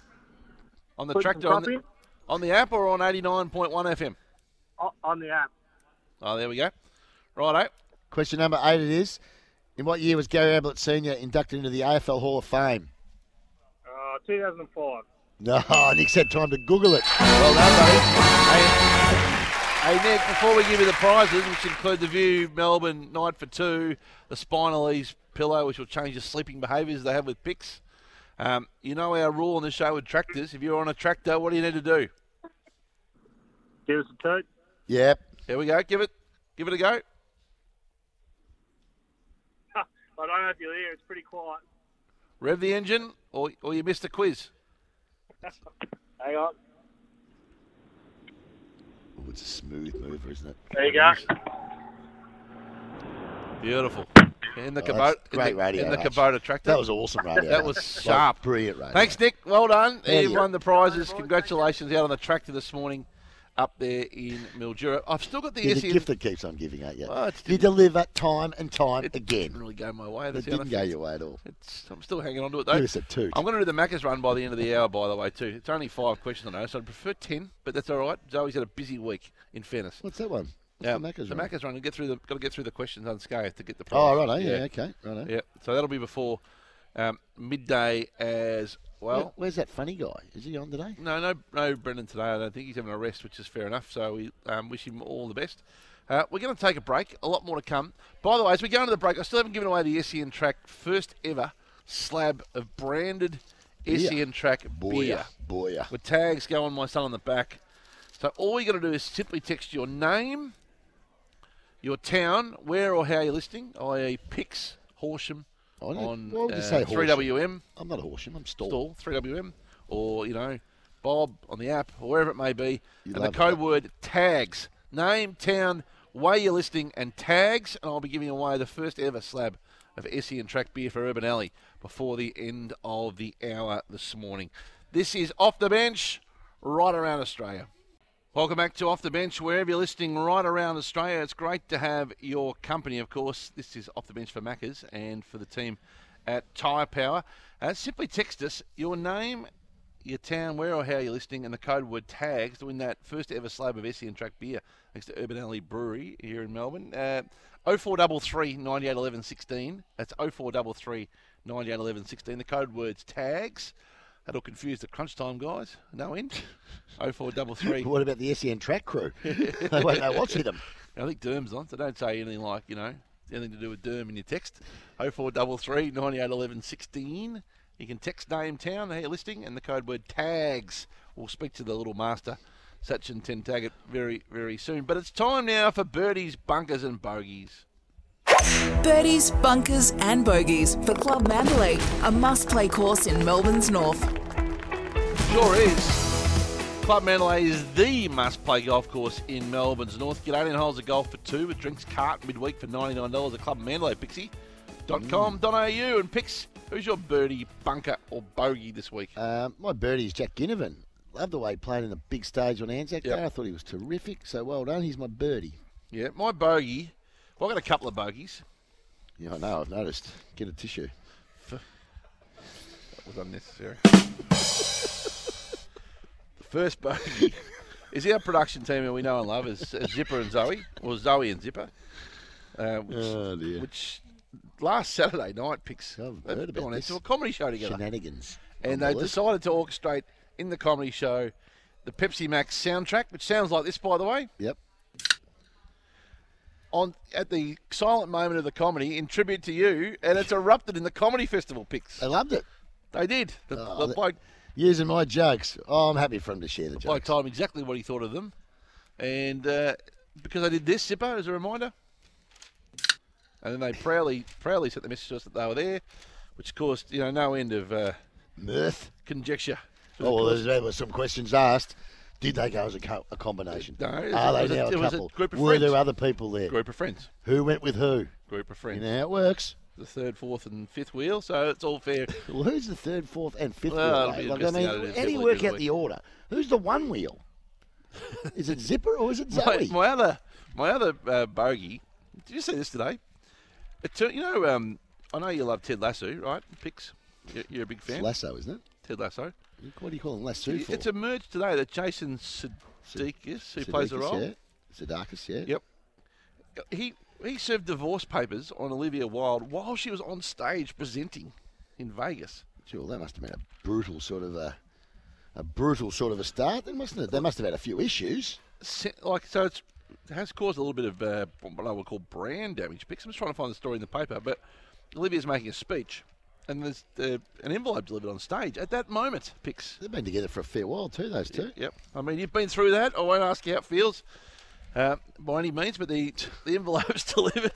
On the
Put some
tractor? On the,
crop
on the app or on 89.1 FM?
O- On the app.
Oh, there we go. Righto.
Question number eight it is. In what year was Gary Ablett Sr. inducted into the AFL Hall of Fame?
Uh, 2005.
No, Nick's had time to Google it. Well done, buddy.
Hey, Nick, before we give you the prizes, which include the View Melbourne Night for Two, the Spinal Ease Pillow, which will change your sleeping behaviours they have with Picks. Um, you know our rule on the show with tractors. If you're on a tractor, what do you need to do?
Give us a toot.
Yep.
Here we go. Give it, give it a go.
I don't know if you're there. It's pretty quiet.
Rev the engine, or, or you missed the quiz.
Hang on.
Oh, it's a smooth mover, isn't it?
There you go.
Beautiful. In the
Oh,
Kubota,
that's
in
great
the,
radio,
in the
Hutch.
Kubota tractor.
That was awesome radio,
that
Hutch.
was
Like,
sharp.
brilliant radio.
Thanks, Nick. Well done.
Thank
You've
you.
won the prizes. Congratulations out on the tractor this morning, up there in Mildura. I've still got the
You're the
SEN
gift that keeps on giving, aren't you?
Oh, it's
you deliver time and time again.
didn't really go my way.
It
That's the other
didn't go
thing.
your way at all.
It's, I'm still hanging on to it though.
Give us a toot.
I'm going to do the Macca's run by the end of the hour, by the way, too. It's only five questions, I know, so I'd prefer ten, but that's all right. Zoe's had a busy week, in fairness.
What's that one? What's
Yeah,
the Macca's
the
run?
Macca's run. Get through the, got to get through the questions unscathed to get the prize.
Oh, righto. Yeah, okay. Righto.
Yeah, so that'll be before um, midday as well.
Where- where's that funny guy? Is he on today?
No, no, no, Brendan today. I don't think he's having a rest, which is fair enough. So we um, wish him all the best. Uh, we're going to take a break. A lot more to come. By the way, as we go into the break, I still haven't given away the SEN track first ever slab of branded
Beer.
SEN E track beer
Boya. Boya.
with tags go on my son on the back. So all you got to do is simply text your name, your town, where or how you're listening, i.e. Picks, Horsham,
don't-
on
why would you
uh,
say Horsham?
3WM.
I'm not a Horsham, I'm Stall.
Stall, 3WM, or, you know, Bob on the app, or wherever it may be. and the
love
code word tags. Name, town, way you're listing, and tags. And I'll be giving away the first ever slab of Essie and Track beer for Urban Alley before the end of the hour this morning. This is Off the Bench, right around Australia. Welcome back to Off the Bench, wherever you're listening right around Australia. It's great to have your company, of course. This is Off the Bench for Maccas and for the team at Tyre Power. Uh, simply text us your name, your town, where or how you're listening, and the code word tags to win that first ever slab of Essien Track beer thanks to Urban Alley Brewery here in Melbourne. Uh, 0433 98 11 16. That's 0433 98 11 16. The code word's tags. That'll confuse the crunch time guys. No end. 0433
What about the SEN track crew? they won't know what's hit them.
I think Derm's on, so don't say anything like, you know, anything to do with Derm in your text. 0433 98 11 16. You can text name, town, how you're listing, and the code word tags. We'll speak to the little master, Sachin Tentaggart, very, very soon. But it's time now for birdies, bunkers, and bogeys.
Birdies, bunkers, and bogeys for Club Mandalay, a must play course in Melbourne's north.
Sure is. Club Mandalay is the must-play golf course in Melbourne's north. Get 18 holes of golf for two with drinks cart midweek for $99 at Club Mandalay Pixie. Dot com, dot au and picks who's your birdie, bunker or bogey this week?
Um, my birdie is Jack Ginnivan. Love the way he played in the big stage on Anzac
Yep.
Day. I thought he was terrific. So well done. He's my birdie.
Yeah, my bogey. Well, I've got a couple of bogeys.
Yeah, I know. I've noticed. Get a tissue.
That was unnecessary. the first bogey is our production team who we know and love is uh, Zipper and Zoe, or Zoe and Zipper, uh, which,
Oh,
which last Saturday night picks
heard
they've
about
gone
this.
into a comedy show together.
Shenanigans.
And they
Unbelievable.
decided to orchestrate in the comedy show the Pepsi Max soundtrack, which sounds like this, by the way.
Yep.
On at the silent moment of the comedy in tribute to you, and it's erupted in the comedy festival picks. They
loved it.
They did. The,
Oh,
the
they-
bloke
Using my jokes. Oh, I'm happy for him to share the
I
jokes.
told him exactly what he thought of them. And uh, because I did this, Zippo, as a reminder. And then they proudly, proudly sent the message to us that they were there, which caused, you know, no end of uh,
Mirth.
conjecture.
Oh, well, there's- there were some questions asked. Did they go as a, co- a combination?
No, it
Are
was- it was
they
a-
now
it
a
was a
couple?
group of
were there
friends.
other people there?
Group of friends.
Who went with who?
Group of friends.
You know how it works.
the third, fourth, and fifth wheel, so it's all fair.
Well, who's the third, fourth, and fifth
Well,
wheel?
it'll be
eh? Like, I
interesting how it
mean,
is
how do you
definitely
work
through the
out the order? Who's the one wheel? is it Zipper or is it
my,
Zoe?
my other, my other uh, bogey. Did you see this today? It tur- you know, um, I know you love Ted Lasso, right? Picks. You're, you're a big fan.
It's Lasso, isn't it?
Ted Lasso.
What do you call him? Lasso for?
It's emerged today that Jason Sudeikis, who plays the
Sudeikis,
role,
yeah. Sudeikis, yeah.
Yep. he he served divorce papers on Olivia Wilde while she was on stage presenting in Vegas.
Gee, well, that must have been a brutal sort of a, a brutal sort of a start. They must have, they must have had a few issues.
se- like so it's, it has caused a little bit of uh, what I would call brand damage. Because I'm just trying to find the story in the paper, but Olivia's making a speech, and there's uh, an envelope delivered on stage at that moment. Pix.
They've been together for a fair while too. Those two.
Yep. I mean, you've been through that. I won't ask you how it feels, uh, by any means. But the the envelope's delivered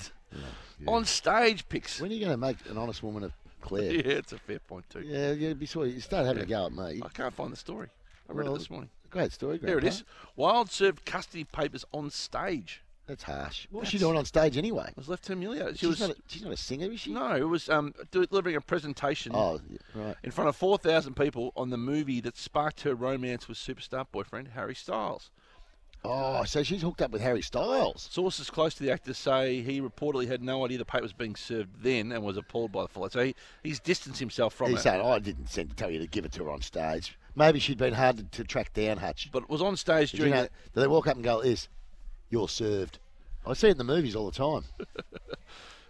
on stage. Pix.
When are you going to make an honest woman of Claire?
Yeah, it's a fair point too.
Yeah, yeah. Be sure you start having a go at me.
I can't find the story. I read
Well,
it this morning.
Great story. Great
there it
part.
is. Wild served custody papers on stage.
That's harsh. What was she doing on stage anyway?
was left humiliated. She
she's
was.
Not a, she's not a singer, is she?
No, it was um, delivering a presentation
Oh, yeah, right.
in front of 4,000 people on the movie that sparked her romance with superstar boyfriend Harry Styles.
Oh, so she's hooked up with Harry Styles.
Sources close to the actor say he reportedly had no idea the paper was being served then and was appalled by the fallout. So he, he's distanced himself from
He
it.
said, "Oh, "I didn't send, tell you to give it to her on stage. Maybe she'd been hard to, to track down, Hutch."
But it was on stage
Did
during
You know,
the-
do they walk up and go, like "This, you're served." I see it in the movies all the time.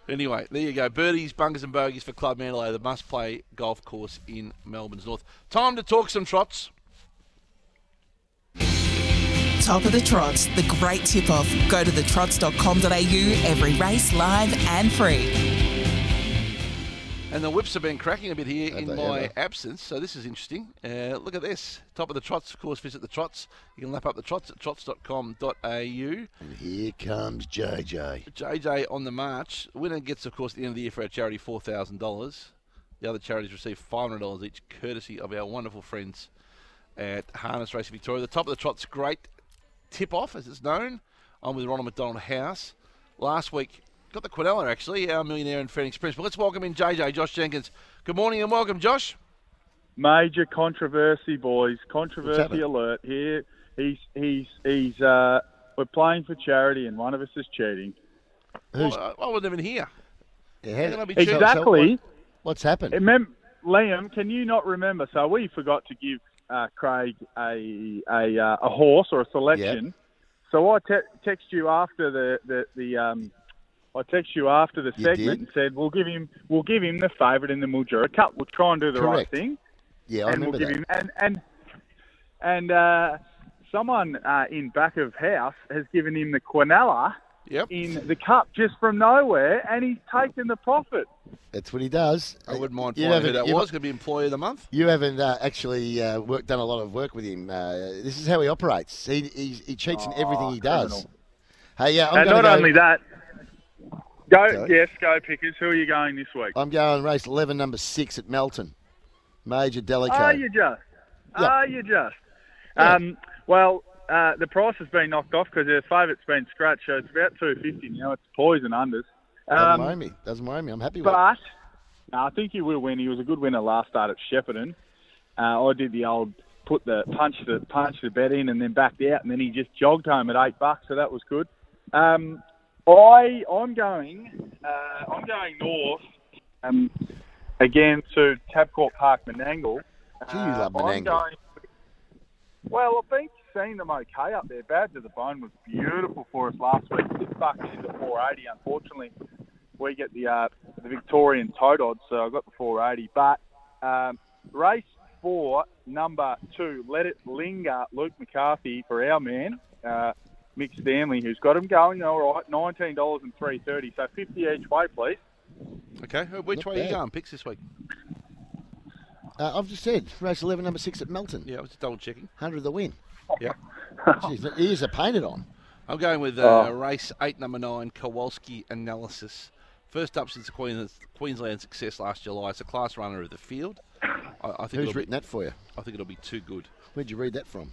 Anyway, there you go. Birdies, bunkers, and bogeys for Club Mandalay, the must play golf course in Melbourne's North. Time to talk some trots.
Top of the Trots, the great tip off. Go to thetrots.com.au, every race live and free.
And the whips have been cracking a bit here in
they
my
ever.
absence, so this is interesting. Uh, look at this. Top of the trots, of course, visit the trots. You can lap up the trots at trots.com.au.
And here comes JJ.
JJ on the march. Winner gets, of course, at the end of the year for our charity $4,000. The other charities receive $500 each, courtesy of our wonderful friends at Harness Racing Victoria. The top of the trot's great tip off, as it's known. I'm with Ronald McDonald House. Last week, got the Quinella actually, our millionaire and Phoenix Prince. But let's welcome in JJ, Josh Jenkins. Good morning and welcome, Josh.
Major controversy, boys.
What's
Controversy
happened?
alert here. He's he's he's. Uh, we're playing for charity, and one of us is cheating.
Well, I, I wasn't even here. How can I be cheating?
exactly.
what's happened?
Liam, can you not remember? So we forgot to give uh, Craig a a, uh, a horse or a selection. So I te- text you after the the, the um, I text you after the
You
segment and said we'll give him we'll give him the favourite in the Mildura Cup. We'll try and do the right
Correct.
thing.
Yeah, I
and
remember
we'll give
that.
him and and and uh, someone uh, in back of house has given him the Quinella in the cup just from nowhere, and he's taken the profit.
That's what he does.
I wouldn't mind
You
finding who
haven't-
that
you
was.
haven't-
Going to be employee of the month.
You haven't uh, actually uh, work, done a lot of work with him. Uh, this is how he operates. He, he, he cheats
Ah,
in everything he does.
criminal.
Hey, yeah, I'm
and
gonna
not
go,
only that, go
Sorry?
Oh, yes, go pickers. Who are you going this week?
I'm going race 11, number six at Melton. Major Delico.
Are you just?
Yeah.
Are you just? Um, well, uh, the price has been knocked off because their favourite's been scratched, so it's about two fifty now. It's poison unders.
Doesn't
Um,
worry me. Doesn't worry me. I'm happy with it.
But no, I think he will win. He was a good winner last start at Shepparton. Uh, I did the old put the punch the punch the bet in and then backed out, and then he just jogged home at eight bucks, so that was good. Um, I I'm going uh, I'm going north um, again to Tabcorp Park Menangle.
Gee, you love
Uh, I'm
Menangle.
going. Well, I've been seeing them okay up there. Bad to the bone was beautiful for us last week. Six bucks into 480. Unfortunately, we get the uh, the Victorian tote odds, so I got the 480. But um, race four, number two, let it linger. Luke McCarthy for our man, uh, Mick Stanley, who's got him going. All right, nineteen dollars and three thirty. So fifty each way, please.
Okay, who- which
Not
way are you
bad.
going? Picks this week.
Uh, I've just said race 11, number six at Melton.
Yeah, I was just double checking.
Hundred the win.
Yeah.
Jeez, the ears are painted on.
I'm going with uh,
Oh.
race eight, number nine, Kowalski Analysis. First up since the Queen, Queensland success last July. It's a class runner of the field. I, I think
Who's
it'll
written
be,
that for you?
I think it'll be too good.
Where'd you read that from?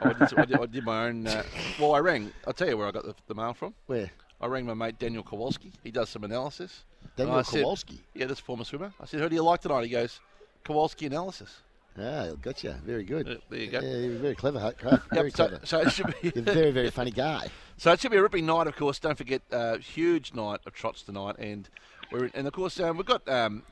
I did, I did, I did my own. Uh, well, I rang. I'll tell you where I got the, the mail from.
Where?
I rang my mate Daniel Kowalski. He does some analysis. And
Daniel
I said-
Kowalski?
yeah, that's a former swimmer. I said, "Who do you like tonight?" He goes, "Kowalski analysis."
Ah, gotcha. Very good.
Uh, there you go.
Yeah, you're very clever. Huck. Huck. Very
so-
clever.
so it should be-
You're a very, very funny guy.
So it should be a ripping night, of course. Don't forget, uh, huge night of trots tonight, and we're and of course um, we've got um,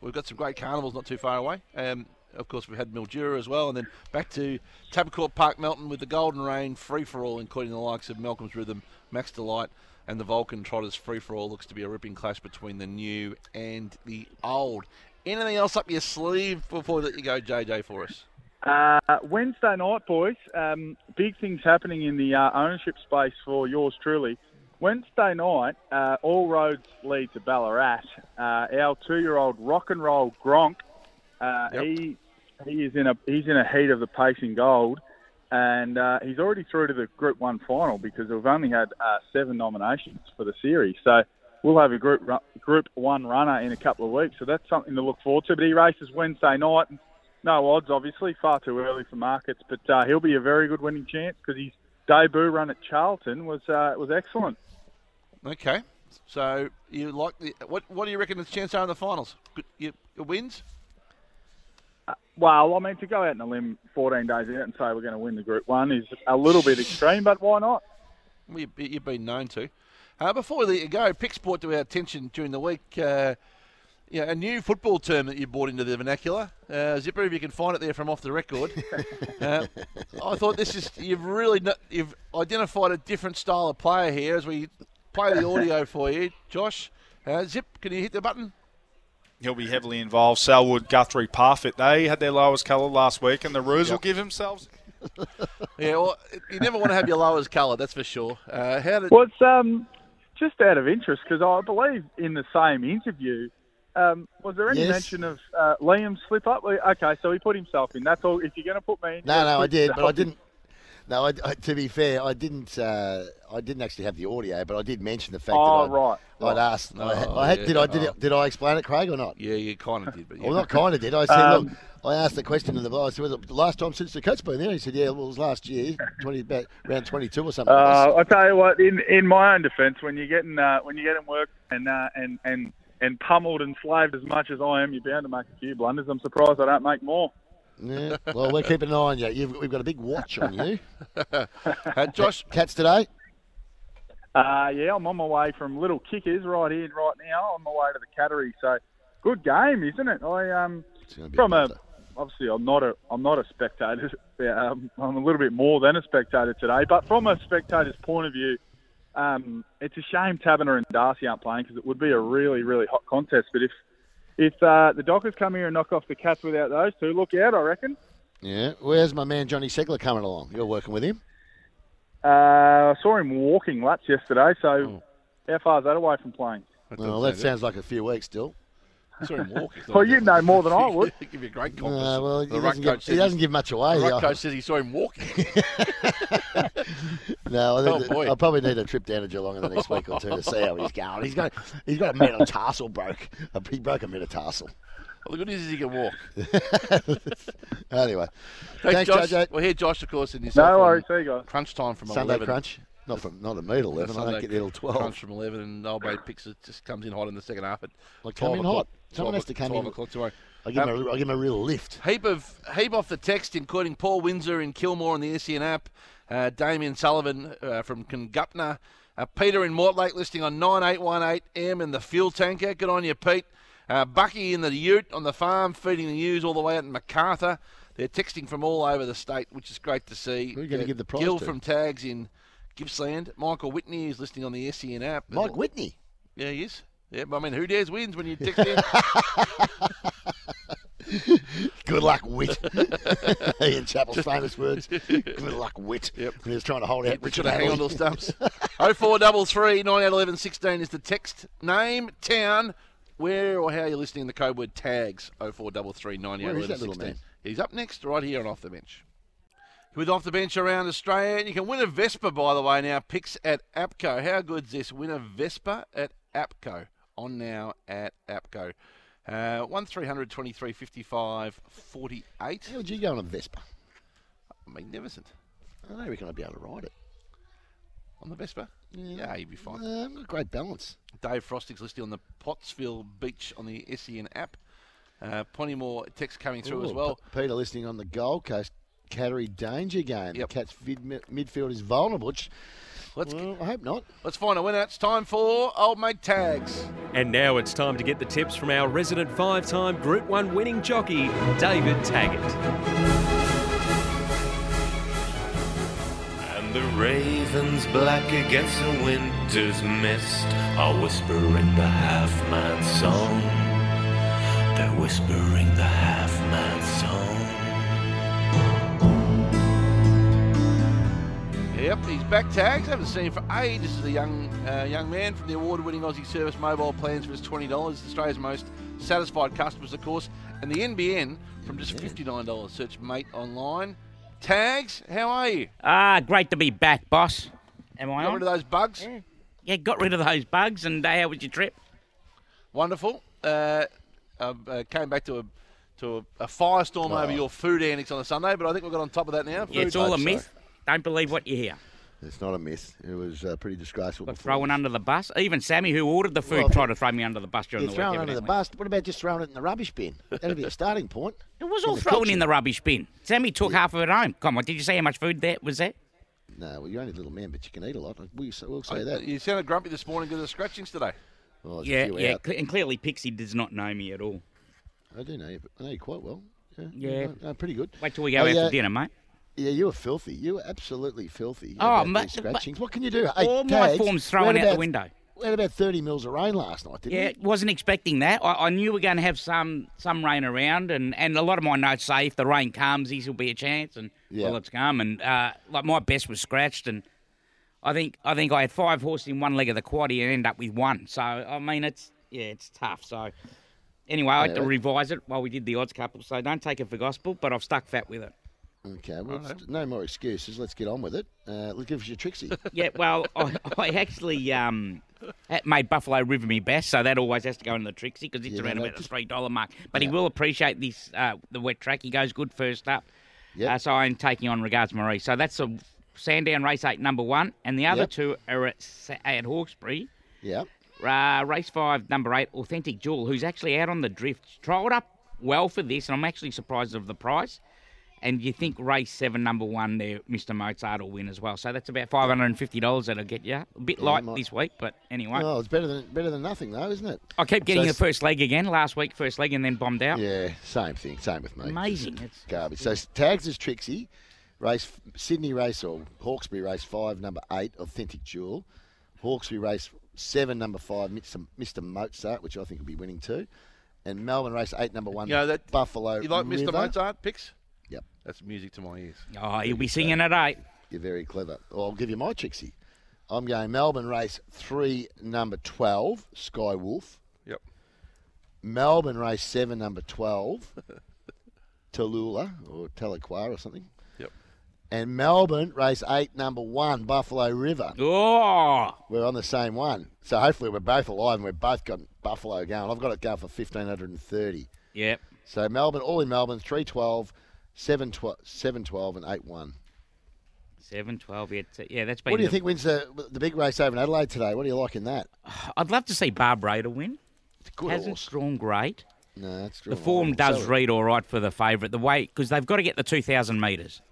we've got some great carnivals not too far away. Um, of course, we've had Mildura as well, and then back to Tabcorp Park, Melton, with the Golden Rain free for all, including the likes of Malcolm's Rhythm, Max Delight, and the Vulcan Trotters free for all. Looks to be a ripping clash between the new and the old. Anything else up your sleeve before that you go, JJ, for us?
Uh, Wednesday night, boys. Um, big things happening in the uh, ownership space for yours truly. Wednesday night, uh, all roads lead to Ballarat. Uh, our two-year-old rock and roll Gronk, uh, he he is in a he's in a heat of the pacing gold, and uh, he's already through to the Group One final because we've only had uh, seven nominations for the series. So we'll have a Group ru- Group One runner in a couple of weeks. So that's something to look forward to. But he races Wednesday night. No odds, obviously. Far too early for markets, but uh, he'll be a very good winning chance because his debut run at Charlton was uh, was excellent.
Okay. So you like the what? What do you reckon the chance are in the finals? Good, you, it wins.
Well, I mean, to go out on a limb 14 days out and say we're going to win the Group One is a little bit extreme, but why not?
Well, you, you've been known to. Uh, before we let you go, Picks brought to our attention during the week uh, yeah, a new football term that you brought into the vernacular. Uh, Zipper, if you can find it there from off the record. uh, I thought this is you've really not, you've identified a different style of player here as we play the audio for you, Josh. Uh, Zip, can you hit the button?
He'll be heavily involved. Selwood, Guthrie, Parfitt. They had their lowest colour last week, and the Roos will give themselves.
Yeah, well, you never want to have your lowest colour, that's for sure. Uh, how did
Well, it's um, just out of interest because I believe in the same interview, um, was there any
Yes.
mention of uh, Liam slip up? Okay, so he put himself in. That's all. If you're going to put me in,
No, no, I did, but I didn't. No, I, I, to be fair, I didn't. Uh, I didn't actually have the audio, but I did mention the fact
Oh,
that I'd,
right,
I'd
right.
asked. and I, had-
Oh,
I had,
yeah,
did I did,
oh.
it, did I explain it, Craig, or not?
Yeah, you kind of did, but yeah.
Well, not kind of did. I said,
Um,
look, I asked the question to the bloke. I said, was it the last time since the coach been there? He said, yeah, well, it was last year, twenty about round twenty-two or something.
Uh, I tell you what, in, in my own defence, when you're getting uh, when you're getting work and uh, and and and pummeled and slaved as much as I am, you're bound to make a few blunders. I'm surprised I don't make more.
yeah. Well, we're keeping an eye on you. You've, we've got a big watch on you. Uh,
Josh,
cats today.
Uh, yeah, I'm on my way from Little Kickers right here, and right now, on my way to the Cattery. So, good game, isn't it? I um, from a obviously I'm not a I'm not a spectator. Yeah, um, I'm a little bit more than a spectator today, but from a spectator's point of view, um, it's a shame Taverner and Darcy aren't playing because it would be a really really hot contest. But if if uh, the Dockers come here and knock off the Cats without those two, look out, I reckon.
Yeah. Where's my man Johnny Segler coming along? You're working with him.
Uh, I saw him walking laps yesterday, so
Oh.
how far is that away from playing?
Well, that sounds like a few weeks still.
Sorry, walk.
Well, you know more than I would.
give you a great
No,
compliment.
well, he
the ruck
doesn't give-
coach
he
said
doesn't
he's-
give much away.
The
I-
ruck coach said he saw him walking.
No, I
Oh,
think
boy.
I'll probably need a trip down to Geelong in the next week or two to see how he's going. He's got he's got a metatarsal broke. He broke a metatarsal.
Well, the good news is he can walk.
Anyway,
Thanks,
thanks,
Josh.
JJ.
We'll hear Josh, of course, in this.
No
afternoon.
worries.
See you guys.
Crunch time from
Sunday
11.
crunch. Not from not from eight eleven. I
Sunday
don't get there till twelve.
Crunch from 11, and Old Bay picks it, just comes in hot in the second half. At like
come in hot. Someone has to come in.
o'clock tomorrow.
I give him
Um,
a, I give him a real lift.
Heap of heap off the text, including Paul Windsor in Kilmore on the SEN app, uh, Damien Sullivan uh, from Congupna, uh, Peter in Mortlake listing on 9818M and the fuel tanker. Good on you, Pete. Uh, Bucky in the ute on the farm, feeding the ewes all the way out in Macarthur. They're texting from all over the state, which is great to see. Uh,
Who are you gonna give the prize
Gil
to?
from Tags in Gippsland. Michael Whitney is listing on the SEN app.
Mike Whitney.
Yeah, he is. Yeah, but I mean, who dares wins when you text in?
Good luck, wit. Ian Chappell's famous words. Good luck, wit. When he was trying to hold out
We're
Richard
trying to hang on to
Alley.
the stumps. 0433 9811 16 is the text. Name, town, where or how you're listening. The code word tags 0433
Where is that
9811
little
16.
man?
He's up next, right here on Off the Bench. With Off the Bench around Australia. And you can win a Vespa, by the way, now. Picks at APCO. How good's this? Win a Vespa at APCO. On now at APCO. Uh, 1300 23 55 48.
How would you go on a Vespa?
Magnificent.
I don't reckon I'd be able to ride it.
On the Vespa? Yeah, you'd be fine.
Um, great balance.
Dave Frostig's listed on the Pottsville Beach on the SEN app. Uh, Ponymore text coming through as
Ooh,
well.
P- Peter listening on the Gold Coast Cattery danger game. The Cats vid- mi- midfield is vulnerable. Which,
Let's
well, I hope not.
Let's find a winner. It's time for Old Mate Tags.
And now it's time to get the tips from our resident five time Group 1 winning jockey, David Taggart.
And the ravens black against the winter's mist are whispering the half-man song. They're whispering the half-man song.
Yep, he's back tags. Haven't seen him for ages. This is a young uh, young man from the award-winning Aussie Service Mobile plans for his twenty dollars. Australia's most satisfied customers, of course, and the NBN from just fifty-nine dollars. Search mate online. Tags, how are you?
Ah, great to be back, boss. Am I
Got
on?
rid of those bugs?
Yeah. Yeah, got rid of those bugs.
uh,
And how was your trip?
Wonderful. Uh, I uh, came back to a to a, a firestorm
Oh.
over your food antics on a Sunday, but I think we've got on top of that now.
Yeah, it's
Food-
all a myth. Don't believe what you hear.
It's not a myth. It was uh, pretty disgraceful.
Like
before.
throwing under the bus. Even Sammy, who ordered the food,
Well,
tried to throw me under the bus during the
You're
week.
throwing it under the
evidently.
bus. What about just throwing it in the rubbish bin? That'd be a starting point.
It was all thrown in the rubbish bin. Sammy took half of it home. Come on, did you see how much food there was there?
No, well, you're only a little man, but you can eat a lot. We'll say, we'll
Oh,
say that.
You sounded grumpy this morning because of scratchings today.
Well, there's a
Yeah,
few
yeah.
out.
cle- and clearly Pixie does not know me at all.
I do know you. but I know you quite well. Yeah,
Yeah.
no, no, pretty good.
Wait till we go
Hey,
out
uh,
for dinner, mate.
Yeah, you were filthy. You were absolutely filthy.
Oh,
about
ma-
these
but-
scratchings. What can you do? Hey,
All my
Tags,
form's
we had
thrown out the
about-
window.
We had about 30 mils of rain last night, didn't
Yeah,
we?
wasn't expecting that. I, I knew we are going to have some some rain around, and, and a lot of my notes say if the rain comes, this will be a chance, and
Yeah.
well, it's come. And uh, like my best was scratched, and I think I think I had five horses in one leg of the quaddy and end up with one. So I mean, it's yeah, it's tough. So anyway, I had to
Yeah.
revise it while we did the odds couple. So don't take it for gospel, but I've stuck fat with it.
Okay, well,
Righto.
it's- no more excuses. Let's get on with it. Uh, let's give us your Trixie.
Yeah, well, I, I actually um, had made Buffalo River me best, so that always has to go in the Trixie because it's
Yeah,
around
no,
about the
just-
three dollar mark. But he will appreciate this uh, the wet track. He goes good first up. Uh, so I'm taking on regards Marie. So that's a Sandown race eight number one, and the other
Yep.
two are at, Sa- at Hawkesbury.
Yeah.
Uh, race five, number eight, Authentic Jewel, who's actually out on the drift. Trialled up well for this, and I'm actually surprised of the price. And you think race seven, number one, there, Mr. Mozart will win as well. So that's about five hundred and fifty dollars that'll get you. A bit
Yeah,
light
might-
this week, but anyway.
Oh, it's better than better than nothing, though, isn't it?
I kept getting
So
the first leg again last week, first leg, and then bombed out.
Yeah, same thing. Same with me.
Amazing.
It's garbage. So tags is Trixie, race Sydney race or Hawkesbury race five, number eight, Authentic Jewel. Hawkesbury race seven, number five, Mr. Mr. Mozart, which I think will be winning too. And Melbourne race eight, number one,
You know that-
Buffalo.
You like
River.
Mr. Mozart picks?
Yep.
That's music to my ears.
Oh, he'll be singing at eight.
You're very clever. Well, I'll give you my Trixie. I'm going Melbourne race three, number twelve, Sky Wolf.
Yep.
Melbourne race seven, number twelve, Tallulah or Tahlequah or something.
Yep.
And Melbourne race eight, number one, Buffalo River.
Oh,
we're on the same one. So hopefully we're both alive and we've both got Buffalo going. I've got it going for fifteen hundred and thirty.
Yep.
So Melbourne, all in Melbourne, 312, 712, 712 and 8 1.
Seven, twelve, yeah, t- yeah. That's been.
What do you
the-
think wins the, the big race over in Adelaide today? What do you like in that?
I'd love to see Barb Raider win.
It's a good
Hasn't
horse.
drawn great.
No, that's
The form does
So-
read all right for the favourite. The way because they've got to get the two thousand metres,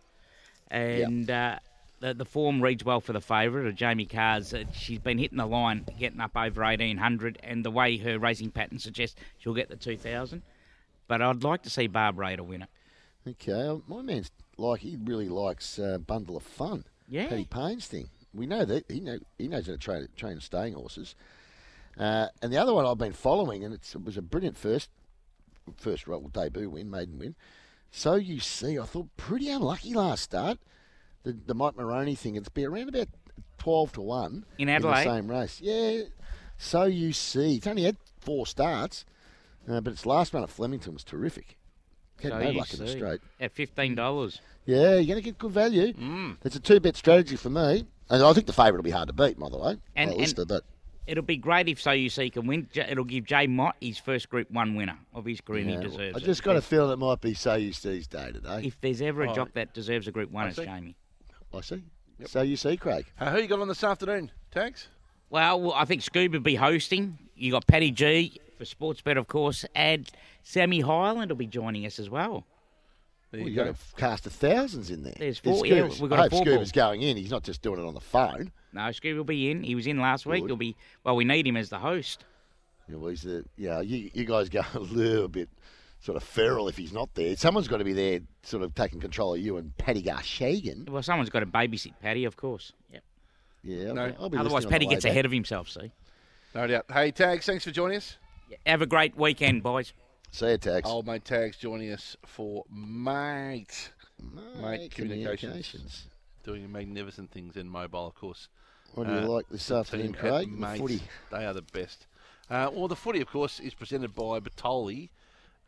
and uh, the, the form reads well for the favourite. Of Jamie Carr's, uh, she's been hitting the line, getting up over eighteen hundred, and the way her racing pattern suggests she'll get the two thousand. But I'd like to see Barb Raider win it.
Okay, uh, my man's like he really likes uh, bundle of fun.
Yeah.
Paddy Payne's thing. We know that he know he knows how to train train staying horses. Uh, and the other one I've been following, and it's, it was a brilliant first first well, debut win, maiden win. So you see, I thought pretty unlucky last start. The, the Mike Maroney thing. It's been around about twelve to one
In Adelaide?
the same race. Yeah. So you see, it's only had four starts, uh, but its last run at Flemington was terrific. Had
So
no
you
luck in the
see.
straight. Mm.
at fifteen dollars.
Yeah, you're going to get good value.
Mm.
It's a two bet strategy for me. And I think the favourite will be hard to beat, by the way.
And-
I
and-
listed that.
It'll be great if So You See can win. J- It'll give Jay Mott his first Group One winner of his career. and
Yeah,
he deserves
I
it.
just got a feeling it might be So You See's day today.
If there's ever a
Oh.
jock that deserves a Group One,
I
it's
see.
Jamie.
I see. So You See, Craig.
Uh, who you got on this afternoon? Tags?
Well, well, I think Scoob would be hosting. You got Paddy G for Sportsbet, of course, and Sammy Highland will be joining us as well.
Well, you got to cast of thousands in there.
There's four- yeah,
Scoobs.
we've got
I
a
hope
four
Scoob is going in. He's not just doing it on the phone.
No, Scoob will be in. He was in last week. He'll be. Well, we need him as the host.
You know, he's the, you, know, you, you guys go a little bit sort of feral if he's not there. Someone's got to be there sort of taking control of you and Paddy Garshagan.
Well, someone's got to babysit Paddy, of course. Yep.
Yeah.
No,
I'll be- I'll be
otherwise
listening on
Paddy
the way
gets
back.
ahead of himself. See.
No doubt. Hey, Tags, thanks for joining us.
Have a great weekend, boys.
See you, Tags.
Old mate Tags joining us for mate.
Mate
communications.
Communications.
Doing magnificent things in mobile, of course.
What do you like this
Uh, the
afternoon,
team at
Craig? The
Mate,
footy.
They are the best. Uh, well, the footy, of course, is presented by Batoli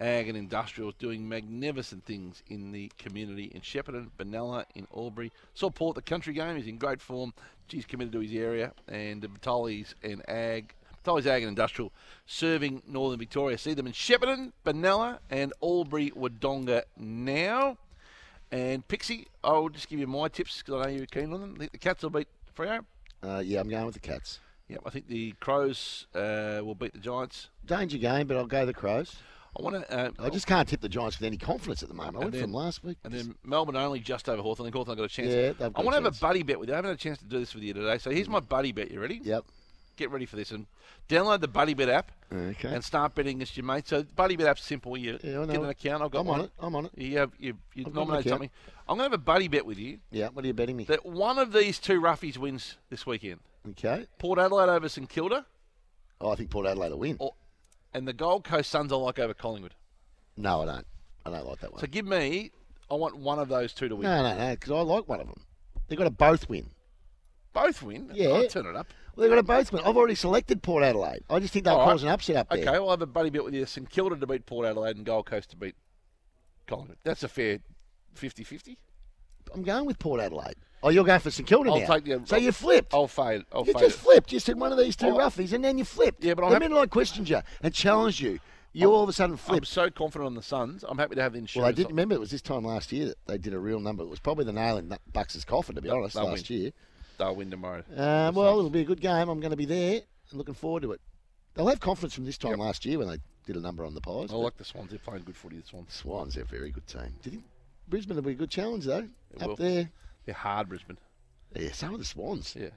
Ag and Industrials, doing magnificent things in the community in Shepparton, Benalla, in Albury. Saw Port, the country game, is in great form. He's committed to his area, and Batoli's and Ag. Batoli's Ag and Industrial serving Northern Victoria. See them in Shepparton, Benalla, and Albury Wodonga now. And Pixie, I'll just give you my tips because I know you're keen on them. I think the Cats will beat Freo.
Uh, yeah, I'm going with the Cats.
Yep, I think the Crows uh, will beat the Giants.
Danger game, but I'll go the Crows.
I want to. Uh,
I just can't tip the Giants with any confidence at the moment. I
And
went
then-
from last week.
And then Melbourne only just over Hawthorn. I think Hawthorn got a chance.
Yeah, they've got
I
a
want to have
chance.
a buddy bet with you. I haven't had a chance to do this with you today. So here's my buddy bet. You ready?
Yep.
Get ready for this and download the buddy bet app
Okay.
and start betting against your mate. So buddy bet app's simple. You
Yeah, I
get
know.
an account. I've got
I'm on
one.
it. I'm on it.
You have you, you
I've got an
nominate
account.
something. I'm going to have a buddy bet with you
yeah, what are you betting me?
that one of these two roughies wins this weekend.
Okay.
Port Adelaide over St Kilda
Oh, I think Port Adelaide will win.
and the Gold Coast Suns I like over Collingwood.
No, I don't. I don't like that one.
So give me. I want one of those two to win.
No, no, no, because I like one of them. They've got to both win.
Both win.
Yeah.
I'll turn it up.
Well, they've got to both win. I've already selected Port Adelaide. I just think they'll
All right.
cause an upset up there.
Okay, well, I have a buddy bet with you. St Kilda to beat Port Adelaide and Gold Coast to beat Collingwood. That's a fair 50 50.
I'm going with Port Adelaide. Oh, you're going for St Kilda
I'll
now.
take the-
so you flipped.
I'll fade. I'll
you
fade
just
it.
flipped. You said one of these 2
I'll-
roughies, and then you flipped.
Oh, Yeah, but I'm
the
hap-
minute I questioned you and challenged you, you all of a sudden flipped.
I'm so confident on the Suns. I'm happy to have the insurance.
Well, I did remember it was this time last year that they did a real number. It was probably the nail in Bucks' coffin, to be
They'll-
honest,
they'll
last
win.
year.
They'll win tomorrow.
Uh, well, it'll be a good game. I'm going to be there. I'm looking forward to it. They'll have confidence from this time last year when they did a number on the Pies.
I like the Swans. They're playing good footy. The Swans.
Swans. They're a very good team. Do you think Brisbane will be a good challenge though?
It
Up
will.
there.
They're hard, Brisbane.
Yeah, some of the Swans.
Yeah.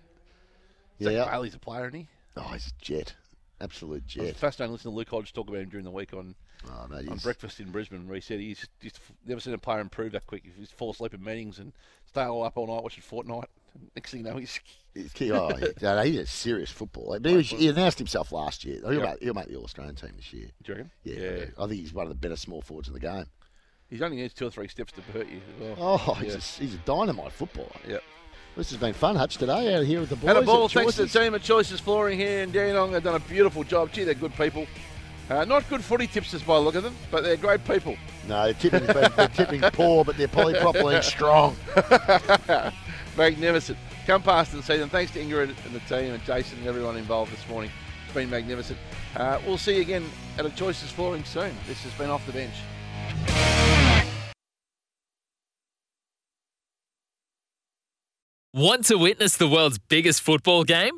Yeah.
Zach Bailey's a player, isn't he?
Oh, he's a jet. Absolute
I was
jet.
fascinated listening to Luke Hodge talk about him during the week on on
Oh, he's-
breakfast in Brisbane, where he said he's just, just never seen a player improve that quick. He's fall asleep in meetings and stay all up all night watching Fortnite. Next thing you know, he's
He's key. Oh, he, no, no, he's a serious footballer. But he, was, he announced himself last year. He'll,
Yep.
make, he'll make the All Australian team this year.
Do you reckon?
Yeah, I think he's one of the better small forwards in the game.
he's only needs two or three steps to hurt you. As well.
Oh,
Yeah.
he's, a, he's a dynamite footballer.
Yep.
This has been fun, Hutch, today out here with the boys.
And a ball,
at
thanks to
Choices.
the team at Choices Flooring here in Dandenong. They've done a beautiful job. Gee, they're good people. Uh, not good footy tipsters by the look of them, but they're great people.
No, they're tipping, they're tipping poor, but they're polypropylene strong.
magnificent. Come past and see them. Thanks to Ingrid and the team and Jason and everyone involved this morning. It's been magnificent. Uh, we'll see you again at a Choices Flooring soon. This has been Off the Bench.
Want to witness the world's biggest football game?